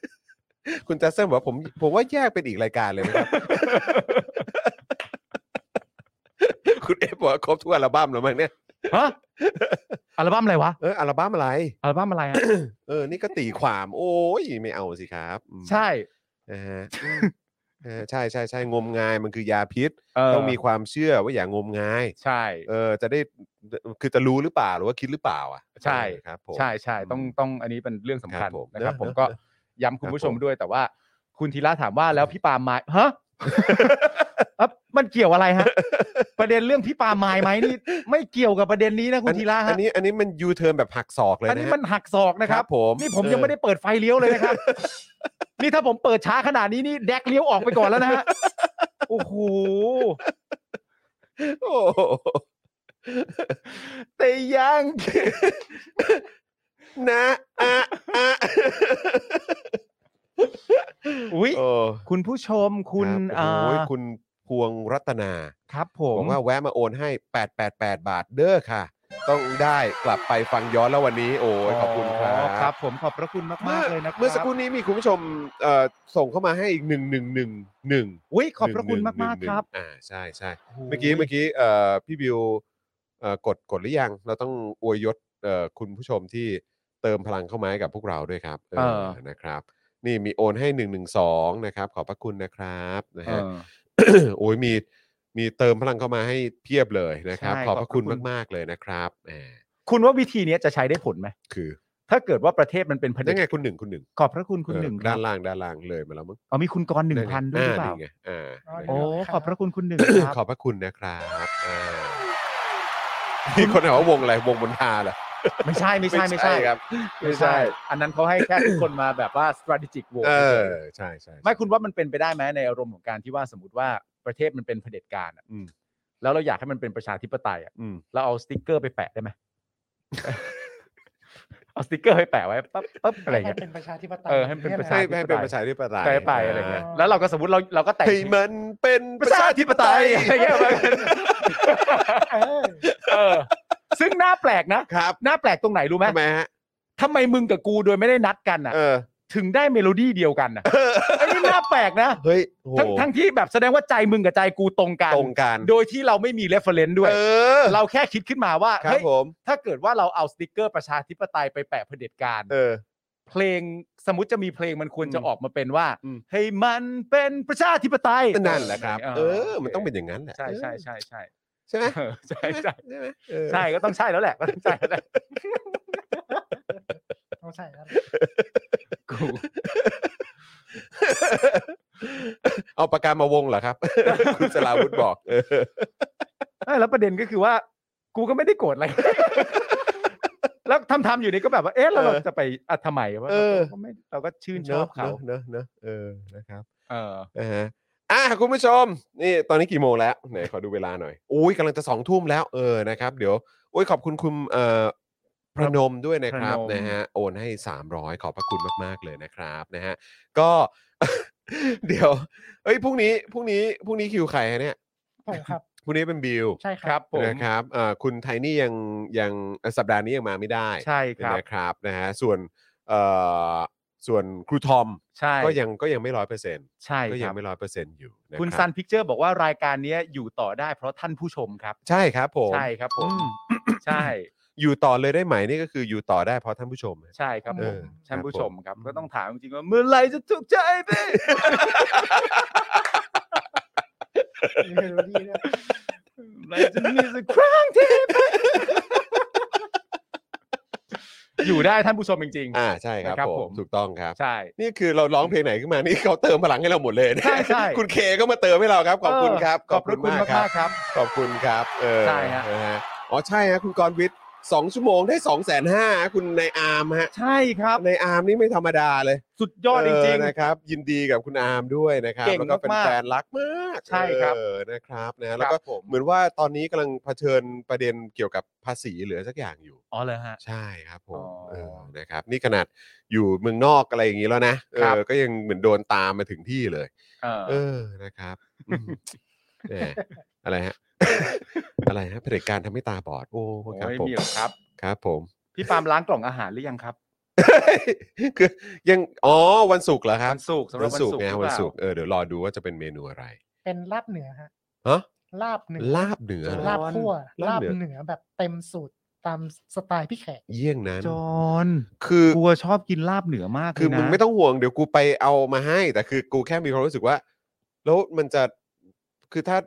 C: คุณจัสเซนบอกว่าผมผมว่าแยกเป็นอีกรายการเลยนะครับ คุณเอฟบอกว่าครบทุกอัลบั้มแล้วมั้งเนี่ย
D: ฮะอัลบั้มอะไรวะ
C: เอออัลบั้มอะไร
D: อัลบั้มอะไรอะ
C: เออ นี่ก็ตีความ โอ้ยไม่เอาสิครับอืม
D: ใช่
C: นะฮะอืมเออใช่ใช่ใช่งมงายมันคือยาพิษ
D: เ
C: ต้องมีความเชื่อว่าอย่างมงาย
D: ใช่
C: เออ จะได้คือจะรู้หรือเปล่าหรือว่าคิดหรือเปล่า อ่ะ
D: ใช่
C: เออครับผม
D: ใช่ใช่ต้องต้องอันนี้เป็นเรื่องสำคั
C: ครั
D: ญ
C: บผม
D: นะครับ
C: เนอะ
D: ผม
C: เนอะ
D: ก็
C: เนอะ
D: ย้ำคุณผู้ชม
C: ครับผม
D: ด้วยแต่ว่า คุณธีระถามว่าแล้วพี่ปาล์มไม้ฮะ อ่ะมันเกี่ยวอะไรฮะ ประเด็นเรื่องพี่ปาล์มไม้ไหมนี่ไม่เกี่ยวกับประเด็นนี้นะคุณธีระ
C: อั
D: ฮะ
C: นนี้อันนี้มันยูเทิร์นแบบหักศอกเลย
D: อัน
C: นะ
D: นี้
C: ฮะ
D: มันหักศอกนะครับ
C: ผม
D: นี่ผม
C: เออ
D: ยังไม่ได้เปิดไฟเลี้ยวเลยนะครับ นี่ถ้าผมเปิดช้าขนาดนี้นี่แดกเลี้ยวออกไปก่อนแล้วนะฮะโอ้โห
C: โอ้โห
D: แต่ยัง
C: นะอะอะ
D: อุ๊ย
C: โอ้
D: คุณผู้ชมคุณ
C: ครั
D: อ่า
C: บโอ้ยคุณพวงรัตนา
D: ครับผ
C: บ
D: ม
C: อกว่าแวะมาโอนให้ 888 บาทเด้อค่ะ ต้องได้กลับไปฟังย้อนแล้ววันนี้ โอ้ยขอบคุณครั
D: อ๋อบ ครับ ผมขอบพระคุณมากๆเลยนะครับ
C: เมื่อสักครู่นี้มีคุณผู้ชมเอ่อส่งเข้ามาให้อีกหนึ่งหนึ่งหนึ่งหนึ่ง
D: อุ้ยขอบพระคุณมากๆครับ
C: อ่าใช่ใช่เมื่อกี้เมื่อกี้เอ่อพี่บิวเอ่อกดกดหรือยัง เราต้องอวยยศเอ่อคุณผู้ชมที่เติมพลังเข้ามาให้กับพวกเราด้วยครับเออนะครับ นี่มีโอนให้ 112 นะครับ ขอบพระคุณนะครับนะ
D: เอ
C: ฮะ
D: อ
C: โอ้ยมีมีเติมพลังเข้ามาให้เพียบเลยนะครับ
D: ใช่
C: ขอบพระคุณ
D: ขอบพระคุณ
C: มาก ๆ เลยนะครับแหม
D: คุณว่าวิธีเนี้ยจะใช้ได้ผลไหม
C: คือ
D: ถ้าเกิดว่าประเทศมันเป็นเผด็
C: นั่น
D: จ
C: ไงคุณหนึ่งคุณหนึ่ง
D: ขอบพระคุณคุณ
C: เออ
D: หนึ่งครั
C: ด้า
D: บ
C: นล่างด้านล่างเลยมาแล้วมั้ง
D: เอามีคุณกรหนึ่งพันด้วยหรือเปล่า
C: นี่ไงอ่า
E: อ๋อนี่
C: นะค
D: โอ้
E: ไง
C: รับ
D: ขอบพระคุณคุณหนึ่งครับ
C: ขอบพระคุณนะครับอ่ามีคนถามว่าวงอะไรวงบนทาเหรอ
D: ไม่ใช่ไม่ใช่ไม่ใช่
C: ครับ
D: ไม่ใช่ อันนั้นเขาให้แค่ทุกคนมาแบบว่า strategic vote
C: เออใช่ใช่
D: ไม่คุณว่ามันเป็นไปได้ไหมในอารมณ์ของการที่ว่าสมมติว่าประเทศมันเป็นเผด็จการอะ
C: อืม
D: แล้วเราอยากให้มันเป็นประชาธิปไตยอะ
C: อืม
D: เราเอาสติ๊กเกอร์ไปแปะได้ไหม เอาสติ๊กเกอร์ไปแปะไว้ปั๊บปั๊บอะไรอย่าง
E: ให้
D: เงี้ย
E: เป็นประชาธิปไตย
D: เออให้มันเป็นประชา
C: ให้
E: ย
C: ให้เป็นประชาธิปไตย
D: ไปไปอะไรเงี้ยแล้วเราก็สมมติเราเราก็แต่ง
C: ให้
D: ชื่อ
C: มันเป็นประชาธิปไตย
D: อะไรเงี้ยมันเออ ซึ่งน่าแปลกนะครับ น่าแปลกตรงไหนรู้ไหม
C: ทำไมฮะ
D: ทำไมมึงกับกูโดยไม่ได้นัดกันอ่ะ
C: เออ
D: ถึงได้เมโลดี้เดียวกันอ่ะไอ้นี่น่าแปลกนะ
C: เฮ้ยโห
D: ทั้งทั้งที่แบบแสดงว่าใจมึงกับใจกูตรงกัน
C: ตรงกัน
D: โดยที่เราไม่มีเรฟเฟรนซ์ด้วย
C: เออ
D: เราแค่คิดขึ้นมาว่า
C: ครับ
D: เฮ้ย
C: ผม
D: ถ้าเกิดว่าเราเอาสติกเกอร์ประชาธิปไตยไปแปะเผด็จการ
C: เออ
D: เพลงสมมติจะมีเพลงมันควรจะ
C: อืม
D: ออกมาเป็นว่า
C: อืม
D: ให้มันเป็นประชาธิปไตย
C: นั่นแหละครับ
D: า
C: เออ มันต้องเป็นอย่างนั้นแหละ
D: ใช่ใช่
C: เออ
D: ใช่ใช่
C: ใช่ไหมใช่ไหม
D: เออใช่ใช่
C: เออ
D: ใช่ก็ต้องใช่แล้วแหละก็ต้องใช่แล้วแหละ
E: เอา มาใส่ครับ
D: กู
C: เอาปากกามาวงเหรอ ครับ คุณสลาวุธบอกเออ
D: ไม่แล้วประเด็นก็คือว่า กูก็ไม่ได้โกรธอะไร แล้วทำทำๆอยู่นี่ก็แบบว่า เอ๊ะแล้วเราจะไปอะทำไมวะเราก็ก็ไม่เราก็ชื่นชอบเขา
C: เนอะเนอะเนอะเออนะครับ
D: เออ
C: นะฮะอ่ะคุณผู้ชม นี่ตอนนี้กี่โมงแล้วไหนขอดูเวลาหน่อยอุ้ยกำลังจะสองทุ่มแล้วเออนะครับ เดี๋ยวอุ้ยขอบคุณคุณเอ่อพระนมด้วยนะครับ
D: พระนม
C: นะฮะโอนให้ 300 ขอบพระคุณมาก ๆ เลยนะครับนะฮะก็ เดี๋ยวเอ้ยพรุ่งนี้พรุ่งนี้พรุ่งนี้คิวใครฮะเนี่ย
E: ผมครับ
C: พรุ่งนี้เป็นบิว
E: ใช่ค
D: ครั
E: รับ
D: ผม
C: นะครับเอ่อคุณไทนี่ยังยังเอ่อสัปดาห์นี้ยังมาไม่ได้
D: ใช่ครับ
C: นะครับนะฮะส่วนเอ่อส่วนครูทอม
D: ใช่
C: ก็ยังก็ยังไม่ร้อยเปอร์เซ็นต์
D: ใช่
C: ก็
D: ค
C: ยั
D: รั
C: ง
D: บ
C: ไม่ร้อยเปอร์เซ็นต์อยู่นะ
D: คุณ
C: รับ
D: ซันพิกเจอร์บอกว่ารายการเนี้ยอยู่ต่อได้เพราะท่านผู้ชมครับ
C: ใช่ครับผม
D: ใช่ครับผม
C: อื
D: ใช่
C: อยู่ต่อเลยได้ไหมนี่ก็คืออยู่ต่อได้เพราะท่านผู้ชม
D: ใช่ครับ
C: เอ
D: ผม
C: อ
D: ท่าน
C: ค
D: ผู้
C: รับ
D: ช
C: ผม ม
D: ครับ ก็ต้องถามจริงๆว่าเมื่อไหรจะถูกใจพี่
E: มีเมโลดี้ด้วย
D: เมื่อไหรจะมีสักครั้งที่พี่อยู่ได้ท่านผู้ชมจริง
C: อ่าใช่ครับ
D: นะครับ
C: ผ
D: ผม ม
C: ถูกต้องครับ
D: ๆ ใช่
C: นี่คือเราร้องเพลงไหนขึ้นมานี่ เขาเติมพลังให้เราหมดเลยนะ
D: ใช่ใช่
C: คุณเคก็มาเติมให้เราครับขอบคุณครับ
D: เขอบพระคุณมากๆครับ
C: ขอบคุณครับเออ
D: ใช่ฮะ
C: นฮอ๋อใช่ฮะคุณกรณ์วิทย์สองชั่วโมงได้สองแสนห้าคุณนายอาร์มฮะ
D: ใช่ครับ
C: นายอาร์มนี่ไม่ธรรมดาเลย
D: สุดยอดจริง
C: เออนะครับยินดีกับคุณอาร์มด้วยนะครับ
D: เก่ง
C: แล้วก็เป็น
D: มากๆ
C: แฟนรักมาก
D: ใช่ครับ
C: เออนะครับนะฮะ
D: ๆ
C: แล้วก็
D: ครับผม
C: เหมือนว่าตอนนี้กำลังเผชิญประเด็นเกี่ยวกับภาษีเหลือสักอย่างอยู่
D: อ๋อเลยฮะ
C: ใช่ครับผม
D: อ๋อ
C: เออนะครับ นี่ขนาดอยู่เมืองนอกอะไรอย่างนี้แล้วนะครับ เออก็ยังเหมือนโดนตามมาถึงที่เลย
D: เออ
C: เออนะครับอืม แหมอะไรฮะ อะไรฮะเผด็จการทำให้ตาบอด โอ้ครับ
D: โอ้ย
C: ผม
D: มีหรอกครับ
C: ครับผม
D: พี่ปาล์มล้างกล่องอาหารหรือยังครับ
C: คือยังอ๋อวันศุกร์เหรอครับ
D: วันศุกร์สำหรับวันศุกร์
C: ไง
D: หรือ
C: วัน
D: เปล่า
C: ศุกร์เออเดี๋ยวรอดูว่าจะเป็นเมนูอะไร
E: เป็นลาบเหนือฮะ
C: ฮะ
E: ลาบเหนือ
C: ลาบเหนือเหรอ
E: ลาบคั่ว
C: ลา
E: ลา
C: บบ เหนือ
E: เหนือแบบเต็มสูตรตามสไตล์พี่แขก
C: เยี่ยงนั้น
D: จอน
C: คือ
D: กลัวชอบกินลาบเหนือมากเลยนะ
C: คือมึงไม่ต้องห่วงเดี๋ยวกูไปเอามาให้ แต่คือกูแค่มีความรู้สึกว่า แล้วมันจะคือถ้า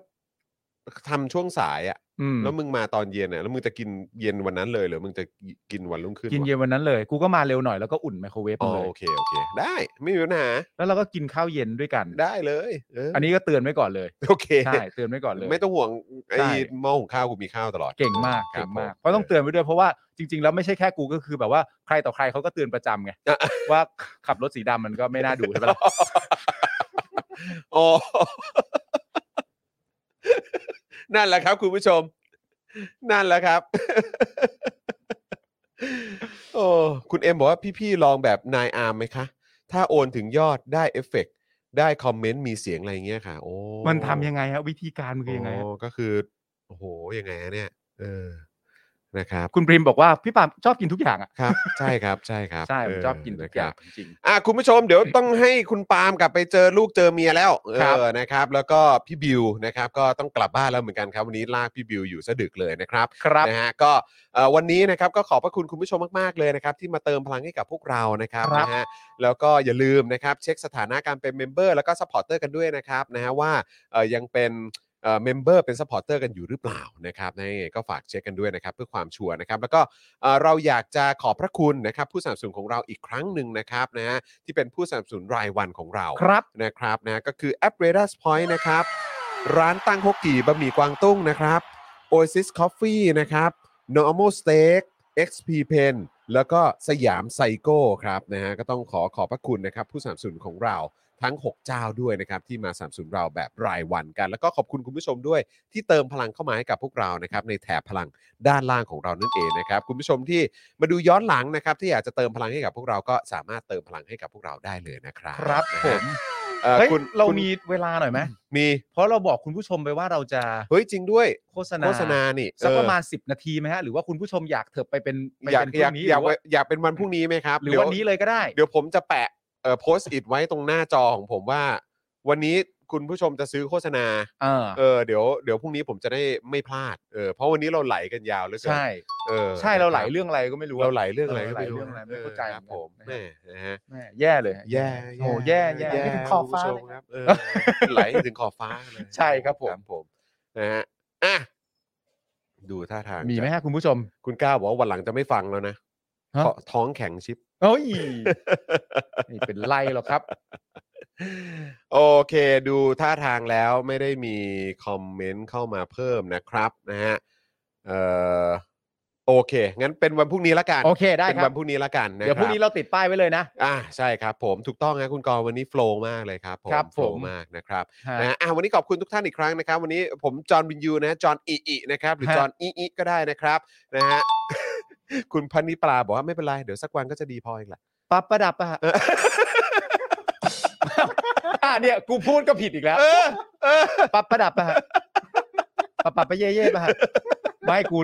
C: ทำช่วงสายอะ
D: อืม
C: แล้วมึงมาตอนเย็นอะแล้วมึงจะกินเย็นวันนั้นเลยหรือมึงจะกินวันรุ่งขึ้น
D: กินเย็น
C: วะ
D: วันนั้นเลย กูก็มาเร็วหน่อยแล้วก็อุ่นไมโครเวฟ
C: อ๋อ
D: เลย
C: โอเคโอเค ได้ไม่มีปัญหา
D: แล้วเราก็กินข้าวเย็นด้วยกัน
C: ได้เลยเออ
D: อันนี้ก็เตือนไว้ก่อนเลย
C: โอเค
D: ใช่ เตือนไว้ก่อนเลย
C: ไม่ต้องห่วงไอ้
D: ใช่
C: หม้อหุงข้าวกูมีข้าวตลอด
D: เก่งมาก
C: ครั
D: เก่
C: บ
D: งมาก
C: ผ
D: เพราะต้องเตือนไว้ด้วยเพราะว่าจริง ๆ แล้วไม่ใช่แค่กูก็คือแบบว่าใครต่อใครเขาก็เตือนประจำไงว่าขับรถสีดำมันก็ไม่น่าดูใช่ปะล่ะ
C: อ๋อ นั่นแหละครับ คุณผู้ชม นั่นแหละครับ โอ้คุณเอ็มบอกว่าพี่ๆลองแบบนายอาร์มไหมคะ ถ้าโอนถึงยอดได้เอฟเฟกต์ได้คอมเมนต์มีเสียงอะไรอย่างเงี้ยค่ะ โอ้
D: มันทำยังไงฮะวิธีการมันคือยังไงฮะ
C: โอ้ก็คือ โอ้โห ยังไงฮะเนี่ย เออนะครับ
D: คุณพริมบอกว่าพี่ปาล์มชอบกินทุกอย่างอ่ะ
C: ครับ ใช่ครับ ใช่ครับ
D: ใช่ผมชอบกินทุกอ
C: ค
D: ย่า
C: รั
D: ง
C: บ
D: จริง
C: อ่ะคุณผู้ชมเดี๋ยวต้องให้คุณปาล์มกลับไปเจอลูกเจอเมียแล้วเอ
D: ครับ
C: อนะครับ แล้วก็พี่บิวนะครับ ก็ต้องกลับบ้านแล้วเหมือนกันครับ วันนี้ลากพี่บิวอยู่ซะดึกเลยนะครับ
D: ๆครับ
C: นะฮะก็เอ่อวันนี้นะครับก็ขอบพระคุณคุณผู้ชมมากๆเลยนะครับ ที่มาเติมพลังให้กับพวกเรานะครับ
D: ครับ
C: นะฮะแล้วก็อย่าลืมนะครับเช็คสถานะการเป็นเมมเบอร์แล้วก็สปอร์เตอร์กันด้วยนะครับนะฮะว่าเอ่อยังเป็นเมมเบอร์เป็นสปอร์เตอร์กันอยู่หรือเปล่านะครับนะยังไงก็ฝากเช็คกันด้วยนะครับเพื่อความชัวร์นะครับแล้วก็ เอ่อเราอยากจะขอบพระคุณนะครับผู้สนับสนุนของเราอีกครั้งหนึ่งนะครับนะฮะที่เป็นผู้สนับสนุนรายวันของเรา
D: ครับ
C: นะครับนะก็คือแอป r a d a r Point นะครับ ร้านตั้งฮกกี่บะหมี่กวางตุ้งนะครับ Oasis Coffee นะครับ Normal Steak XP Pen แล้วก็สยามไซโก้ครับนะฮะก็ต้องขอขอบพระคุณนะครับผู้สนับสนุนของเราทั้ง 6 เจ้าด้วยนะครับที่มาสนับสนุนเราแบบรายวันกัน แล้วก็ขอบคุณคุณผู้ชมด้วย ที่เติมพลังเข้ามาให้กับพวกเรานะครับในแถบพลังด้านล่างของเรานั่นเองนะครับคุณผู้ชมที่มาดูย้อนหลังนะครับที่อยากจะเติมพลังให้กับพวกเราก็สามารถเติมพลังให้กับพวกเราได้เลยนะครับ
D: ครับ
C: นะ
D: ผ
C: ฮะ
D: ม
C: เอ่อ
D: เฮ้ย
C: คุณ
D: เรา
C: คุณ
D: มีเวลาหน่อยไหม
C: มี
D: เพราะเราบอกคุณผู้ชมไปว่าเราจะ
C: เฮ้ยจริงด้วย
D: โฆษณา
C: โฆษณานี่
D: สัก
C: เออ
D: ประมาณ 10 นาทีไหมฮะหรือว่าคุณผู้ชมอยากเถิบไปเป็นไป
C: อยาก
D: เป็น
C: อยาก
D: พรุ่งนี้
C: อยาก
D: หรือว่า
C: อยากเป็นวันพรุ่งนี้ไหมครับ
D: หรือ
C: ดี๋ย
D: วันนี้เลยก็ได้
C: เดี๋ยวผมจะแปะเอ่อโพสต์อิดไว้ตรงหน้าจอของผมว่า วันนี้คุณผู้ชมจะซื้อโฆษณา
D: เออ
C: เออเดี๋ยวเดี๋ยวพรุ่งนี้ผมจะได้ไม่พลาดเออเพราะวันนี้เราไหลกันยาวเหลย
D: ใช่
C: เออ
D: ใช่เราหลาย
C: นะคบ
D: เรื่องอะไรก็ไม่รู้
C: เราไหลเรื่องอะไร
D: เออ
C: ก็ม่
D: ไหลเรื่องอะไรไม่เข้าใจ
C: ครับผม
D: เหมือนกัน
C: แม่นะฮะ
D: แม่แย่เลย
C: แย่
D: โอ้แย่แย่
C: แย่
E: ไปถึงขอบฟ้า
C: คุณ
E: เลย
C: ผู้ชม
E: ค
C: ค
E: รั
C: รั
E: บบ
C: เอ อไหลถึงขอบฟ้าเลย
D: ใช่ครับผม
C: นะฮะอ่ะดูท่าทาง
D: มีไหม
C: จะ
D: ฮะคุณผู้ชม
C: คุณก้าวบอกว่าวันหลังจะไม่ฟังแล้วนะ
D: ฮะ
C: เพราะท้องแข็งชิป
D: เฮ้ย นี่เป็นไรหรอกครับ
C: โอเค ดูท่าทางแล้วไม่ได้มีคอมเมนต์เข้ามาเพิ่มนะครับนะฮะเอ่อโอเค งั้นเป็นวันพรุ่งนี้ละกัน
D: โอเคได้
C: เป็น
D: ครั
C: วั
D: บ
C: นพรุ่งนี้ละกันนะ
D: เดี๋ยวพรุ่งนี้
C: คบ
D: เราติดป้ายไว้เลยนะ
C: อ่าใช่ครับผมถูกต้องนะคุณกรณ์วันนี้โฟล์มากเลยครับผม
D: ครับผม
C: โฟล์มากนะครับ นะฮะอ่ะวันนี้ขอบคุณทุกท่านอีกครั้งนะครับ วันนี้ผมจอห์นวินยูนะฮะจอห์นอีอีนะครับหรือ
D: ฮะ
C: จอห์นอีอีก็ได้นะครับนะฮะ คุณพันนิปลาบอกว่าไม่เป็นไร เดี๋ยวสักวันก็จะดีพอเองแหละ
D: ปั๊บประดับอะฮะอ่ะเนี่ยกูพูดก็ผิดอีกแล้ว
C: เออเออ
D: ปั๊บประดับอะฮะปับปับไปเย่เย่ปะฮะไม่กู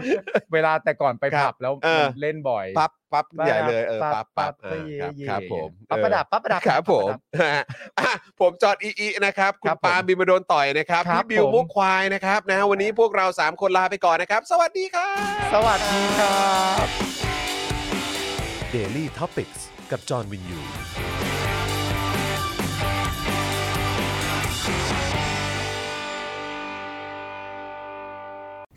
D: เวลาแต่ก่อนไปผับแล้ว
C: เออ
D: มันเล่นบ่อย
C: ปั๊บปั๊บใหญ่เลยเออปั๊บปั๊บ
D: ปั๊ไปเย่
C: อ่า
D: เย่
C: ครับครับผม
D: ปั๊บประดับปั๊บประดับ
C: ครับผมนะฮะอ่ะผมจอห์นอีอีนะครับคุ
D: ครั
C: ณ
D: บผม
C: ปาล์มบินมาโดนต่อยนะครับ
D: ครับ
C: พี่บิว
D: ผม
C: มุกควายนะครับนะฮะวันนี้พวกเราสามคนลาไปก่อนนะครับ สวัสดีครับ
D: สวัสดีครับ
B: Daily Topics กับจอห์นวินยู